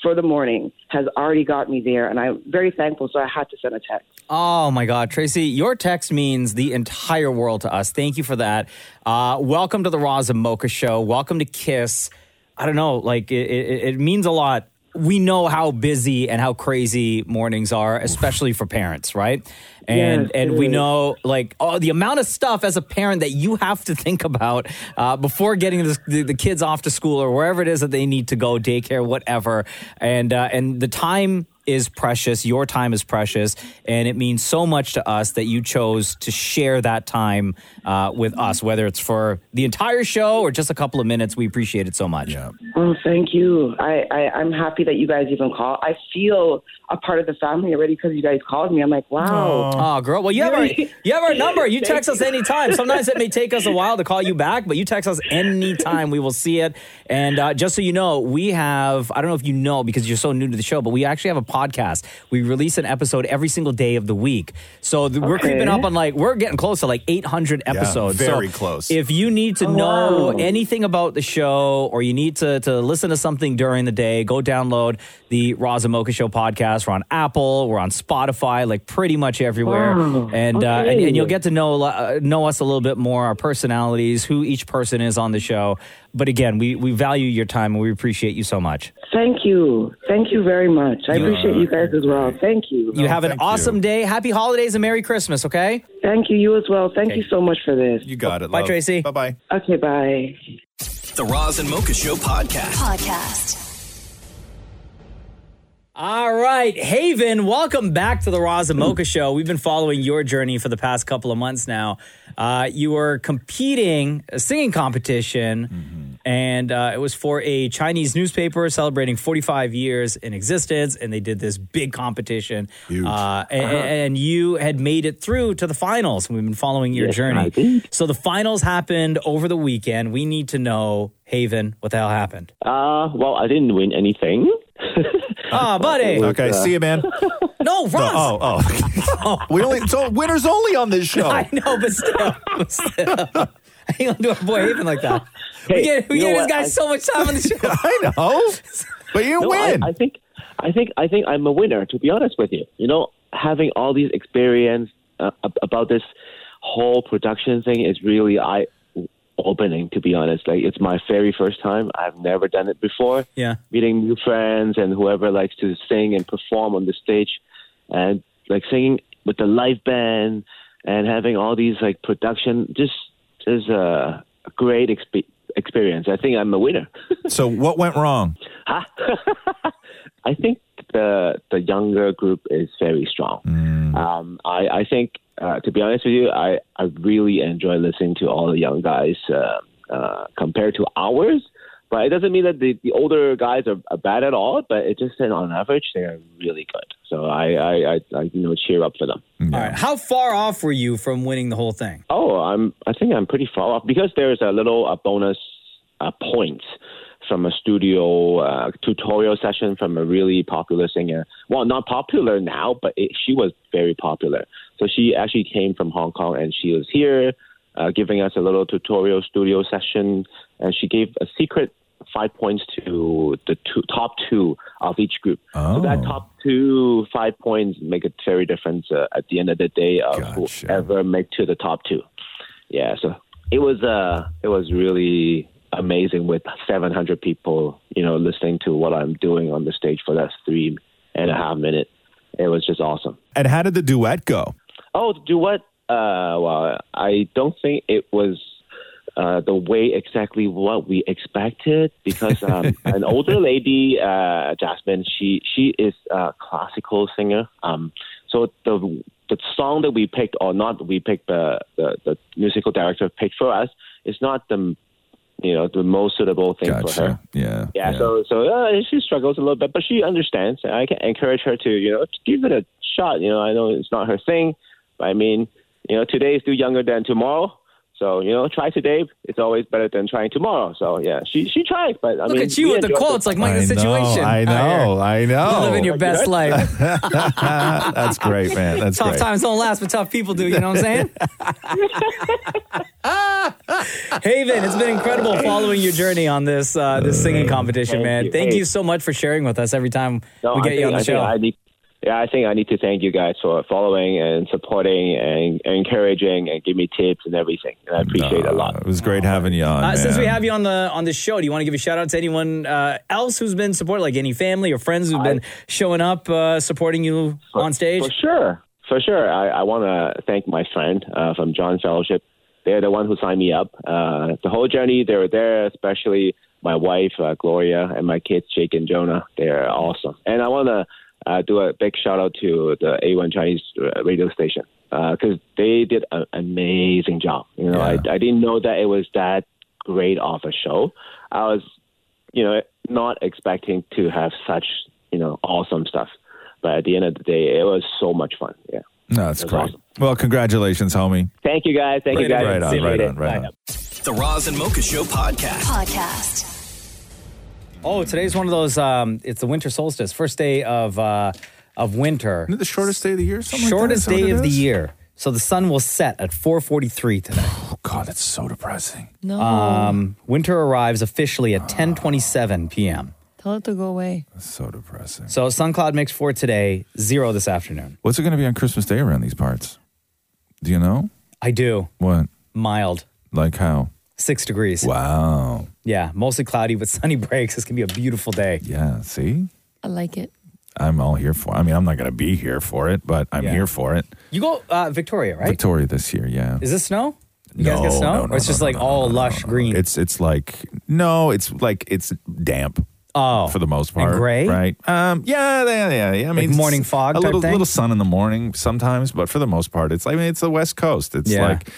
[SPEAKER 7] for the morning has already got me there, and I'm very thankful. So I had to send a text.
[SPEAKER 2] Oh my God, Tracy, your text means the entire world to us. Thank you for that. Uh, welcome to the Raza Mocha Show. Welcome to Kiss. I don't know, like it, it, it means a lot. We know how busy and how crazy mornings are, especially for parents, right? And
[SPEAKER 6] Yes,
[SPEAKER 2] and
[SPEAKER 6] it
[SPEAKER 2] we
[SPEAKER 6] is.
[SPEAKER 2] know like oh the amount of stuff as a parent that you have to think about uh, before getting the, the, the kids off to school or wherever it is that they need to go, daycare, whatever. And uh, and the time is precious. Your time is precious, and it means so much to us that you chose to share that time uh, with us, whether it's for the entire show or just a couple of minutes. We appreciate it so much. Yeah.
[SPEAKER 7] Oh, thank you. I, I I'm happy that you guys even call. I feel a part of the family already because you guys called me. I'm like, wow.
[SPEAKER 2] Oh, girl. Well, you have our you have our number. You
[SPEAKER 7] Thank
[SPEAKER 2] text us
[SPEAKER 7] you.
[SPEAKER 2] anytime. Sometimes it may take us a while to call you back, but you text us anytime. We will see it. And uh, just so you know, we have I don't know if you know because you're so new to the show, but we actually have a podcast. We release an episode every single day of the week. So th- we're
[SPEAKER 6] Okay.
[SPEAKER 2] creeping up on like we're getting close to like 800
[SPEAKER 6] Yeah,
[SPEAKER 2] episodes.
[SPEAKER 6] very
[SPEAKER 2] So
[SPEAKER 6] close.
[SPEAKER 2] If you need to
[SPEAKER 6] Oh,
[SPEAKER 2] know
[SPEAKER 6] wow.
[SPEAKER 2] anything about the show or you need to, to listen to something during the day, go download the Roz and Mocha Show podcast. We're on Apple, we're on Spotify, like pretty much everywhere.
[SPEAKER 6] Wow.
[SPEAKER 2] And, uh, and
[SPEAKER 6] Okay.
[SPEAKER 2] and you'll get to know a lo- uh, know us a little bit more, our personalities, who each person is on the show. But again, we, we value your time and we appreciate you so much.
[SPEAKER 7] Thank you. Thank you very much. I
[SPEAKER 2] You-
[SPEAKER 7] appreciate you guys as well. Oh, Thank you.
[SPEAKER 2] you have an awesome day. Happy holidays and Merry Christmas, okay?
[SPEAKER 7] Thank you. You as well. Thank you so much for this. You
[SPEAKER 5] got it.
[SPEAKER 2] Bye, Tracy.
[SPEAKER 5] Bye bye.
[SPEAKER 7] Okay. Bye.
[SPEAKER 1] The Roz and Mocha Show podcast.
[SPEAKER 9] Podcast.
[SPEAKER 2] All right, Haven, welcome back to the Raza Mocha Show. We've been following your journey for the past couple of months now. Uh, you were competing a singing competition,
[SPEAKER 20] Mm-hmm.
[SPEAKER 2] and uh, it was for a Chinese newspaper celebrating 45 years in existence, and they did this big competition. Uh, and,
[SPEAKER 20] Uh-huh.
[SPEAKER 2] and you had made it through to the finals. We've been following your
[SPEAKER 20] Yes, I
[SPEAKER 2] journey.
[SPEAKER 20] did.
[SPEAKER 2] So the finals happened over the weekend. We need to know, Haven, what the hell happened?
[SPEAKER 20] Uh, well, I didn't win anything.
[SPEAKER 2] Ah, buddy.
[SPEAKER 20] Okay, see ya,
[SPEAKER 5] man.
[SPEAKER 2] No,
[SPEAKER 20] uh,
[SPEAKER 2] Ross.
[SPEAKER 5] oh, oh. we only it's all winners only on this show.
[SPEAKER 2] I know, but still, but still. I ain't gonna do our boy Haven like that. we
[SPEAKER 20] Hey,
[SPEAKER 2] get, we
[SPEAKER 20] you
[SPEAKER 2] get
[SPEAKER 20] know
[SPEAKER 2] this
[SPEAKER 20] what?
[SPEAKER 2] guy
[SPEAKER 20] I-
[SPEAKER 2] so much time on the show.
[SPEAKER 5] I know, but you
[SPEAKER 20] No, I- I, think, I think, I think I'm a winner. To be honest with you, you know, having all these experience uh, ab- about this whole production thing is really eye opening. To be honest, like it's my very first time. I've never done it before.
[SPEAKER 2] Yeah.
[SPEAKER 20] meeting new friends and whoever likes to sing and perform on the stage and like singing with the live band and having all these like production just is a great exp- experience i think i'm a winner
[SPEAKER 5] so what went wrong
[SPEAKER 20] i think the the younger group is very strong um, I, I think uh, to be honest with you I, I really enjoy listening to all the young guys uh, uh, compared to ours but it doesn't mean that the, the older guys are, are bad at all. But it just said on average they are really good. So I I, I, I you know cheer up for them.
[SPEAKER 2] All right, how far off were you from winning the whole thing?
[SPEAKER 20] Oh, I'm I think I'm pretty far off because there's a little a bonus uh, point from a studio uh, tutorial session from a really popular singer. Well, not popular now, but it, she was very popular. So she actually came from Hong Kong and she was here uh, giving us a little tutorial studio session, and she gave a secret five points to the two, top two of each group. So
[SPEAKER 5] Oh.
[SPEAKER 20] that top two five points make a very difference uh, at the end of the day of whoever make to the top two. Yeah, so it was uh it was really amazing with 700 people, you know, listening to what I'm doing on the stage for that three and a half minute. It was just awesome.
[SPEAKER 5] And how did the duet go?
[SPEAKER 20] Oh, the duet. Uh, well, I don't think it was uh, the way exactly what we expected because um, an older lady, uh, Jasmine, she she is a classical singer. Um, so the the song that we picked, or not we picked, the the, the musical director picked for us is not the you know the most suitable thing for her.
[SPEAKER 5] Yeah.
[SPEAKER 20] Yeah, so so uh, she struggles a little bit, but she understands. And I can encourage her to you know to give it a shot. You know, I know it's not her thing, but I mean, you know, today is still younger than tomorrow. So you know, try today. It's always better than trying tomorrow. So yeah, she she tried, but I
[SPEAKER 2] Look
[SPEAKER 20] mean,
[SPEAKER 2] at you
[SPEAKER 20] we
[SPEAKER 2] with the
[SPEAKER 20] enjoyed
[SPEAKER 2] quotes, like Mike, the
[SPEAKER 5] I know,
[SPEAKER 2] situation.
[SPEAKER 5] I know, I know.
[SPEAKER 2] Living your best life.
[SPEAKER 5] That's great, man. That's
[SPEAKER 2] tough
[SPEAKER 5] great.
[SPEAKER 2] times don't last, but tough people do. You know what I'm saying? Haven, it's been incredible following your journey on this uh, this singing competition,
[SPEAKER 20] thank
[SPEAKER 2] man.
[SPEAKER 20] you.
[SPEAKER 2] Thank
[SPEAKER 20] Hey.
[SPEAKER 2] you so much for sharing with us every time
[SPEAKER 20] No,
[SPEAKER 2] we
[SPEAKER 20] I
[SPEAKER 2] get you
[SPEAKER 20] think-
[SPEAKER 2] on the
[SPEAKER 20] I think
[SPEAKER 2] show.
[SPEAKER 20] I need, yeah, I think I need to thank you guys for following and supporting and, encouraging and give me tips and everything. And I appreciate it a lot.
[SPEAKER 5] It was great having you on.
[SPEAKER 2] Uh, since we
[SPEAKER 5] man.
[SPEAKER 2] have you on the on the show, do you want to give a shout out to anyone uh, else who's been supporting, like any family or friends who've been showing up, uh, supporting you on stage?
[SPEAKER 20] For sure. For sure. I, I want to thank my friend uh, from John Fellowship. They're the one who signed me up. Uh, the whole journey, they were there, especially my wife, uh, Gloria, and my kids, Jake and Jonah. They're awesome. And I want to uh, do a big shout out to the A1 Chinese uh, radio station because they did an amazing job. You know, I, I didn't know that it was that great of a show. I was, you know, not expecting to have such, you know, awesome stuff. But at the end of the day, it was so much fun. Yeah.
[SPEAKER 5] No, that's great. Well, congratulations, homie.
[SPEAKER 20] Thank you guys. Thank you guys.
[SPEAKER 5] Right on, right on, right on.
[SPEAKER 1] The Roz and Mocha Show podcast. Podcast.
[SPEAKER 2] Oh, today's one of those. Um, it's the winter solstice, first day of uh, of winter.
[SPEAKER 5] Isn't it the shortest day of the year? Something like that? Is
[SPEAKER 2] Shortest
[SPEAKER 5] that what
[SPEAKER 2] day
[SPEAKER 5] it
[SPEAKER 2] of the
[SPEAKER 5] is?
[SPEAKER 2] year. So the sun will set at 4:43 today. Oh
[SPEAKER 5] God, that's so depressing.
[SPEAKER 13] No.
[SPEAKER 2] Um, winter arrives officially at 10:27 p.m.
[SPEAKER 13] Tell it to go away.
[SPEAKER 5] So depressing.
[SPEAKER 2] So sun cloud mix for today, zero this afternoon.
[SPEAKER 5] What's it going to be on Christmas Day around these parts? Do you know?
[SPEAKER 2] I do.
[SPEAKER 5] What?
[SPEAKER 2] Mild.
[SPEAKER 5] Like how?
[SPEAKER 2] Six degrees.
[SPEAKER 5] Wow.
[SPEAKER 2] Yeah, mostly cloudy with sunny breaks. This can be a beautiful day.
[SPEAKER 5] Yeah. See,
[SPEAKER 13] I like it.
[SPEAKER 5] I'm all here for. I mean, I'm not going to be here for it, but I'm
[SPEAKER 2] Yeah.
[SPEAKER 5] here for it.
[SPEAKER 2] You go uh, Victoria, right?
[SPEAKER 5] Victoria this year, yeah.
[SPEAKER 2] Is this snow? You guys get
[SPEAKER 5] No,
[SPEAKER 2] snow?
[SPEAKER 5] no, no,
[SPEAKER 2] or it's just
[SPEAKER 5] no,
[SPEAKER 2] like all lush green.
[SPEAKER 5] It's it's like no, it's like it's damp.
[SPEAKER 2] Oh,
[SPEAKER 5] for the most part,
[SPEAKER 2] gray?
[SPEAKER 5] right? Um, yeah, yeah, yeah, yeah. I
[SPEAKER 2] Like
[SPEAKER 5] mean,
[SPEAKER 2] morning
[SPEAKER 5] it's
[SPEAKER 2] fog
[SPEAKER 5] a
[SPEAKER 2] type
[SPEAKER 5] little
[SPEAKER 2] thing?
[SPEAKER 5] little sun in the morning sometimes, but for the most part, it's like I mean, it's the West Coast. It's
[SPEAKER 2] Yeah.
[SPEAKER 5] like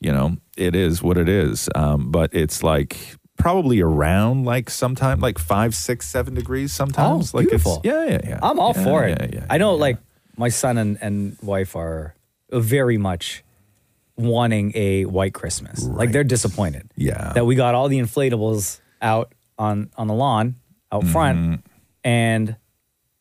[SPEAKER 5] you know, it is what it is. Um, but it's like probably around like sometime like five, six, seven degrees sometimes. like
[SPEAKER 2] Oh, beautiful.
[SPEAKER 5] it's yeah, yeah, yeah.
[SPEAKER 2] I'm all
[SPEAKER 5] Yeah,
[SPEAKER 2] for it.
[SPEAKER 5] yeah,
[SPEAKER 2] I know, like my son and, and wife are very much wanting a white Christmas. Like they're disappointed.
[SPEAKER 5] Yeah.
[SPEAKER 2] that we got all the inflatables out on on the lawn out
[SPEAKER 5] Mm-hmm.
[SPEAKER 2] front, and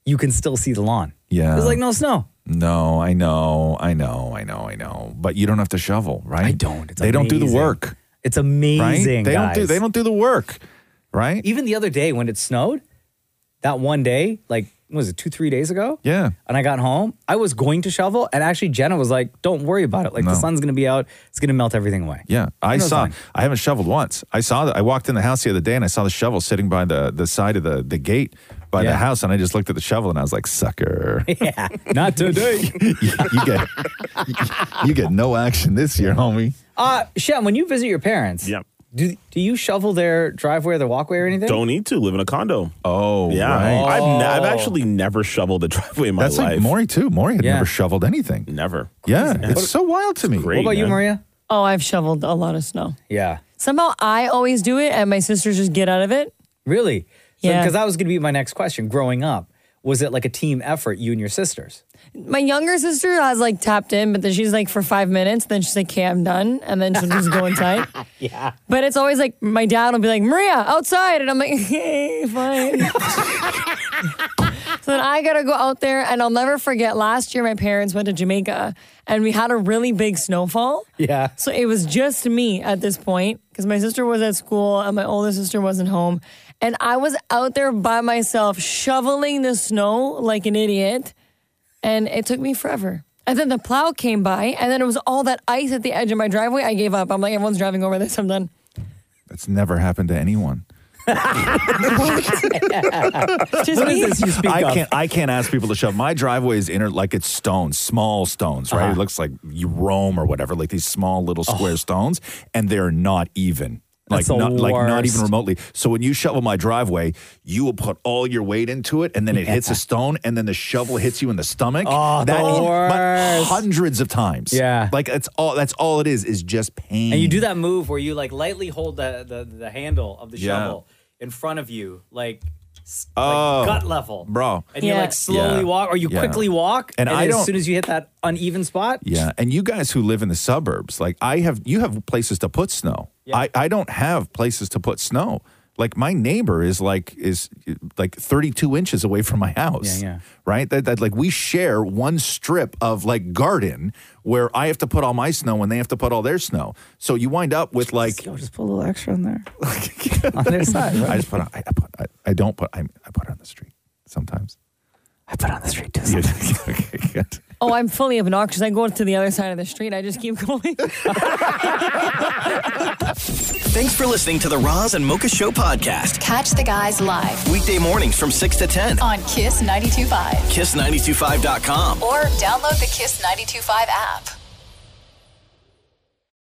[SPEAKER 2] you can still see the lawn.
[SPEAKER 5] Yeah.
[SPEAKER 2] There's like no snow.
[SPEAKER 5] No, I know, I know, I know, I know. But you don't have to shovel, right? I don't.
[SPEAKER 2] It's
[SPEAKER 5] they don't do the
[SPEAKER 2] amazing.
[SPEAKER 5] work.
[SPEAKER 2] It's amazing.
[SPEAKER 5] Right? They don't do.
[SPEAKER 2] guys.
[SPEAKER 5] They don't do the work. Right.
[SPEAKER 2] Even the other day when it snowed, that one day, like what was it two three days ago?
[SPEAKER 5] Yeah.
[SPEAKER 2] and I got home, I was going to shovel, and actually Jenna was like, "Don't worry about it. Like
[SPEAKER 5] No.
[SPEAKER 2] the sun's gonna be out. It's gonna melt everything away."
[SPEAKER 5] Yeah, I
[SPEAKER 2] No, it's
[SPEAKER 5] saw.
[SPEAKER 2] fine.
[SPEAKER 5] I haven't shoveled once. I saw that. I walked in the house the other day and I saw the shovel sitting by the the side of the the gate by the
[SPEAKER 2] Yeah.
[SPEAKER 5] house, and I just looked at the shovel and I was like, "Sucker,
[SPEAKER 2] yeah, not today."
[SPEAKER 5] you, you get you get no action this year, homie."
[SPEAKER 2] Uh, Shem, when you visit your parents,
[SPEAKER 15] Yep.
[SPEAKER 2] do do you shovel their driveway or their walkway or anything?
[SPEAKER 15] Don't need to live in a condo.
[SPEAKER 5] Oh,
[SPEAKER 15] yeah.
[SPEAKER 5] right.
[SPEAKER 15] I've, ne- I've
[SPEAKER 5] Oh.
[SPEAKER 15] actually never shoveled a driveway in my
[SPEAKER 5] That's
[SPEAKER 15] life.
[SPEAKER 5] like Maury too. Maury had
[SPEAKER 15] Yeah.
[SPEAKER 5] never shoveled anything.
[SPEAKER 15] Never.
[SPEAKER 5] Yeah,
[SPEAKER 15] Crazy.
[SPEAKER 5] it's so wild to me.
[SPEAKER 15] What about you,
[SPEAKER 2] Maria?
[SPEAKER 13] Oh, I've shoveled a lot of snow.
[SPEAKER 2] Yeah,
[SPEAKER 13] Somehow I always do it, and my sisters just get out of it.
[SPEAKER 2] really.
[SPEAKER 13] Yeah.
[SPEAKER 2] because that was gonna be my next question. Growing up, was it like a team effort, you and your sisters?
[SPEAKER 13] My younger sister has like tapped in, but then she's like for five minutes, then she's like, "Okay, I'm done," and then she'll just go inside.
[SPEAKER 2] Yeah.
[SPEAKER 13] But it's always like my dad will be like, "Maria, outside," and I'm like, "Okay, fine." so then I gotta go out there, and I'll never forget. Last year, my parents went to Jamaica, and we had a really big snowfall.
[SPEAKER 2] Yeah.
[SPEAKER 13] So it was just me at this point because my sister was at school and my older sister wasn't home. And I was out there by myself shoveling the snow like an idiot. And it took me forever. And then the plow came by, and then it was all that ice at the edge of my driveway. I gave up. I'm like, everyone's driving over this. I'm done.
[SPEAKER 5] That's never happened to anyone.
[SPEAKER 20] uh,
[SPEAKER 13] It's just me.
[SPEAKER 5] I can't. I can't ask people to shove. My driveway is inner like it's stones, small stones, right?
[SPEAKER 2] Uh-huh.
[SPEAKER 5] It looks like you roam or whatever, like these small little square stones, and they're not even. Like
[SPEAKER 2] That's the
[SPEAKER 5] not like not even
[SPEAKER 2] worst.
[SPEAKER 5] remotely. So when you shovel my driveway, you will put all your weight into it, and then it hits a stone, and then the shovel hits you in the stomach.
[SPEAKER 2] Oh, the
[SPEAKER 5] but
[SPEAKER 2] worst.
[SPEAKER 5] hundreds of times.
[SPEAKER 2] Yeah.
[SPEAKER 5] like that's all. That's all it is. Is just pain.
[SPEAKER 2] And you do that move where you like lightly hold the the, the handle of the
[SPEAKER 5] Yeah.
[SPEAKER 2] shovel in front of you, like, s-
[SPEAKER 5] Oh.
[SPEAKER 2] like gut level,
[SPEAKER 5] Bro.
[SPEAKER 2] And you
[SPEAKER 5] Yeah.
[SPEAKER 2] like slowly
[SPEAKER 5] Yeah.
[SPEAKER 2] walk, or you
[SPEAKER 5] Yeah.
[SPEAKER 2] quickly walk,
[SPEAKER 5] And
[SPEAKER 2] and,
[SPEAKER 5] I
[SPEAKER 2] as
[SPEAKER 5] don't-
[SPEAKER 2] soon as you hit that uneven spot,
[SPEAKER 5] Yeah, and you guys who live in the suburbs, like I have, you have places to put snow. I I don't have places to put snow. Like my neighbor is like is uh, like 32 inches away from my house.
[SPEAKER 2] Yeah, yeah.
[SPEAKER 5] Right? That, that like we share one strip of like garden where I have to put all my snow and they have to put all their snow. So you wind up with like
[SPEAKER 2] just put a little extra in there.
[SPEAKER 5] on
[SPEAKER 2] their side, right?
[SPEAKER 5] I just put on, I, I put I, I don't put I, I put it on the street sometimes. I put it on the street too. okay, good.
[SPEAKER 13] Oh, I'm fully obnoxious. I go to the other side of the street. I just keep going.
[SPEAKER 1] Thanks for listening to the Roz and Mocha Show podcast.
[SPEAKER 11] Catch the guys live
[SPEAKER 1] Weekday mornings from 6 to 10.
[SPEAKER 11] on Kiss 92.5
[SPEAKER 1] Kiss925.com.
[SPEAKER 11] or download the Kiss 92.5 app.